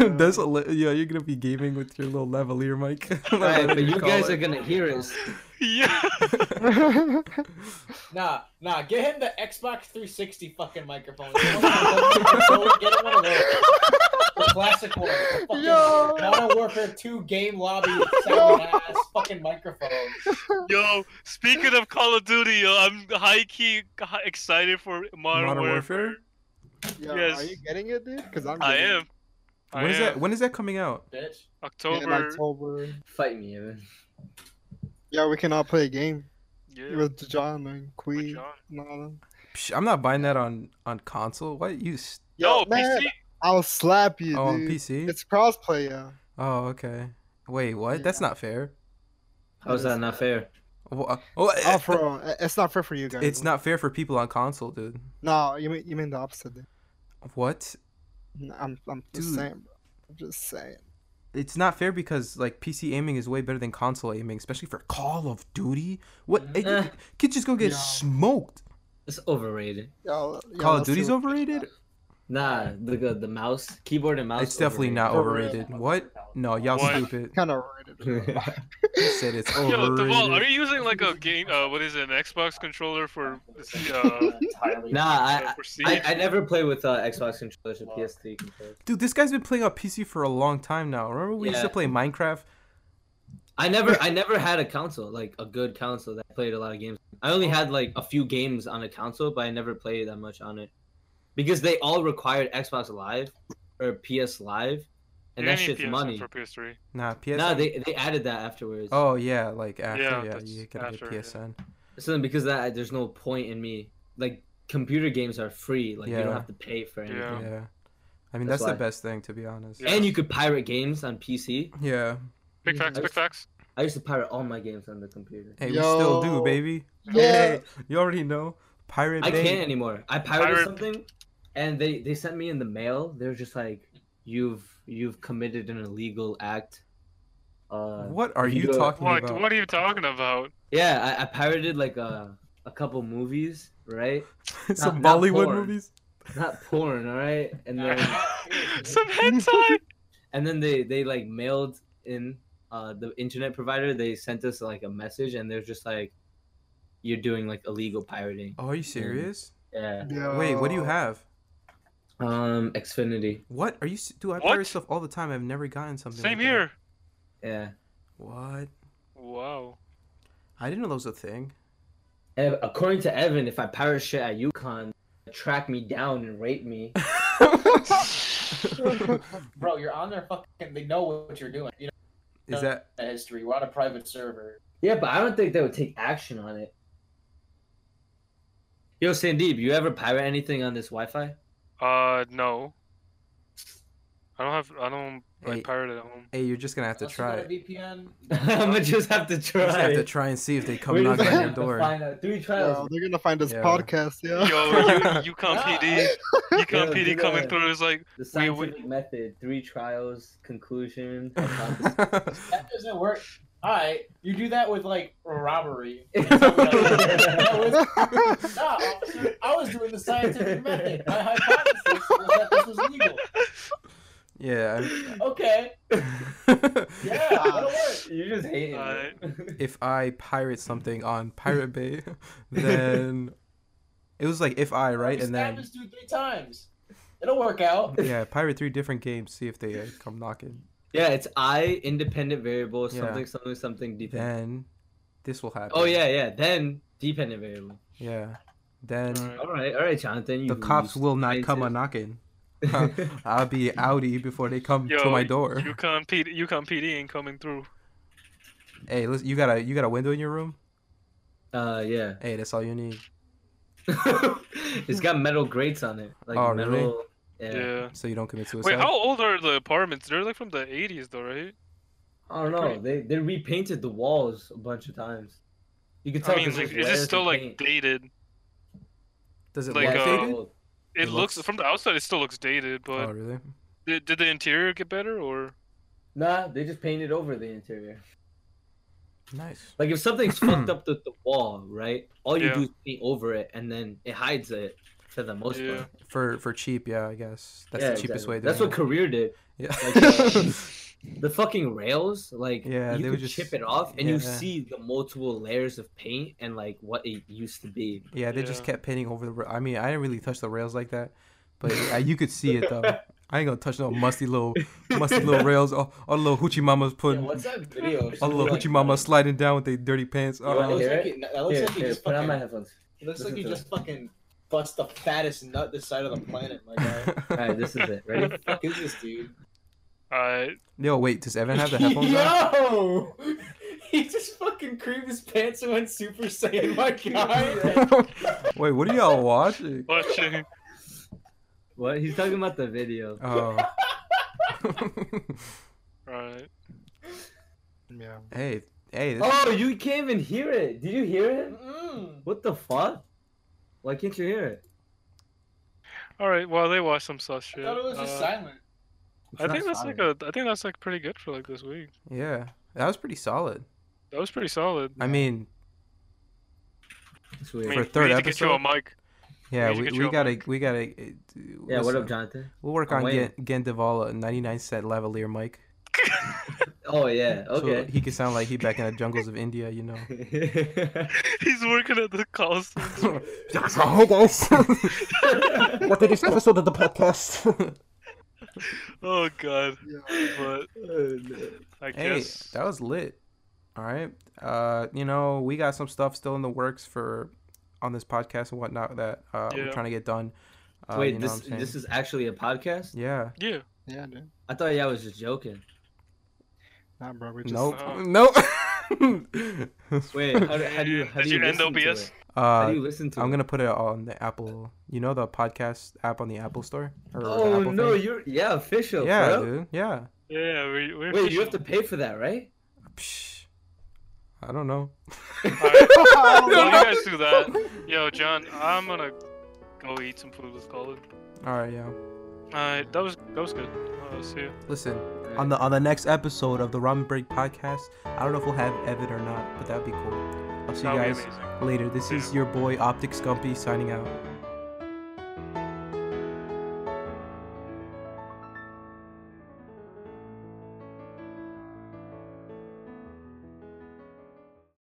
[SPEAKER 2] That's a li- yeah. You're gonna be gaming with your little lavalier mic.
[SPEAKER 1] Alright, but you
[SPEAKER 2] Call
[SPEAKER 1] guys
[SPEAKER 2] it.
[SPEAKER 1] are gonna hear us.
[SPEAKER 3] Yeah.
[SPEAKER 6] Nah, nah. Get him the Xbox 360 fucking microphone. Get him one of those. Get him one of those. The classic one. The fucking
[SPEAKER 5] Yo.
[SPEAKER 6] Modern Warfare 2 game lobby
[SPEAKER 5] Yo.
[SPEAKER 6] sound ass fucking microphone.
[SPEAKER 3] Yo, speaking of Call of Duty, yo, I'm high key hi- excited for Modern,
[SPEAKER 2] Modern
[SPEAKER 3] Warfare.
[SPEAKER 2] Warfare.
[SPEAKER 5] Yo,
[SPEAKER 3] Yes.
[SPEAKER 5] Are you getting it, dude? Because I'm.
[SPEAKER 3] I
[SPEAKER 5] getting
[SPEAKER 3] am. I
[SPEAKER 2] When is
[SPEAKER 3] am.
[SPEAKER 2] that? When is that coming out?
[SPEAKER 6] Bitch.
[SPEAKER 5] it in
[SPEAKER 3] October.
[SPEAKER 5] October.
[SPEAKER 1] Fight me, Evan.
[SPEAKER 5] Yeah, we can all play a game
[SPEAKER 3] Yeah. with
[SPEAKER 5] with John and Queen
[SPEAKER 3] John.
[SPEAKER 5] and all them.
[SPEAKER 2] Psh, I'm not buying that on on console. What you? s
[SPEAKER 5] Yo,
[SPEAKER 3] no,
[SPEAKER 5] man,
[SPEAKER 3] PC.
[SPEAKER 5] I'll slap you,
[SPEAKER 2] oh, on
[SPEAKER 5] dude.
[SPEAKER 2] PC.
[SPEAKER 5] It's crossplay, yeah.
[SPEAKER 2] Oh, okay. Wait, what? That's not fair.
[SPEAKER 1] How's that not fair?
[SPEAKER 2] Wha- what?
[SPEAKER 5] Oh, for real. I- It's not fair for you guys.
[SPEAKER 2] Uh, it's not fair for people on console, dude.
[SPEAKER 5] No, you mean you mean the opposite. Dude.
[SPEAKER 2] What?
[SPEAKER 5] N- I'm I'm just
[SPEAKER 2] Dude.
[SPEAKER 5] saying, bro. I'm just saying.
[SPEAKER 2] It's not fair because like PC aiming is way better than console aiming, especially for Call of Duty. What? It,
[SPEAKER 1] Eh.
[SPEAKER 2] kids just go get
[SPEAKER 5] Yeah.
[SPEAKER 2] smoked.
[SPEAKER 1] It's overrated.
[SPEAKER 5] Yo, yo,
[SPEAKER 2] Call of
[SPEAKER 5] let's see
[SPEAKER 2] Duty's
[SPEAKER 5] what-
[SPEAKER 2] overrated.
[SPEAKER 1] Nah, the the, the mouse, keyboard and mouse.
[SPEAKER 2] It's definitely not
[SPEAKER 5] For real.
[SPEAKER 2] overrated. What? No, y'all
[SPEAKER 3] What?
[SPEAKER 2] stupid.
[SPEAKER 5] kind of rated. bro.
[SPEAKER 2] You said it's
[SPEAKER 3] Yo, Deval, are
[SPEAKER 2] overrated.
[SPEAKER 3] you using like a game? Uh, what is it? An Xbox controller for uh,
[SPEAKER 6] entirely.
[SPEAKER 1] Nah,
[SPEAKER 3] uh,
[SPEAKER 1] I
[SPEAKER 3] for Siege?
[SPEAKER 1] I, I never play with uh, Xbox controllers or PS3 controllers.
[SPEAKER 2] Dude, this guy's been playing on PC for a long time now. Remember we used to
[SPEAKER 1] Yeah.
[SPEAKER 2] play Minecraft?
[SPEAKER 1] I never I never had a console like a good console that played a lot of games. I only had like a few games on a console, but I never played that much on it because they all required Xbox Live or PS Live, and
[SPEAKER 3] You're
[SPEAKER 1] that
[SPEAKER 3] gonna need
[SPEAKER 1] shit's
[SPEAKER 3] PSN
[SPEAKER 1] money.
[SPEAKER 3] for PS3.
[SPEAKER 2] Nah, PSN.
[SPEAKER 1] No, they they added that afterwards.
[SPEAKER 2] Oh yeah, like after
[SPEAKER 3] Yeah,
[SPEAKER 2] yeah,
[SPEAKER 3] that's
[SPEAKER 2] you gotta
[SPEAKER 3] after, yeah.
[SPEAKER 2] get PSN.
[SPEAKER 1] So then because of that there's no point in me like computer games are free. Like you
[SPEAKER 2] Yeah.
[SPEAKER 1] don't have to pay for anything.
[SPEAKER 2] Yeah.
[SPEAKER 3] Yeah.
[SPEAKER 2] I mean
[SPEAKER 1] That's
[SPEAKER 2] that's,
[SPEAKER 1] why.
[SPEAKER 2] the best thing to be honest.
[SPEAKER 3] Yeah.
[SPEAKER 1] And you could pirate games on PC.
[SPEAKER 2] Yeah.
[SPEAKER 3] Big
[SPEAKER 1] Yeah.
[SPEAKER 3] facts, big facts.
[SPEAKER 1] I used to pirate all my games on the computer.
[SPEAKER 2] Hey, we still do,
[SPEAKER 5] Yo.
[SPEAKER 2] baby.
[SPEAKER 5] Yeah.
[SPEAKER 2] You already know. Pirate
[SPEAKER 1] I
[SPEAKER 2] Bay.
[SPEAKER 1] can't anymore. I pirated
[SPEAKER 3] Pirate-
[SPEAKER 1] something, and they they sent me in the mail. They're just like, you've you've committed an illegal act. Uh,
[SPEAKER 2] What are
[SPEAKER 1] you
[SPEAKER 2] you
[SPEAKER 1] go-
[SPEAKER 2] talking
[SPEAKER 3] What?
[SPEAKER 2] about?
[SPEAKER 3] What are you talking about?
[SPEAKER 1] Yeah, I, I pirated like a a couple movies, right?
[SPEAKER 2] Some
[SPEAKER 1] not
[SPEAKER 2] Bollywood
[SPEAKER 1] porn.
[SPEAKER 2] movies?
[SPEAKER 1] Not porn, all right. And then
[SPEAKER 3] Some hentai.
[SPEAKER 1] and then they they like mailed in uh the internet provider. They sent us like a message, and they're just like, you're doing like illegal pirating.
[SPEAKER 2] Oh, are you serious?
[SPEAKER 1] Yeah.
[SPEAKER 2] Wait, what do you have?
[SPEAKER 1] Um, Xfinity.
[SPEAKER 2] What are you? s- Dude, I
[SPEAKER 3] What?
[SPEAKER 2] pirate stuff all the time. I've never gotten something.
[SPEAKER 3] Same
[SPEAKER 2] like that.
[SPEAKER 3] here.
[SPEAKER 1] Yeah.
[SPEAKER 2] What?
[SPEAKER 3] Wow.
[SPEAKER 2] I didn't know that was a thing.
[SPEAKER 1] Ev- According to Evan, if I pirate shit at UConn, track me down and rape me.
[SPEAKER 6] Bro, you're on their fucking. They know what you're doing. You know
[SPEAKER 2] Is that
[SPEAKER 6] the history. We're on a private server.
[SPEAKER 1] Yeah, but I don't think they would take action on it. Yo, Sandeep, you ever pirate anything on this Wi-Fi?
[SPEAKER 3] Uh, no. I don't have. I don't
[SPEAKER 2] Hey.
[SPEAKER 3] like pirate at home.
[SPEAKER 2] hey? You're just gonna have to
[SPEAKER 6] Unless you got
[SPEAKER 2] try
[SPEAKER 6] a
[SPEAKER 2] it. You
[SPEAKER 6] VPN.
[SPEAKER 1] I'm gonna just have to try.
[SPEAKER 2] just have to try and see if they come
[SPEAKER 1] We're
[SPEAKER 2] knocking
[SPEAKER 1] just
[SPEAKER 2] on
[SPEAKER 1] gonna
[SPEAKER 2] your
[SPEAKER 1] have to
[SPEAKER 2] door.
[SPEAKER 1] find out. Three
[SPEAKER 5] Yo,
[SPEAKER 1] trials.
[SPEAKER 5] they're gonna find this
[SPEAKER 2] Yeah.
[SPEAKER 5] podcast,
[SPEAKER 3] Yo,
[SPEAKER 5] yeah.
[SPEAKER 3] you, UConn PD, UConn
[SPEAKER 1] Yeah,
[SPEAKER 3] PD
[SPEAKER 1] do
[SPEAKER 3] coming
[SPEAKER 1] that.
[SPEAKER 3] through is like,
[SPEAKER 1] The
[SPEAKER 3] We- we-
[SPEAKER 1] scientific method. Three trials. Conclusion. hypothesis.
[SPEAKER 6] That doesn't work. All right, you do that with like robbery.
[SPEAKER 1] That was-
[SPEAKER 6] No, officer, I was doing the scientific method. My hypothesis was that this was legal.
[SPEAKER 2] yeah.
[SPEAKER 6] Okay,
[SPEAKER 2] I-
[SPEAKER 6] yeah, that'll work.
[SPEAKER 1] You're just hating.
[SPEAKER 3] Alright.
[SPEAKER 1] it.
[SPEAKER 2] if I pirate something on Pirate Bay, then it was like if I right,
[SPEAKER 6] You
[SPEAKER 2] and
[SPEAKER 6] stab
[SPEAKER 2] then
[SPEAKER 6] this dude three times. It'll work out.
[SPEAKER 2] yeah, pirate three different games, see if they uh, come knocking.
[SPEAKER 1] yeah, it's I independent variable
[SPEAKER 2] Yeah.
[SPEAKER 1] something something something dependent.
[SPEAKER 2] Then this will happen.
[SPEAKER 1] Oh yeah, yeah. Then dependent variable.
[SPEAKER 2] Yeah. Then
[SPEAKER 3] Alright.
[SPEAKER 1] All right, all right, Jonathan. You
[SPEAKER 2] the cops will not come a
[SPEAKER 1] on.
[SPEAKER 2] knocking. I'll be outie before they come
[SPEAKER 3] Yo,
[SPEAKER 2] to my door.
[SPEAKER 3] UConn PD, UConn PD ain't coming through.
[SPEAKER 2] Hey, listen, you got a you got a window in your room?
[SPEAKER 1] uh, yeah.
[SPEAKER 2] Hey, that's all you need.
[SPEAKER 1] it's got metal grates on it. Like
[SPEAKER 2] Oh, really?
[SPEAKER 1] metal.
[SPEAKER 3] Yeah.
[SPEAKER 1] Yeah.
[SPEAKER 2] So you don't commit suicide.
[SPEAKER 3] Wait, oh, how old are the apartments? They're like from the 80s, though, right?
[SPEAKER 1] I don't know. They they repainted the walls a bunch of times. You can tell.
[SPEAKER 3] I mean,
[SPEAKER 1] 'cause
[SPEAKER 3] like,
[SPEAKER 1] there's
[SPEAKER 3] is it
[SPEAKER 1] layers
[SPEAKER 3] still
[SPEAKER 1] of
[SPEAKER 3] like
[SPEAKER 1] paint.
[SPEAKER 3] dated?
[SPEAKER 2] Does it
[SPEAKER 1] Yeah,
[SPEAKER 3] like,
[SPEAKER 2] look
[SPEAKER 1] it's
[SPEAKER 3] uh,
[SPEAKER 2] dated?
[SPEAKER 1] old.
[SPEAKER 3] It,
[SPEAKER 2] It
[SPEAKER 3] looks,
[SPEAKER 2] looks-
[SPEAKER 3] from the outside, it still looks dated. But
[SPEAKER 2] Oh, really?
[SPEAKER 3] did, did the interior get better or?
[SPEAKER 1] Nah, they just painted over the interior.
[SPEAKER 2] Nice.
[SPEAKER 1] Like if something's fucked up with the wall, right? All you
[SPEAKER 3] Yeah.
[SPEAKER 1] do is paint over it, and then it hides it for the most
[SPEAKER 3] Yeah.
[SPEAKER 1] part.
[SPEAKER 2] For for cheap, yeah, I guess that's
[SPEAKER 1] Yeah,
[SPEAKER 2] the cheapest
[SPEAKER 1] exactly.
[SPEAKER 2] way.
[SPEAKER 1] That's
[SPEAKER 2] doing
[SPEAKER 1] what Career did.
[SPEAKER 2] it.
[SPEAKER 1] like, uh,
[SPEAKER 2] yeah.
[SPEAKER 1] The fucking rails, like
[SPEAKER 2] Yeah,
[SPEAKER 1] you
[SPEAKER 2] they
[SPEAKER 1] could
[SPEAKER 2] would just-
[SPEAKER 1] chip it off, and you
[SPEAKER 2] yeah.
[SPEAKER 1] see the multiple layers of paint and like what it used to be.
[SPEAKER 2] Yeah, they just
[SPEAKER 3] Yeah.
[SPEAKER 2] kept painting over the. ra- I mean, I didn't really touch the rails like that, but uh, you could see it though. I ain't gonna touch no musty little, musty little rails. All, all the little hoochie mamas
[SPEAKER 6] Yeah,
[SPEAKER 2] putting,
[SPEAKER 6] what's that video? of
[SPEAKER 2] all the
[SPEAKER 6] someone,
[SPEAKER 2] little
[SPEAKER 6] like,
[SPEAKER 2] hoochie mamas sliding down with their dirty pants.
[SPEAKER 1] uh, You wanna
[SPEAKER 6] That
[SPEAKER 2] Oh,
[SPEAKER 6] looks
[SPEAKER 1] hear
[SPEAKER 6] like
[SPEAKER 1] it?
[SPEAKER 6] he- that looks
[SPEAKER 1] Here,
[SPEAKER 6] like he
[SPEAKER 1] here,
[SPEAKER 6] just
[SPEAKER 1] put on my
[SPEAKER 6] fucking.
[SPEAKER 1] headphones.
[SPEAKER 6] It looks
[SPEAKER 1] Listen
[SPEAKER 6] like he
[SPEAKER 1] to
[SPEAKER 6] just fucking bust the fattest nut this side of the planet, my guy.
[SPEAKER 1] All right, this is it.
[SPEAKER 6] What
[SPEAKER 1] Ready?
[SPEAKER 6] the fuck is this dude?
[SPEAKER 3] Uh,
[SPEAKER 2] Yo, wait, does Evan have the headphones on?
[SPEAKER 6] Yo! He just fucking creamed his pants and went Super Saiyan, my guy.
[SPEAKER 2] Wait, what are y'all watching?
[SPEAKER 3] watching.
[SPEAKER 1] what? He's talking about the video.
[SPEAKER 2] Oh.
[SPEAKER 3] Alright.
[SPEAKER 5] Yeah.
[SPEAKER 2] hey, hey, this,
[SPEAKER 1] Oh, you can't even hear it. Did you hear it?
[SPEAKER 6] Mm.
[SPEAKER 1] What the fuck? Why can't you hear it?
[SPEAKER 3] Alright, well, they watched some sus
[SPEAKER 6] I
[SPEAKER 3] shit.
[SPEAKER 6] thought it was just
[SPEAKER 3] Uh,
[SPEAKER 6] silent.
[SPEAKER 2] it's
[SPEAKER 3] I
[SPEAKER 2] not
[SPEAKER 3] think that's
[SPEAKER 2] solid.
[SPEAKER 3] like a. I think that's like pretty good for like this week.
[SPEAKER 2] Yeah, that was pretty solid.
[SPEAKER 3] That was pretty solid.
[SPEAKER 2] I mean,
[SPEAKER 1] It's
[SPEAKER 3] I
[SPEAKER 1] weird.
[SPEAKER 3] mean,
[SPEAKER 2] For
[SPEAKER 3] we
[SPEAKER 2] third
[SPEAKER 3] need to get you a
[SPEAKER 2] episode?
[SPEAKER 3] mic.
[SPEAKER 2] yeah,
[SPEAKER 3] need to
[SPEAKER 2] we,
[SPEAKER 3] get
[SPEAKER 2] we
[SPEAKER 3] you a
[SPEAKER 2] gotta,
[SPEAKER 3] mic.
[SPEAKER 2] we gotta. uh,
[SPEAKER 1] yeah, what up,
[SPEAKER 2] listen,
[SPEAKER 1] Jonathan?
[SPEAKER 2] We'll work
[SPEAKER 1] I'm
[SPEAKER 2] on
[SPEAKER 1] waiting.
[SPEAKER 2] Gen, Gendavala, 99 cent lavalier mic.
[SPEAKER 1] Oh yeah.
[SPEAKER 2] So Uh,
[SPEAKER 1] Okay.
[SPEAKER 2] he could sound like he back in the jungles of India, you know.
[SPEAKER 3] He's working at the call center.
[SPEAKER 2] hey guys, what the next episode of the podcast?
[SPEAKER 3] Oh god.
[SPEAKER 5] yeah.
[SPEAKER 3] But
[SPEAKER 1] Uh,
[SPEAKER 3] I
[SPEAKER 2] hey,
[SPEAKER 3] guess
[SPEAKER 2] that was lit. All right, uh, you know we got some stuff still in the works for on this podcast and whatnot that uh,
[SPEAKER 3] Yeah.
[SPEAKER 2] we're trying to get done. Uh,
[SPEAKER 1] Wait,
[SPEAKER 2] you know
[SPEAKER 1] this
[SPEAKER 2] what I'm saying?
[SPEAKER 1] this is actually a podcast?
[SPEAKER 2] yeah,
[SPEAKER 3] yeah.
[SPEAKER 5] Yeah, dude.
[SPEAKER 1] I thought y'all was just joking.
[SPEAKER 5] Nah, bro. We just
[SPEAKER 2] Nope.
[SPEAKER 3] Oh.
[SPEAKER 2] Nope.
[SPEAKER 1] Wait, how, do- how do you how
[SPEAKER 3] Did
[SPEAKER 1] do you,
[SPEAKER 3] you end
[SPEAKER 1] listen to
[SPEAKER 3] OBS?
[SPEAKER 1] it? How
[SPEAKER 2] Uh,
[SPEAKER 1] do you listen to
[SPEAKER 2] I'm
[SPEAKER 1] it?
[SPEAKER 2] gonna put it on the Apple. You know the podcast app on the Apple Store or the
[SPEAKER 1] Oh
[SPEAKER 2] Apple
[SPEAKER 1] no,
[SPEAKER 2] thing?
[SPEAKER 1] you're yeah official.
[SPEAKER 2] yeah,
[SPEAKER 1] bro.
[SPEAKER 2] dude. Yeah.
[SPEAKER 3] Yeah, we, we're
[SPEAKER 1] Wait, you have to pay for that, right?
[SPEAKER 2] Psh. I don't know.
[SPEAKER 3] Alright,
[SPEAKER 2] I don't
[SPEAKER 3] well,
[SPEAKER 2] know.
[SPEAKER 3] you guys do that. Yo, John, I'm gonna go eat some food with Colin.
[SPEAKER 2] All right, yeah.
[SPEAKER 3] Alright, that was that was good. Uh, see you.
[SPEAKER 2] Listen, on the on the next episode of the Ramen Break podcast, I don't know if we'll have Evan or not, but that'd be cool. I'll see you
[SPEAKER 3] That'll be
[SPEAKER 2] guys
[SPEAKER 3] amazing.
[SPEAKER 2] later. This is
[SPEAKER 3] Yeah.
[SPEAKER 2] your boy Optic Scumpy signing out.